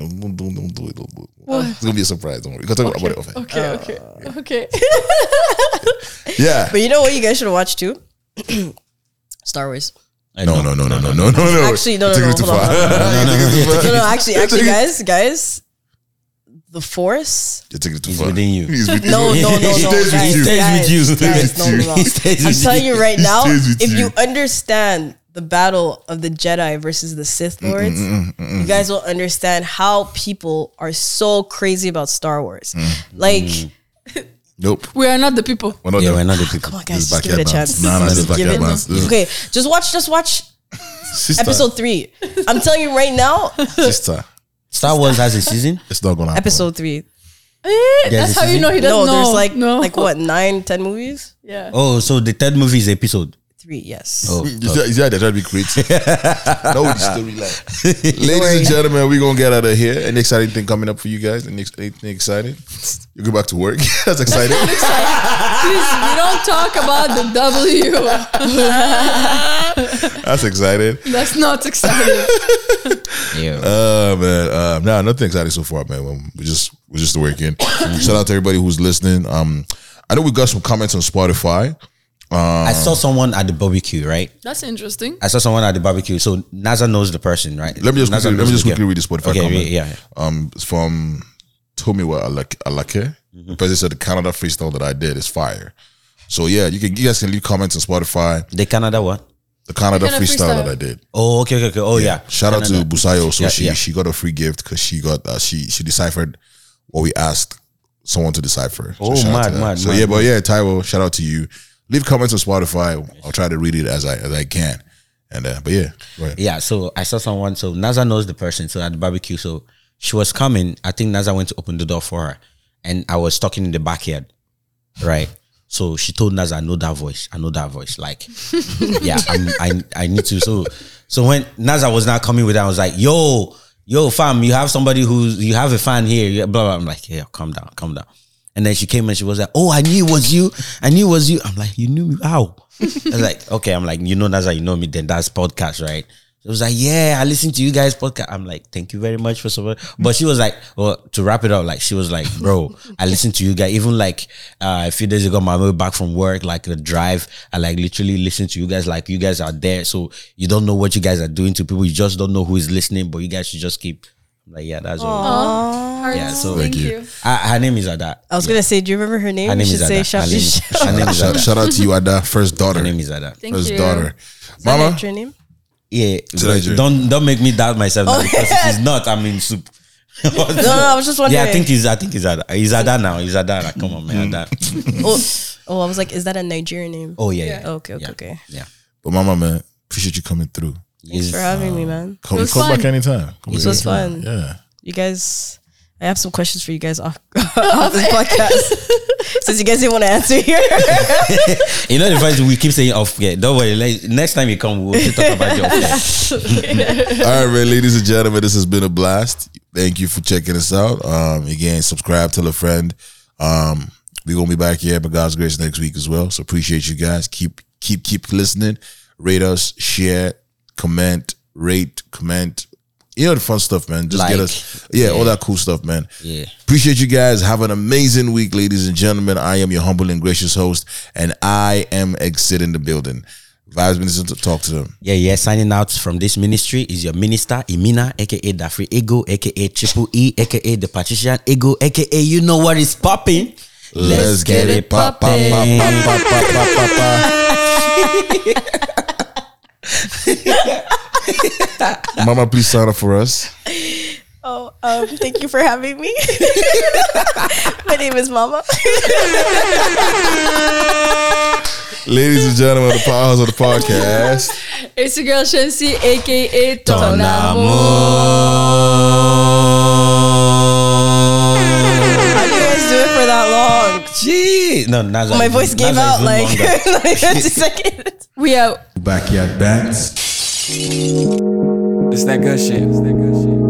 Speaker 3: Don't, don't, don't do it. Don't do it. It's gonna be a surprise. Don't worry. We can talk about it. off air.
Speaker 6: Okay, *laughs* okay, okay.
Speaker 3: Yeah.
Speaker 5: But you know what? You guys should watch too. *clears throat* Star Wars.
Speaker 9: I
Speaker 3: No,
Speaker 9: don't-
Speaker 3: no, no, no, no, no, no, no.
Speaker 5: Actually, no,
Speaker 3: You're taking
Speaker 5: no, no,
Speaker 3: it too
Speaker 5: hold on,
Speaker 3: far.
Speaker 5: No, no, actually,
Speaker 3: You're *laughs*
Speaker 5: actually,
Speaker 3: taking-
Speaker 5: guys, guys, the Force.
Speaker 3: You're taking it too
Speaker 9: It's
Speaker 3: far.
Speaker 9: within you.
Speaker 3: He's with-
Speaker 5: No, no, no, no.
Speaker 3: He stays
Speaker 5: guys,
Speaker 3: with you.
Speaker 5: guys,
Speaker 9: He stays with you. *laughs*
Speaker 5: guys,
Speaker 9: He stays
Speaker 5: no,
Speaker 3: with
Speaker 5: no,
Speaker 3: you.
Speaker 5: no.
Speaker 9: He stays
Speaker 5: I'm
Speaker 9: with
Speaker 5: telling you right
Speaker 3: He
Speaker 5: now,
Speaker 3: stays with
Speaker 5: if you.
Speaker 3: you.
Speaker 5: understand the battle of the Jedi versus the Sith lords, you guys will understand how people are so crazy about Star Wars.
Speaker 3: Mm-hmm.
Speaker 5: Like,
Speaker 3: Nope.
Speaker 6: we are not the people.
Speaker 3: We're not
Speaker 9: Yeah,
Speaker 3: done.
Speaker 9: we're not the people.
Speaker 5: come on,
Speaker 3: This is
Speaker 5: guys, just give it a
Speaker 3: backyard bounce.
Speaker 5: chance.
Speaker 3: Nah, nah, this is
Speaker 5: Give
Speaker 3: backyard
Speaker 5: it-
Speaker 3: bounce. This is-
Speaker 5: Okay, just watch, just watch
Speaker 3: Sister.
Speaker 5: episode three. I'm telling you
Speaker 3: *laughs*
Speaker 5: right now,
Speaker 3: Sister.
Speaker 9: Star Wars has a season.
Speaker 3: It's not gonna happen.
Speaker 5: episode three.
Speaker 9: There's
Speaker 6: Eh, That's
Speaker 9: a
Speaker 6: how you
Speaker 9: season.
Speaker 6: know he doesn't
Speaker 5: No,
Speaker 6: know.
Speaker 5: there's like
Speaker 6: no.
Speaker 5: like what nine, ten movies?
Speaker 6: *laughs* Yeah.
Speaker 9: Oh, so the third movie is episode.
Speaker 5: Three, yes.
Speaker 9: *laughs* Oh,
Speaker 3: You see- you see how they're trying to be *laughs* creative? Not with the *laughs* storyline. Ladies
Speaker 5: worry.
Speaker 3: and gentlemen, we're gonna get out of here. Any exciting thing coming up for you *laughs*
Speaker 5: *laughs*
Speaker 3: guys? Any ex- Anything exciting? You go back to work. That's exciting.
Speaker 6: Please, we don't talk
Speaker 3: *laughs*
Speaker 6: about the W.
Speaker 3: That's exciting.
Speaker 6: That's not exciting.
Speaker 3: Uh man, uh, nah, nothing exciting so far, man. Um, We just we just the weekend. *coughs* Shout out to everybody who's listening. Um, I know we got some comments on Spotify.
Speaker 9: I saw someone at the barbecue, right?
Speaker 6: That's interesting.
Speaker 9: I saw someone at the barbecue. So NASA knows the person, right?
Speaker 3: Let me just
Speaker 9: Naza
Speaker 3: quickly, let
Speaker 9: knows
Speaker 3: me just
Speaker 9: the
Speaker 3: quickly
Speaker 9: girl.
Speaker 3: read this Spotify
Speaker 9: Okay,
Speaker 3: comment.
Speaker 9: yeah, yeah.
Speaker 3: Um, it's from Tomiwa Alake. Alake.
Speaker 9: Mm-hmm.
Speaker 3: The person said the Canada freestyle that I did is fire. So yeah, you can you guys can leave comments on Spotify.
Speaker 9: The Canada one.
Speaker 3: The Canada,
Speaker 6: Canada
Speaker 3: freestyle,
Speaker 6: freestyle.
Speaker 3: that I did.
Speaker 9: Oh, okay, okay, okay. Oh, yeah.
Speaker 3: Shout out to
Speaker 9: Canada.
Speaker 3: Busayo. So
Speaker 9: Yeah,
Speaker 3: she
Speaker 9: yeah.
Speaker 3: she got a free gift because she got uh, she she deciphered what we asked someone to decipher. So
Speaker 9: Oh,
Speaker 3: shout out
Speaker 9: mad,
Speaker 3: to that.
Speaker 9: mad,
Speaker 3: So
Speaker 9: mad,
Speaker 3: yeah, but yeah, Taiwo, shout out to you. Leave comments on Spotify. I'll try to read it as I as I can. And uh, but yeah, right.
Speaker 9: Yeah, so I saw someone. So Naza knows the person. So at the barbecue, so she was coming. I think Naza went to open the door for her, and I was talking in the backyard, right? So she told Naza, "I know that voice. I know that voice. Like, yeah, I'm, I I need to." So so when Naza was not coming with, her, I was like, "Yo, yo, fam, you have somebody who's you have a fan here." Yeah, Blah blah. I'm like, "Yeah, calm down, calm down." And then she came and she was like, "Oh, I knew it was you. I knew it was you." I'm like, "You knew me? How?" I was like, "Okay." I'm like, "You know, that's how you know me. Then that's podcast, right?" She was like, "Yeah, I listen to you guys' podcast." I'm like, "Thank you very much for support." But she was like, "Well, to wrap it up, like she was like, bro, I listen to you guys. Even like uh, a few days ago, my way back from work, like the drive, I like literally listen to you guys. Like you guys are there, so you don't know what you guys are doing to people. You just don't know who is listening, but you guys should just keep." I'm like, "Yeah, that's
Speaker 3: Uh,
Speaker 9: all." Yeah, so
Speaker 6: Thank
Speaker 3: you.
Speaker 6: you.
Speaker 9: Uh, her name is Ada.
Speaker 5: I was gonna say, do you remember her name?
Speaker 9: Her
Speaker 5: you
Speaker 9: name
Speaker 5: should
Speaker 9: is
Speaker 5: say
Speaker 9: Ada. Her
Speaker 5: shout.
Speaker 9: name is- her name is
Speaker 3: Shout,
Speaker 9: Ada.
Speaker 3: shout out to you, Ada, first daughter,
Speaker 9: Her name is Ada.
Speaker 6: Thank
Speaker 3: first
Speaker 6: you.
Speaker 3: daughter,
Speaker 5: Mama,
Speaker 3: Mama.
Speaker 5: your name?
Speaker 9: Yeah,
Speaker 3: I drink?
Speaker 9: don't don't make me doubt myself now
Speaker 5: Oh,
Speaker 9: because
Speaker 5: yeah.
Speaker 9: if it's not, I'm in soup.
Speaker 5: *laughs* No, no, I was just wondering.
Speaker 9: yeah, I think he's I think he's Ada. He's Ada now. He's Ada. Like, come on,
Speaker 3: Mm.
Speaker 9: man. Ada.
Speaker 5: Oh, oh, I was like, is that a Nigerian name?
Speaker 9: Oh yeah, yeah.
Speaker 5: Okay, okay,
Speaker 9: Yeah.
Speaker 5: okay.
Speaker 9: yeah.
Speaker 3: But Mama, man, appreciate you coming through.
Speaker 5: Thanks
Speaker 9: He's- uh,
Speaker 5: for having me, man.
Speaker 3: Come,
Speaker 6: was
Speaker 3: come back
Speaker 6: fun.
Speaker 3: anytime. Come
Speaker 5: It
Speaker 3: back
Speaker 5: was
Speaker 3: anytime.
Speaker 5: fun.
Speaker 3: Yeah.
Speaker 5: You guys, I have some questions for you
Speaker 6: *laughs*
Speaker 5: guys off, *laughs* off this podcast since you guys didn't want to answer
Speaker 6: *laughs*
Speaker 5: here.
Speaker 9: you know the first we keep saying off. Yeah, don't worry. Like, next time you come, we'll talk about
Speaker 5: *laughs*
Speaker 9: your off.
Speaker 3: All right, man, ladies and gentlemen, this has been a blast. Thank you for checking us out. Um, again, subscribe, tell a friend. Um, we're gonna be back here by God's grace next week as well. So appreciate you guys. Keep keep keep listening. Rate us, share, comment, rate, comment. You know the fun stuff, man. Just get
Speaker 9: Like.
Speaker 3: us, yeah, all that cool stuff, man.
Speaker 9: Yeah.
Speaker 3: Appreciate you guys. Have an amazing week, ladies and gentlemen. I am your humble and gracious host, and I am exiting the building. Vibes Minister, to talk to them.
Speaker 9: Yeah, yeah. Signing out from this ministry is your minister Imina, aka Dafri Ego, aka Triple E, aka the Patrician Ego, aka you know what is popping.
Speaker 3: Let's get it pop, pop, pop, pop, pop, pop, pop, pop, pop. *laughs* Mama, please sign up for us.
Speaker 5: oh, um, thank you for having me. *laughs* My name is
Speaker 9: *laughs*
Speaker 5: Mama.
Speaker 3: Ladies and gentlemen, the powers of the podcast.
Speaker 6: It's your girl Shensi, aka Tonamo.
Speaker 5: How do you guys do it for that long?
Speaker 9: Gee, no, Naza,
Speaker 5: My voice gave
Speaker 9: Naza is
Speaker 5: out
Speaker 9: no
Speaker 5: like,
Speaker 9: longer.
Speaker 5: *laughs* like 30 seconds.
Speaker 6: We out.
Speaker 10: Backyard bands.
Speaker 4: It's that good shit. It's that good shit.